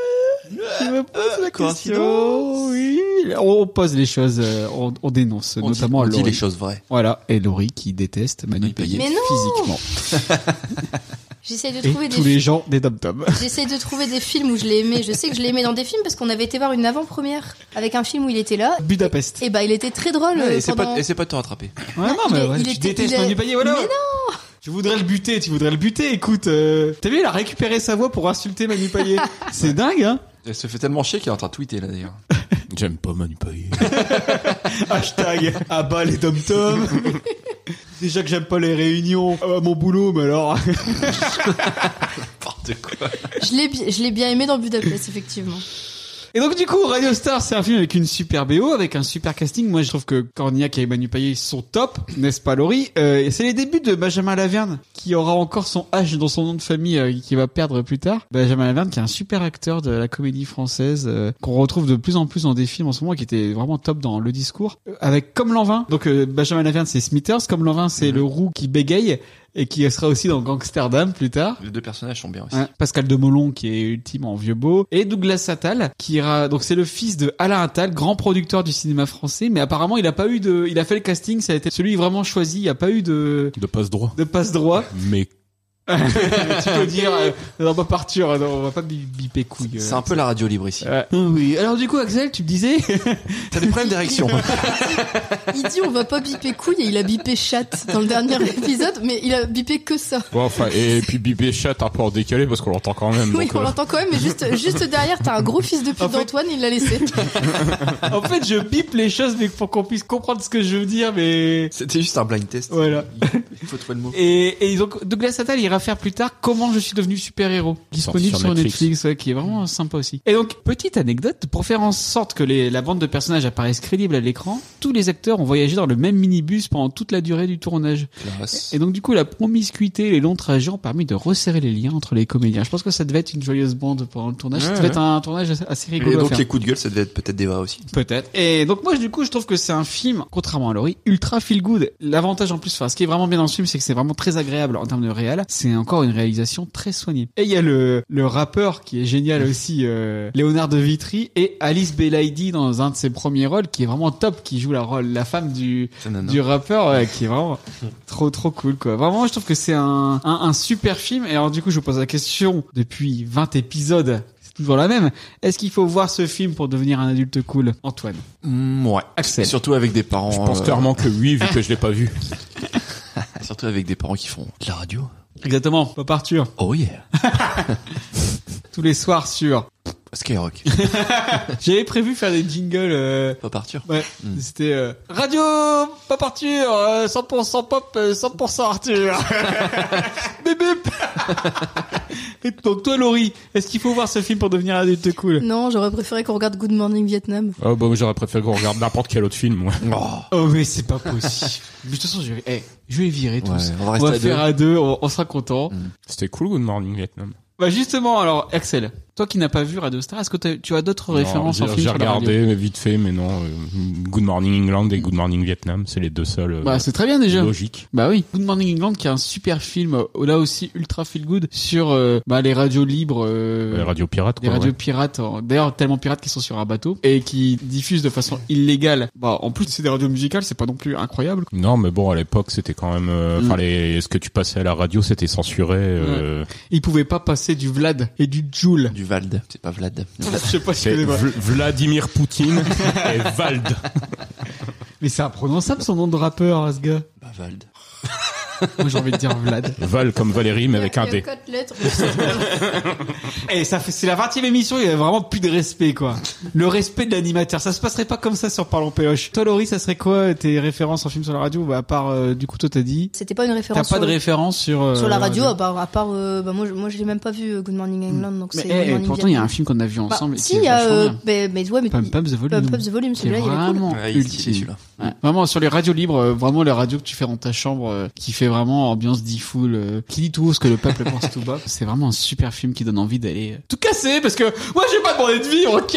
je me pose la question. Oui, on pose les choses, euh, on, on dénonce, On dit- notamment on à dit Laurie. les choses vraies. Voilà, et Laurie qui déteste Manu Payet Mais non physiquement. J'essaie de Et trouver des tous les gens des dom-toms. J'essaie de trouver des films où je l'ai aimé. Je sais que je l'ai aimé dans des films parce qu'on avait été voir une avant-première avec un film où il était là. Budapest. Et bah, il était très drôle. euh, et c'est pendant- pas et c'est pas de te rattraper. Ouais, non, mais il est- ouais, il tu était- détestes il est- Manu Payet, voilà. Mais non Tu voudrais le buter, tu voudrais le buter, écoute. euh, T'as vu, il a récupéré sa voix pour insulter Manu Payet. C'est dingue, hein Elle se fait tellement chier qu'il est en train de tweeter là d'ailleurs. J'aime pas Manu Payet. Hashtag à bas les tom tom Déjà que j'aime pas les réunions à mon boulot, mais alors. Je l'ai bi- je l'ai bien aimé dans Budapest, effectivement. Et donc du coup, Radio Star, c'est un film avec une super BO, avec un super casting. Moi, je trouve que Cornillac et Manu Payet sont top, n'est-ce pas, Laurie Euh, Et c'est les débuts de Benjamin Laverne, qui aura encore son H dans son nom de famille, euh, qui va perdre plus tard. Benjamin Laverne, qui est un super acteur de la comédie française, euh, qu'on retrouve de plus en plus dans des films en ce moment, qui était vraiment top dans le discours, Euh, avec Comme l'an 20. Donc euh, Benjamin Laverne, c'est Smithers, Comme l'an 20, c'est le roux qui bégaye. Et qui sera aussi dans Gangsterdam plus tard. Les deux personnages sont bien aussi. Hein, Pascal de Molon qui est ultime en vieux beau et Douglas Attal qui ira donc c'est le fils de Alain Attal grand producteur du cinéma français mais apparemment il a pas eu de il a fait le casting ça a été celui vraiment choisi il y a pas eu de de passe droit de passe droit Mais tu peux dire euh, on va pas partir euh, non, on va pas bi- biper couille euh. C'est un peu la radio libre ici. Ouais. oui alors du coup Axel tu me disais t'as des problèmes d'érection Il dit on va pas biper couille et il a bipé chatte dans le dernier épisode, mais il a bipé que ça. bon, enfin, et puis Bibé Chat un peu en décalé parce qu'on l'entend quand même. Oui, donc, on euh, l'entend quand même, mais juste, juste derrière, t'as un gros fils de pute d'Antoine, il l'a laissé. en fait je bipe les choses mais pour qu'on puisse comprendre ce que je veux dire mais c'était juste un blind test voilà Il faut trouver le mot. Et, et donc Douglas Attal ira faire plus tard Comment je suis devenu super-héros, disponible sur, Sorti sur Netflix, Netflix. ouais, qui est vraiment sympa aussi. Et donc petite anecdote, pour faire en sorte que les- la bande de personnages apparaisse crédible à l'écran, tous les acteurs ont voyagé dans le même minibus pendant toute la durée du tournage. Et donc du coup la promiscuité et les longs trajets ont permis de resserrer les liens entre les comédiens. Je pense que ça devait être une joyeuse bande pendant le tournage. ça Ouais, devait ouais. être un tournage assez- assez rigolo. Et à donc faire. les coups de gueule, ça devait être peut-être des vrais aussi. Peut-être. Et donc moi du coup je trouve que c'est un film, contrairement à Laurie, ultra feel good. L'avantage en plus, enfin ce qui est vraiment bien dans ce film, c'est que c'est vraiment très agréable en termes de réel. C'est encore une réalisation très soignée. Et il y a le, le rappeur qui est génial aussi, euh, Léonard de Vitry et Alice Belaïdi dans un de ses premiers rôles qui est vraiment top, qui joue la rôle, la femme du, nana. du rappeur, ouais, qui est vraiment trop trop cool quoi. Vraiment je trouve que c'est un, un, un super film. Et alors du coup je vous pose la question depuis 20 épisodes. c'est Toujours la même. Est-ce qu'il faut voir ce film pour devenir un adulte cool, Antoine Mm, ouais. Surtout avec des parents. Je pense euh, clairement que oui, vu que je l'ai pas vu. Surtout avec des parents qui font de la radio. Exactement, Pop Arthur. Oh yeah. Tous les soirs sur. Skyrock. J'avais prévu faire des jingles. Euh... Pop Arthur. Ouais, c'était euh, Radio Pop Arthur, euh, 100% pop, euh, 100% Arthur. bip bip. Et donc toi Laurie, est-ce qu'il faut voir ce film pour devenir adulte cool Non, j'aurais préféré qu'on regarde Good Morning Vietnam. Oh, bah, j'aurais préféré qu'on regarde n'importe quel autre film. moi. Oh mais c'est pas possible. Mais de toute façon, je vais, eh, je vais les virer tous. Ouais, on va rester à faire deux. à deux, on, on sera content. C'était cool Good Morning Vietnam. Bah justement, alors Axel, Toi qui n'as pas vu Radio Star, est-ce que t'as- tu as d'autres Non, références en j'ai- film J'ai sur la radio regardé mais vite fait, mais non. euh, Good Morning England et Good Morning Vietnam, c'est les deux seuls. euh, Bah, c'est très bien déjà. Logique. Bah oui, Good Morning England qui est un super film, euh, là aussi ultra feel good sur euh, bah, les radios libres, euh, Les radios pirates, les quoi, radios ouais. pirates, euh, d'ailleurs tellement pirates qu'ils sont sur un bateau et qui diffusent de façon illégale. Bah en plus c'est des radios musicales, c'est pas non plus incroyable. Non, mais bon, à l'époque, c'était quand même. euh, Enfin, Mm. les- ce que tu passais à la radio, c'était censuré. euh, Ils pouvaient pas passer du Vlad et du Joule. Du Vald, c'est pas Vlad. Je sais pas si C'est je connais pas. Vl- Vladimir Poutine et Vald. Mais c'est imprononçable son nom de rappeur, hein, ce gars. Bah Vald. Moi j'ai envie de dire Vlad. Val comme Valérie, mais avec un D. Et ça fait, c'est la 20 e émission, il y a vraiment plus de respect, quoi. Le respect de l'animateur. Ça se passerait pas comme ça sur Parlons Péloche. Toi, Laurie, ça serait quoi tes références en film sur la radio? Bah, à part, euh, du coup, toi, t'as dit. C'était pas une T'as référence. pas sur de le- référence sur, euh, Sur la radio, à part, à part euh, bah, moi, je- moi, je l'ai même pas vu euh, Good Morning England, donc Mais c'est. eh, Good Morning pourtant, il y a Vietnam. un film qu'on a vu Bah, ensemble. et si, qui est il y a, vachement euh, bien. mais, mais ouais, mais. Pump Up the Volume. Pump Up the Volume, Qui celui-là, est il est cool. vraiment Ouais, il est ultime. stylé, celui-là. Ouais. Vraiment, sur les radios libres, euh, vraiment les radios que tu fais dans ta chambre, euh, qui fait vraiment ambiance diffoul, euh, qui dit tout haut ce que le peuple pense tout bas. C'est vraiment un super film qui donne envie d'aller euh, tout casser, parce que moi, j'ai pas demandé de vivre, ok?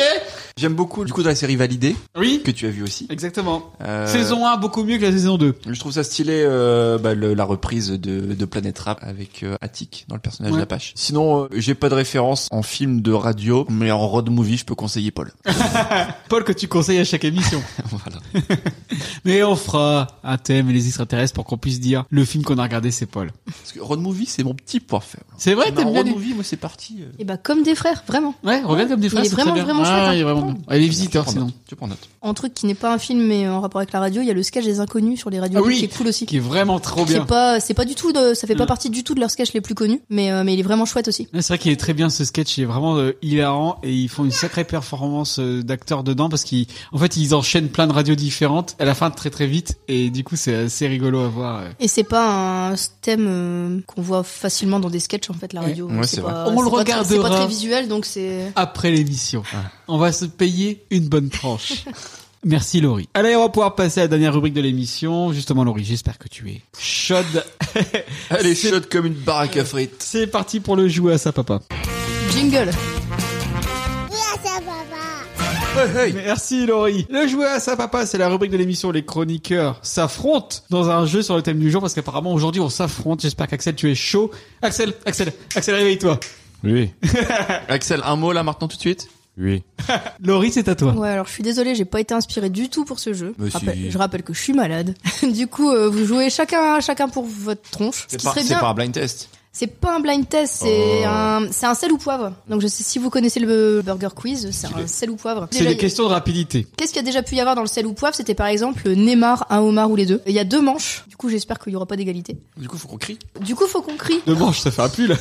J'aime beaucoup du coup dans la série Validée. Oui. Que tu as vu aussi. Exactement. Euh, Saison 1, beaucoup mieux que la saison 2. Je trouve ça stylé euh, bah, le- la reprise de, de Planète Rap avec euh, Attic dans le personnage Ouais. d'Apache. Sinon, euh, j'ai pas de référence en film de radio, mais en road movie, je peux conseiller Paul. Ah Paul que tu conseilles à chaque émission. Mais on fera un thème et les extraterrestres pour qu'on puisse dire le film qu'on a regardé, c'est Paul. Parce que road movie, c'est mon petit point faible. C'est vrai, Bah, t'aimes bien road les- movie, moi c'est parti. euh. Et bah, comme des frères, vraiment. Ouais, regarde comme des frères. Il est c'est très vraiment, bien. vraiment Ah, chouette. il est hein. vraiment bien. Et les visiteurs, prends sinon. Tu prends note. En truc qui n'est pas un film, mais en rapport avec la radio, il y a le sketch des inconnus sur les radios, Ah oui. qui est cool aussi. Qui est vraiment trop C'est bien. Mm. pas, c'est pas du tout de, ça fait pas partie du tout de leurs sketchs les plus connus, mais, euh, mais il est vraiment chouette aussi. Ouais, C'est vrai qu'il est très bien ce sketch, il est vraiment euh, hilarant et ils font une sacrée performance euh, d'acteurs dedans parce qu'ils, en fait, ils enchaînent plein de radios différentes à la fin très très vite et du coup c'est assez rigolo à voir. euh. Et c'est pas un thème euh, qu'on voit facilement dans des sketchs en fait la radio. Ouais, c'est pas, vrai. On le pas très- C'est regardera. pas très visuel donc c'est. Après l'émission, on va se payer une bonne tranche. Merci Laurie. Allez, on va pouvoir passer à la dernière rubrique de l'émission. Justement Laurie, j'espère que tu es chaude. Elle est chaude comme une baraque à frites. C'est parti pour le jouer à ça papa. Jingle. Merci Laurie. Le jouet à sa papa, c'est la rubrique de l'émission. où Les chroniqueurs s'affrontent dans un jeu sur le thème du jour parce qu'apparemment aujourd'hui on s'affronte. J'espère qu'Axel tu es chaud. Axel, Axel, Axel réveille-toi. Oui. Axel, un mot là maintenant tout de suite Oui. Laurie, c'est à toi. Ouais, alors je suis désolée, j'ai pas été inspirée du tout pour ce jeu. Mais Bah, si. Rappel- je rappelle que je suis malade. du coup, euh, vous jouez chacun, chacun pour votre tronche. Ce C'est qui pas, serait c'est bien. pas un blind test. C'est pas un blind test, c'est Oh. un, c'est un sel ou poivre. Donc je sais si vous connaissez le burger quiz, c'est un sel ou poivre. C'est Déjà, des questions de rapidité. Qu'est-ce qu'il y a déjà pu y avoir dans le sel ou poivre C'était par exemple Neymar, un homard ou les deux. Il y a deux manches. Du coup, j'espère qu'il y aura pas d'égalité. Du coup, faut qu'on crie. Du coup, faut qu'on crie. De manche, ça fait un pull.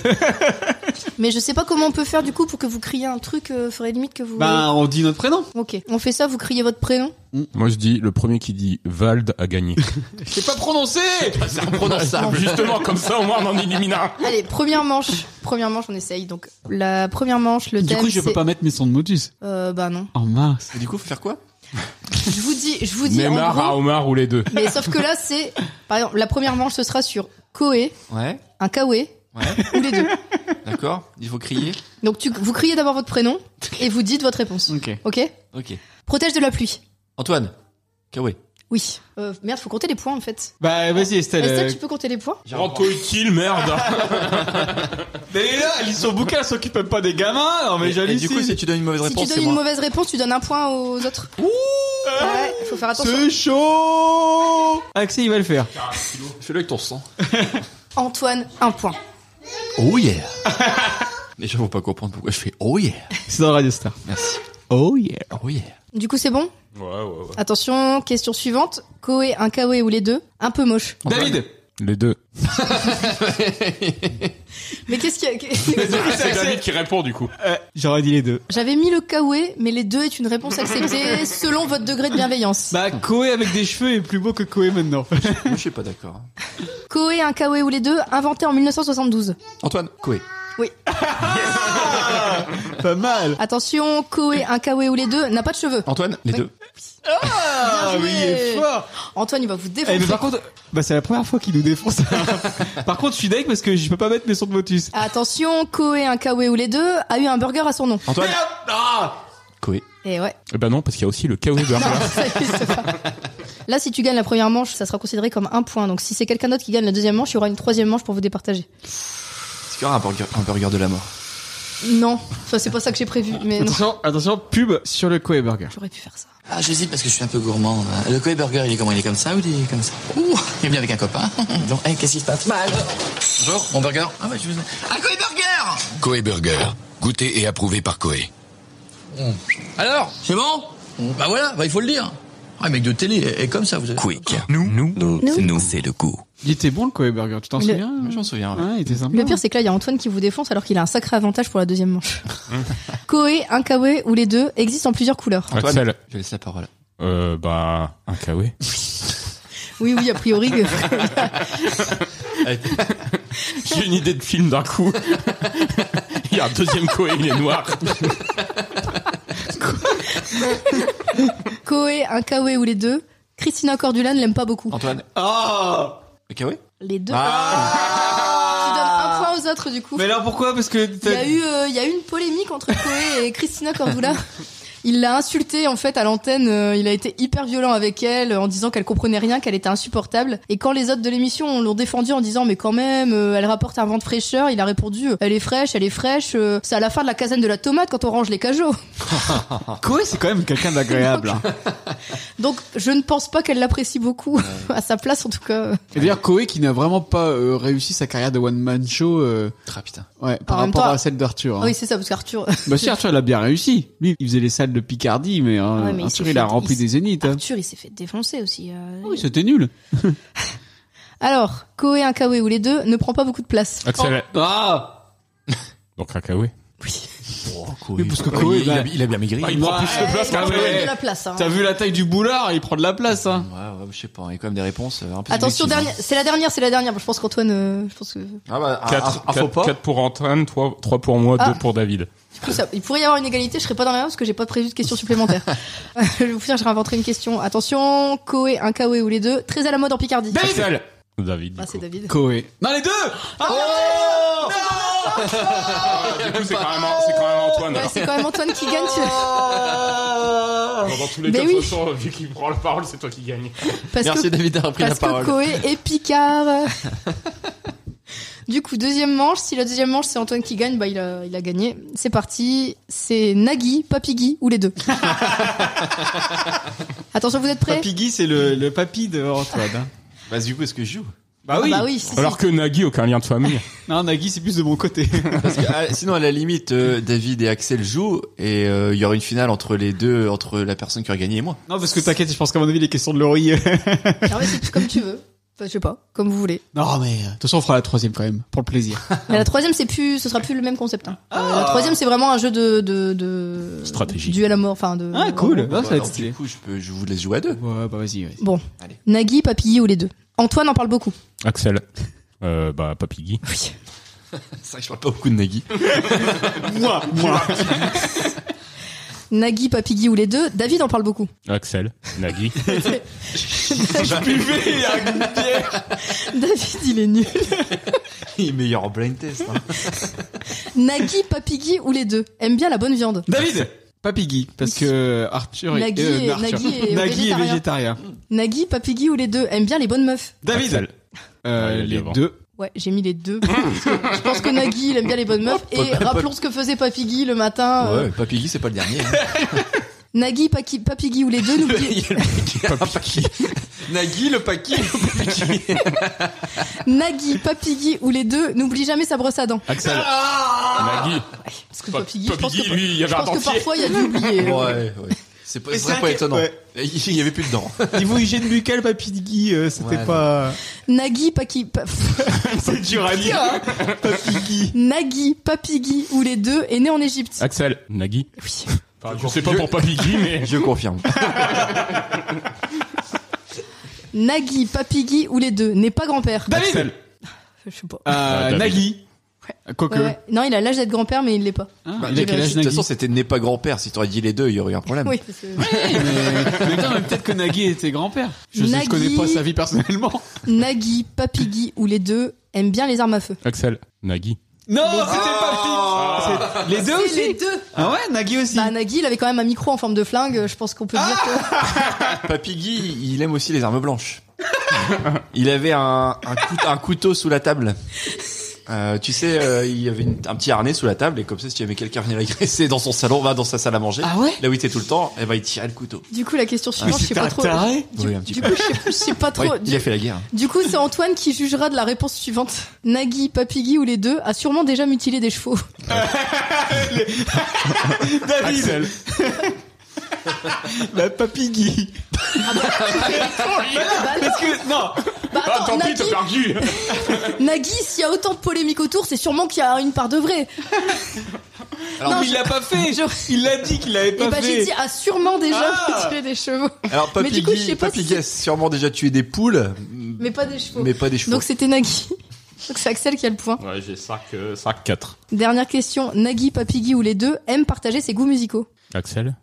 Mais je sais pas comment on peut faire du coup pour que vous criez un truc. Euh, faudrait limite que vous. bah, on dit notre prénom. Ok. On fait ça. Vous criez votre prénom. Mm. Moi, je dis, le premier qui dit Vald a gagné. Je l'ai pas prononcé. C'est imprononçable. Justement, comme ça, au moins, on en élimine un. Allez, première manche. Première manche, on essaye. Donc la première manche, le Du thème. coup, je peux c'est- pas mettre mes sons de modus. Euh, bah non. Oh mince. Et du coup, faut faire quoi Je vous dis, je vous dis. en Neymar, gros- à Omar ou les deux. Mais sauf que là, c'est par exemple la première manche, ce sera sur Koé, Ouais, un Kawé ou les deux. d'accord. Il faut crier. Donc tu, vous criez d'abord votre prénom et vous dites votre réponse. Ok. Ok. Ok. Protège de la pluie. Antoine. Kawé. Oui. Euh, merde, faut compter les points en fait. Bah, vas-y, Estelle. Estelle, euh, tu peux compter les points Rocco utile, merde. Mais là, ils sont bouquins, ils s'occupent même pas des gamins. Non, mais Et- et j'hallucine. du coup, si tu donnes une mauvaise Si tu réponse, donnes c'est une moi. mauvaise réponse, tu donnes un point aux autres. ouais, faut faire attention. C'est chaud. Oh Axel, il va le faire. Fais-le avec ton sang. Antoine, un point. Oh yeah Les gens vont pas comprendre pourquoi je fais oh yeah. C'est dans Radio Star. Merci. Oh yeah. Oh yeah. Du coup, c'est bon Ouais, ouais, ouais. Attention, question suivante. Koé, un Kawé ou les deux Un peu moche. David. Les deux. Mais qu'est-ce qu'il y a que- C'est David qui répond, du coup. Euh, J'aurais dit les deux. J'avais mis le Kawé, mais les deux est une réponse acceptée selon votre degré de bienveillance. Bah, Koé avec des cheveux est plus beau que Koé maintenant. Moi, je suis pas d'accord. E, Koé, un Kawé ou les deux, inventé en 1972. Antoine, Koé. Oui. Pas mal. Attention, Koé, un Kawé ou les deux n'a pas de cheveux. Antoine, les deux. Ah, Bien oui, il est joué. fort. Antoine, il va vous Eh, défoncer. mais par contre, bah, c'est la première fois qu'il nous défonce. par contre, je suis deg parce que je peux pas mettre mes sons de Motus. Attention, Koé, un Kawé ou les deux a eu un burger à son nom. Antoine. Koé. Et ouais. Eh ben non, parce qu'il y a aussi le KO Burger. Là, si tu gagnes la première manche, ça sera considéré comme un point. Donc, si c'est quelqu'un d'autre qui gagne la deuxième manche, il y aura une troisième manche pour vous départager. Est-ce qu'il y aura un burger, un burger de la mort Non, ça c'est pas ça que j'ai prévu. Mais non. Attention, attention, pub sur le Koé Burger. J'aurais pu faire ça. Ah, j'hésite parce que je suis un peu gourmand. là. Le Koei Burger, il est comment Il est comme ça ou il est comme ça Ouh, il est bien avec un copain. Donc, hey, qu'est-ce qui se passe Mal. Bonjour, mon burger. Ah, bah, je vous... Un Koei Burger Coe Burger, goûté et approuvé par Coe. Alors, c'est bon Bah voilà, bah, il faut le dire. Ah, mec de télé est est comme ça, vous savez. Quick. Nous, nous, nous, nous, c'est le coup. Il était bon le Koé Burger, tu t'en Le- souviens euh, Je m'en souviens. Ouais, il était sympa. Le pire, c'est que là, il y a Antoine qui vous défonce alors qu'il a un sacré avantage pour la deuxième manche. Koé, un Kawé ou les deux existent en plusieurs couleurs. Axel. Je laisse la parole. Euh, bah, un KO. Oui, oui, a priori. J'ai une idée de film d'un coup. Il y a un deuxième Koé, il est noir. Koé, un Kawé ou les deux. Christina Cordula ne l'aime pas beaucoup. Antoine. Oh Ok, oui. Les deux. Ah Tu donnes un point aux autres du coup. Mais là, pourquoi Parce que Il y t'as- a eu, euh, il y a eu une polémique entre Koé et Christina Cordula. Il l'a insultée en fait à l'antenne. euh, Il a été hyper violent avec elle euh, en disant qu'elle comprenait rien, qu'elle était insupportable. Et quand les autres de l'émission l'ont défendu en disant mais quand même, euh, elle rapporte un vent de fraîcheur, il a répondu euh, elle est fraîche, elle est fraîche. euh, C'est à la fin de la caserne de la tomate quand on range les cajots. Koé, c'est quand même quelqu'un d'agréable. hein. Donc je ne pense pas qu'elle l'apprécie beaucoup à sa place en tout cas. Et d'ailleurs, Koé qui n'a vraiment pas euh, réussi sa carrière de one man show. Euh... Ah putain. Ouais, par En même rapport temps- à celle d'Arthur. hein. Oui c'est ça parce qu'Arthur. Bah si Arthur il a bien réussi. Lui, il faisait les salles de Picardie, mais, hein, Ouais, mais il Arthur s'est il, a fait- rempli il des s- zéniths. hein. Arthur il s'est fait défoncer aussi. euh, Oui, c'était nul. Alors Koé un Kawé ou les deux ne prend pas beaucoup de place. Axel. Ah Donc un KO. Oui, parce que Bah, Koé, il, a- bah- il a, il a bien maigri. Ah, il prend plus de place Il prend qu'un de vrai. la place. hein. T'as vu la taille du boulard, il prend de la place. Hein. Ouais, ouais, je sais pas. Il y a quand même des réponses euh, un peu Oh. Attention, subjectives, dernière, c'est la dernière, c'est la dernière. Bon, je pense qu'Antoine, euh, je pense que hein. Ah bah, un- Quatre- un, un faux quatre- pas. quatre pour Antoine, 3, pour moi, Ah. 2 pour David. du coup, ça- il pourrait y avoir une égalité. Je serais pas dans la merde parce que j'ai pas prévu de questions supplémentaires. je vais vous dire, je réinventerai une question. Attention, Koé, un Koé ou les deux, très à la mode en Picardie. Axel. David. Ah, c'est David. Koé. Non, les deux Ah, Du coup, c'est quand, même- c'est quand même Antoine. Ouais, alors. c'est quand même Antoine qui gagne. tu- Dans dans tous les Mais cas, de oui. toute façon, vu qu'il prend la parole, c'est toi qui gagne. Parce que- David d'avoir Parce que Koé et Picard. Du coup, deuxième manche. Si la deuxième manche c'est Antoine qui gagne, bah il a, il a gagné. C'est parti. C'est Nagui, Papigui ou les deux. Attention, vous êtes prêts Papy Guy, c'est le, le papy de Antoine. hein. Bah, du coup, est-ce que je joue Bah oui. Ah bah oui, si, si. Alors que Nagui, aucun lien de famille. Non, Nagui, c'est plus de mon côté. Parce que, ah, sinon, à la limite, euh, David et Axel jouent et euh, il y aura une finale entre les deux, entre la personne qui aura gagné et moi. non, parce que t'inquiète, je pense qu'à mon avis, les questions de Laurie. Ah ouais, c'est comme tu veux. Enfin, je sais pas, comme vous voulez. non, mais euh, de toute façon, on fera la troisième quand même, pour le plaisir. Mais la troisième, c'est plus, ce sera plus le même concept. hein. Euh, la troisième, c'est vraiment un jeu de, de, de Stratégie. duel à mort, enfin de. Ah, cool. Ah, ça va être alors, stylé. du coup, je, peux, je vous laisse jouer à deux. Ouais, bah vas-y, vas-y. Bon, Allez. Nagui, Papilly ou les deux. Antoine en parle beaucoup. Axel. Euh, bah, Papy Guy. Oui. C'est vrai que je parle pas beaucoup de Nagui. Moi, moi. Nagui, Papigui ou les deux. David en parle beaucoup. Axel. Nagui. je buvais un bière. David, il est nul. il est meilleur en blind test. hein. Nagui, Papigui ou les deux. Aime bien la bonne viande. David Papy Guy, parce que Arthur, est- Nagui euh, est- Arthur. Nagui est Nagui végétarien. végétarien. Nagui, Papigui ou les deux. Aime bien les bonnes meufs. David Axel. Ah, il euh, est Les devant. deux. Ouais, j'ai mis les deux. parce que je pense que Nagui, il aime bien les bonnes meufs. Et rappelons ce que faisait Papigui le matin. euh, Ouais, Papy Guy, c'est pas le dernier. hein. Nagui, Paqui- Papigui ou les deux. n'oubliez- Il y a le Paquis, un Paquis. Nagui, le Paquis. Nagui, Papigui ou les deux. N'oublie jamais sa brosse à dents. Axel. Nagui. Ah Parce que Pa- Papigui, je pense Papigui, que- lui, il y avait je un pense que dentier. parfois il y a du oublié. Ouais, ouais. C'est pas, Mais c'est c'est vraiment pas un- étonnant. ouais. Il y avait plus de dents. Niveau hygiène buccale, Papy Guy, euh, c'était Ouais, pas... Nagui, Paqui, Pa- C'est dur à dire. hein Papy Guy. Nagui, Papigui ou les deux est né en Égypte. Axel. Nagui. Oui. Enfin, je sais pas pour Papy Guy, mais. Je confirme. Nagui, Papigui ou les deux n'est pas grand-père. David Axel. Je sais pas. Euh, Ah, David. Nagui. Ouais. Quoique. Ouais, ouais. Non, il a l'âge d'être grand-père, mais il l'est pas. Bah, J'ai de toute vérifié. façon, c'était n'est pas grand-père. Si t'aurais dit les deux, il y aurait eu un problème. Oui, c'est- mais, mais non, mais peut-être que Nagui était grand-père. Je, sais- je Nagui- connais pas sa vie personnellement. Nagui, Papigui ou les deux aiment bien les armes à feu. Axel, Nagui. Non, c'était pas Pic. Les deux C'est aussi. les deux. Ah ouais, Nagui aussi. Ah Bah, Nagui, il avait quand même un micro en forme de flingue. Je pense qu'on peut dire que. Papy Guy, il aime aussi les armes blanches. il avait un, un, cou- un couteau sous la table. Euh, tu sais, euh, il y avait une- un petit harnais sous la table et comme ça, si tu avais quelqu'un venir agresser dans son salon, va dans sa salle à manger, Ah ouais là où il était tout le temps, et ben il tirait le couteau. Du coup, la Ah, question suivante, je sais pas trop. Oui, un petit Du peu. coup, je sais- je sais pas trop. Oui, il a fait la guerre. Du coup, c'est Antoine qui jugera de la réponse suivante. Nagui, Papigui ou les deux a sûrement déjà mutilé des chevaux. David. Bah, la Papy Guy. Parce que non. Bah, attends, Ah, tant pis, Nagui- t'as perdu. Nagui, s'il y a autant de polémiques autour, c'est sûrement qu'il y a une part de vrai. Alors, Non, il l'a pas fait. Il a dit qu'il l'avait Et pas bah, j'ai fait. dit a sûrement déjà Ah. mutilé des chevaux. Alors mais Papy du coup, je Guy, sais pas Papy si Guy a sûrement déjà tué des poules. Mais pas des chevaux. Mais pas des chevaux. Donc c'était Nagui. Donc c'est Axel qui a le point. Ouais, j'ai euh, 5, 4. Dernière question. Nagui, Papigui ou les deux aiment partager ses goûts musicaux Axel,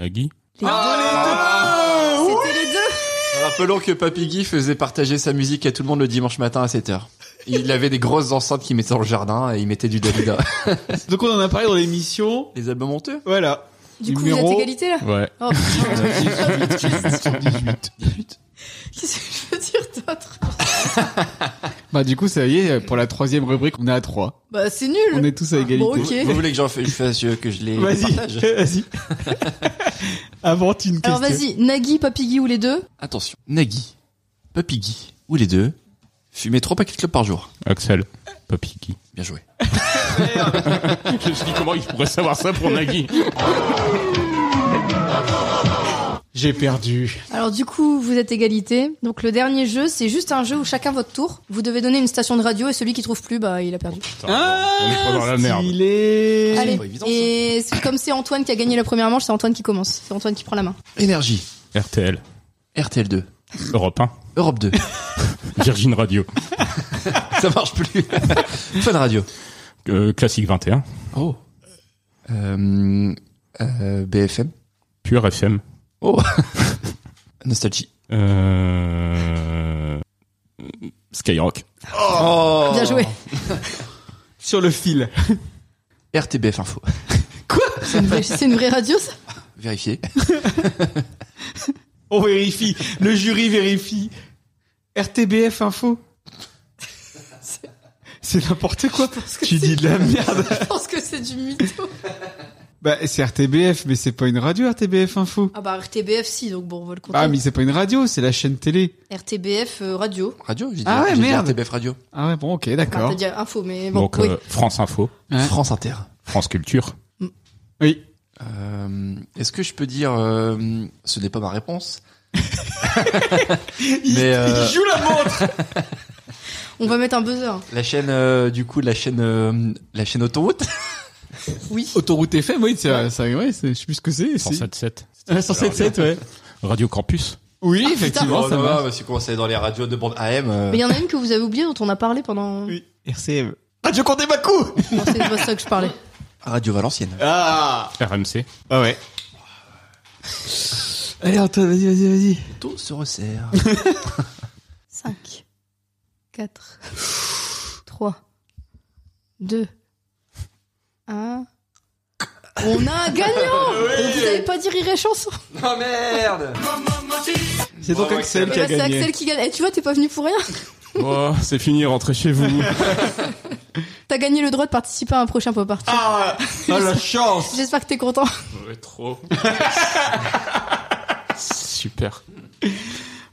Nagui. C'était les deux. Rappelons que Papy Guy faisait partager sa musique à tout le monde le dimanche matin à 7h. Il avait des grosses enceintes qu'il mettait dans le jardin et il mettait du Dalida. Donc on en a parlé dans l'émission. Les albums honteux. Voilà. Du coup, vous êtes égalité là Ouais. Oh, putain. Qu'est-ce que je veux dire d'autre Bah du coup ça y est pour la troisième rubrique on est à 3 Bah, c'est nul. On est tous à égalité. Bon, ok. Vous voulez que j'en fasse, je fasse, euh, que je les Vas-y, partage vas-y. Avant une question. Alors vas-y, Nagui, Papigui ou les deux Attention, Nagui, Papy Guy ou les deux fumaient trois paquets de clopes par jour. Axel, Papy Guy. Bien joué. je me suis dit comment il pourrait savoir ça pour Nagui. J'ai perdu. Alors du coup, vous êtes égalité. Donc le dernier jeu, c'est juste un jeu où chacun votre tour. Vous devez donner une station de radio et celui qui trouve plus, bah il a perdu. on est pas dans la merde. Stylé. Ah, Allez. et c'est- comme c'est Antoine qui a gagné la première manche, c'est Antoine qui commence. C'est Antoine qui prend la main. Énergie, RTL, RTL2, Europe 1, Europe 2, Virgin Radio, ça marche plus. Fun Radio. euh, Classique 21, Oh. Euh, euh, BFM. Pure FM, Oh. Nostalgie. euh, Skyrock. Oh. Bien joué. Sur le fil. RTBF Info. C'est une, vraie- Bah, c'est une vraie radio ça Vérifier. On vérifie. Le jury vérifie. RTBF Info. C'est n'importe quoi. Tu dis de la merde. Je pense que c'est du mytho. Bah c'est RTBF mais c'est pas une radio RTBF Info. Ah bah RTBF si, donc bon, on va le compter. Ah mais c'est pas une radio, c'est la chaîne télé. RTBF euh, radio. Radio, j'ai dit. Ah ouais, j'ai dit merde. RTBF Radio. Ah ouais bon ok Enfin, d'accord. t'as dit info, mais bon. Donc oui. euh, France Info, France Inter. France Culture. Oui. Euh, Est-ce que je peux dire, euh, ce n'est pas ma réponse. Mais euh, Il joue la montre. On va mettre un buzzer. la chaîne, euh, du coup, la chaîne, euh, la chaîne autoroute. Oui. Autoroute FM, oui, c'est, c'est- ouais, c'est- je sais plus ce que c'est. si. 107.7. Ah, 107.7, ouais. Radio Campus. Oui, Ah, effectivement, Oh, ça non, va. bah, si on commence à aller dans les radios de bande AM. euh, Mais il y en a une que vous avez oubliée dont on a parlé pendant. RCM. Ah, je comptais ma coup Non, c'est de ça que je parlais. Radio Valenciennes. Ah RMC. Ah ouais. Allez, Antoine, vas-y, vas-y, vas-y. Tout se resserre. 5, 4, 3, 2, 1. On a un gagnant Et Vous n'avez pas dit rire et chanson oh merde C'est donc Bravo, Axel Axel. qui a Eh ben, C'est gagné. Axel qui gagne. Eh, tu vois, t'es pas venu pour rien. Oh, c'est fini, rentrez chez vous. T'as gagné le droit de participer à un prochain pop party. Ah, ah, la chance J'espère que t'es content. trop. Super.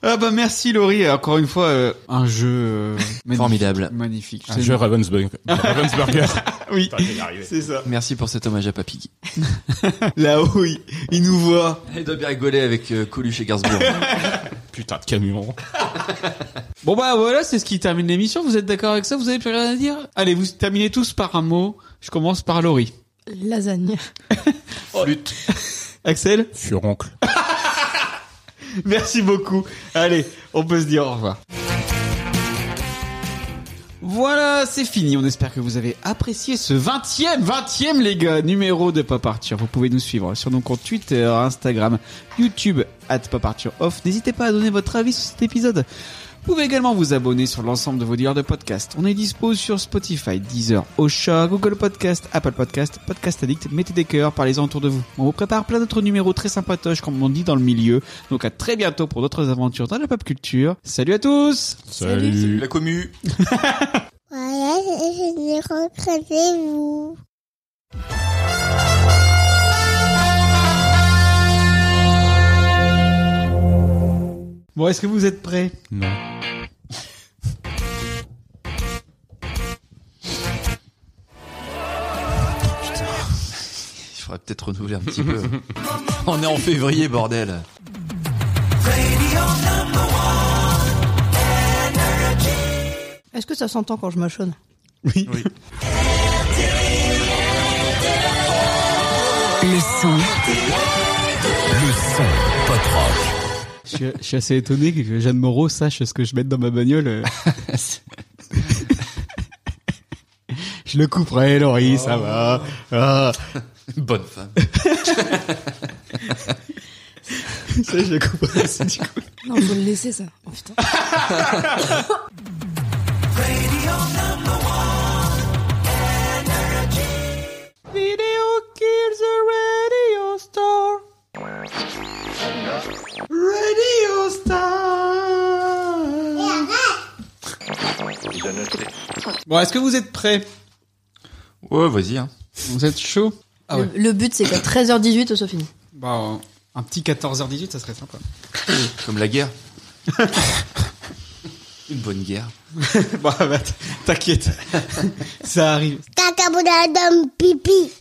Ah bah merci Laurie, encore une fois, euh, un jeu euh, magnifique. Formidable. Magnifique. Un C'est- jeu Ravensburg- Ravensburger. Oui, Putain, je vais y arriver. c'est ça. Merci pour cet hommage à Papy. Là-haut, il, il nous voit. Il doit bien rigoler avec euh, Coluche et Gainsbourg. Putain de camion. Bon bah voilà, c'est ce qui termine l'émission. Vous êtes d'accord avec ça Vous avez plus rien à dire Allez, vous terminez tous par un mot. Je commence par Laurie. Lasagne. Oh, Flûte. Axel, Furoncle. merci beaucoup. Allez, on peut se dire au revoir. Voilà, c'est fini. On espère que vous avez apprécié ce 20e, 20e les gars, numéro de Pop Arthur. Vous pouvez nous suivre sur nos comptes Twitter, Instagram, YouTube, at Pop Arthur Off. N'hésitez pas à donner votre avis sur cet épisode. Vous pouvez également vous abonner sur l'ensemble de vos dealers de podcasts. On est dispo sur Spotify, Deezer, Ocha, Google Podcast, Apple Podcast, Podcast Addict. Mettez des cœurs, parlez-en autour de vous. On vous prépare plein d'autres numéros très sympatoches, comme on dit dans le milieu. Donc à très bientôt pour d'autres aventures dans la pop culture. Salut à tous Salut. Salut la commu Voilà, je rencontrez vous. Bon, est-ce que vous êtes prêts Non. Il faudrait peut-être renouveler un petit peu. On est en février, bordel. Est-ce que ça s'entend quand je mâchonne Oui. Le son. Le son, pas Je suis, je suis assez étonné que Jeanne Moreau sache ce que je mets dans ma bagnole. euh. je le couperai, Laurie, ça va. Ah. Bonne femme. ça, je le couperai, c'est du coup. Non, faut le laisser ça. Oh putain. Video kills a radio star. Radio star. Bon, est-ce que vous êtes prêts Ouais, vas-y. Hein. Vous êtes chaud Ah ouais. Le, le but, c'est qu'à 13h18, soit fini. Bah, un petit 14h18, ça serait sympa. Comme la guerre. Une bonne guerre. bah, bah, t'inquiète. ça arrive. Caca, boudin, dum, pipi.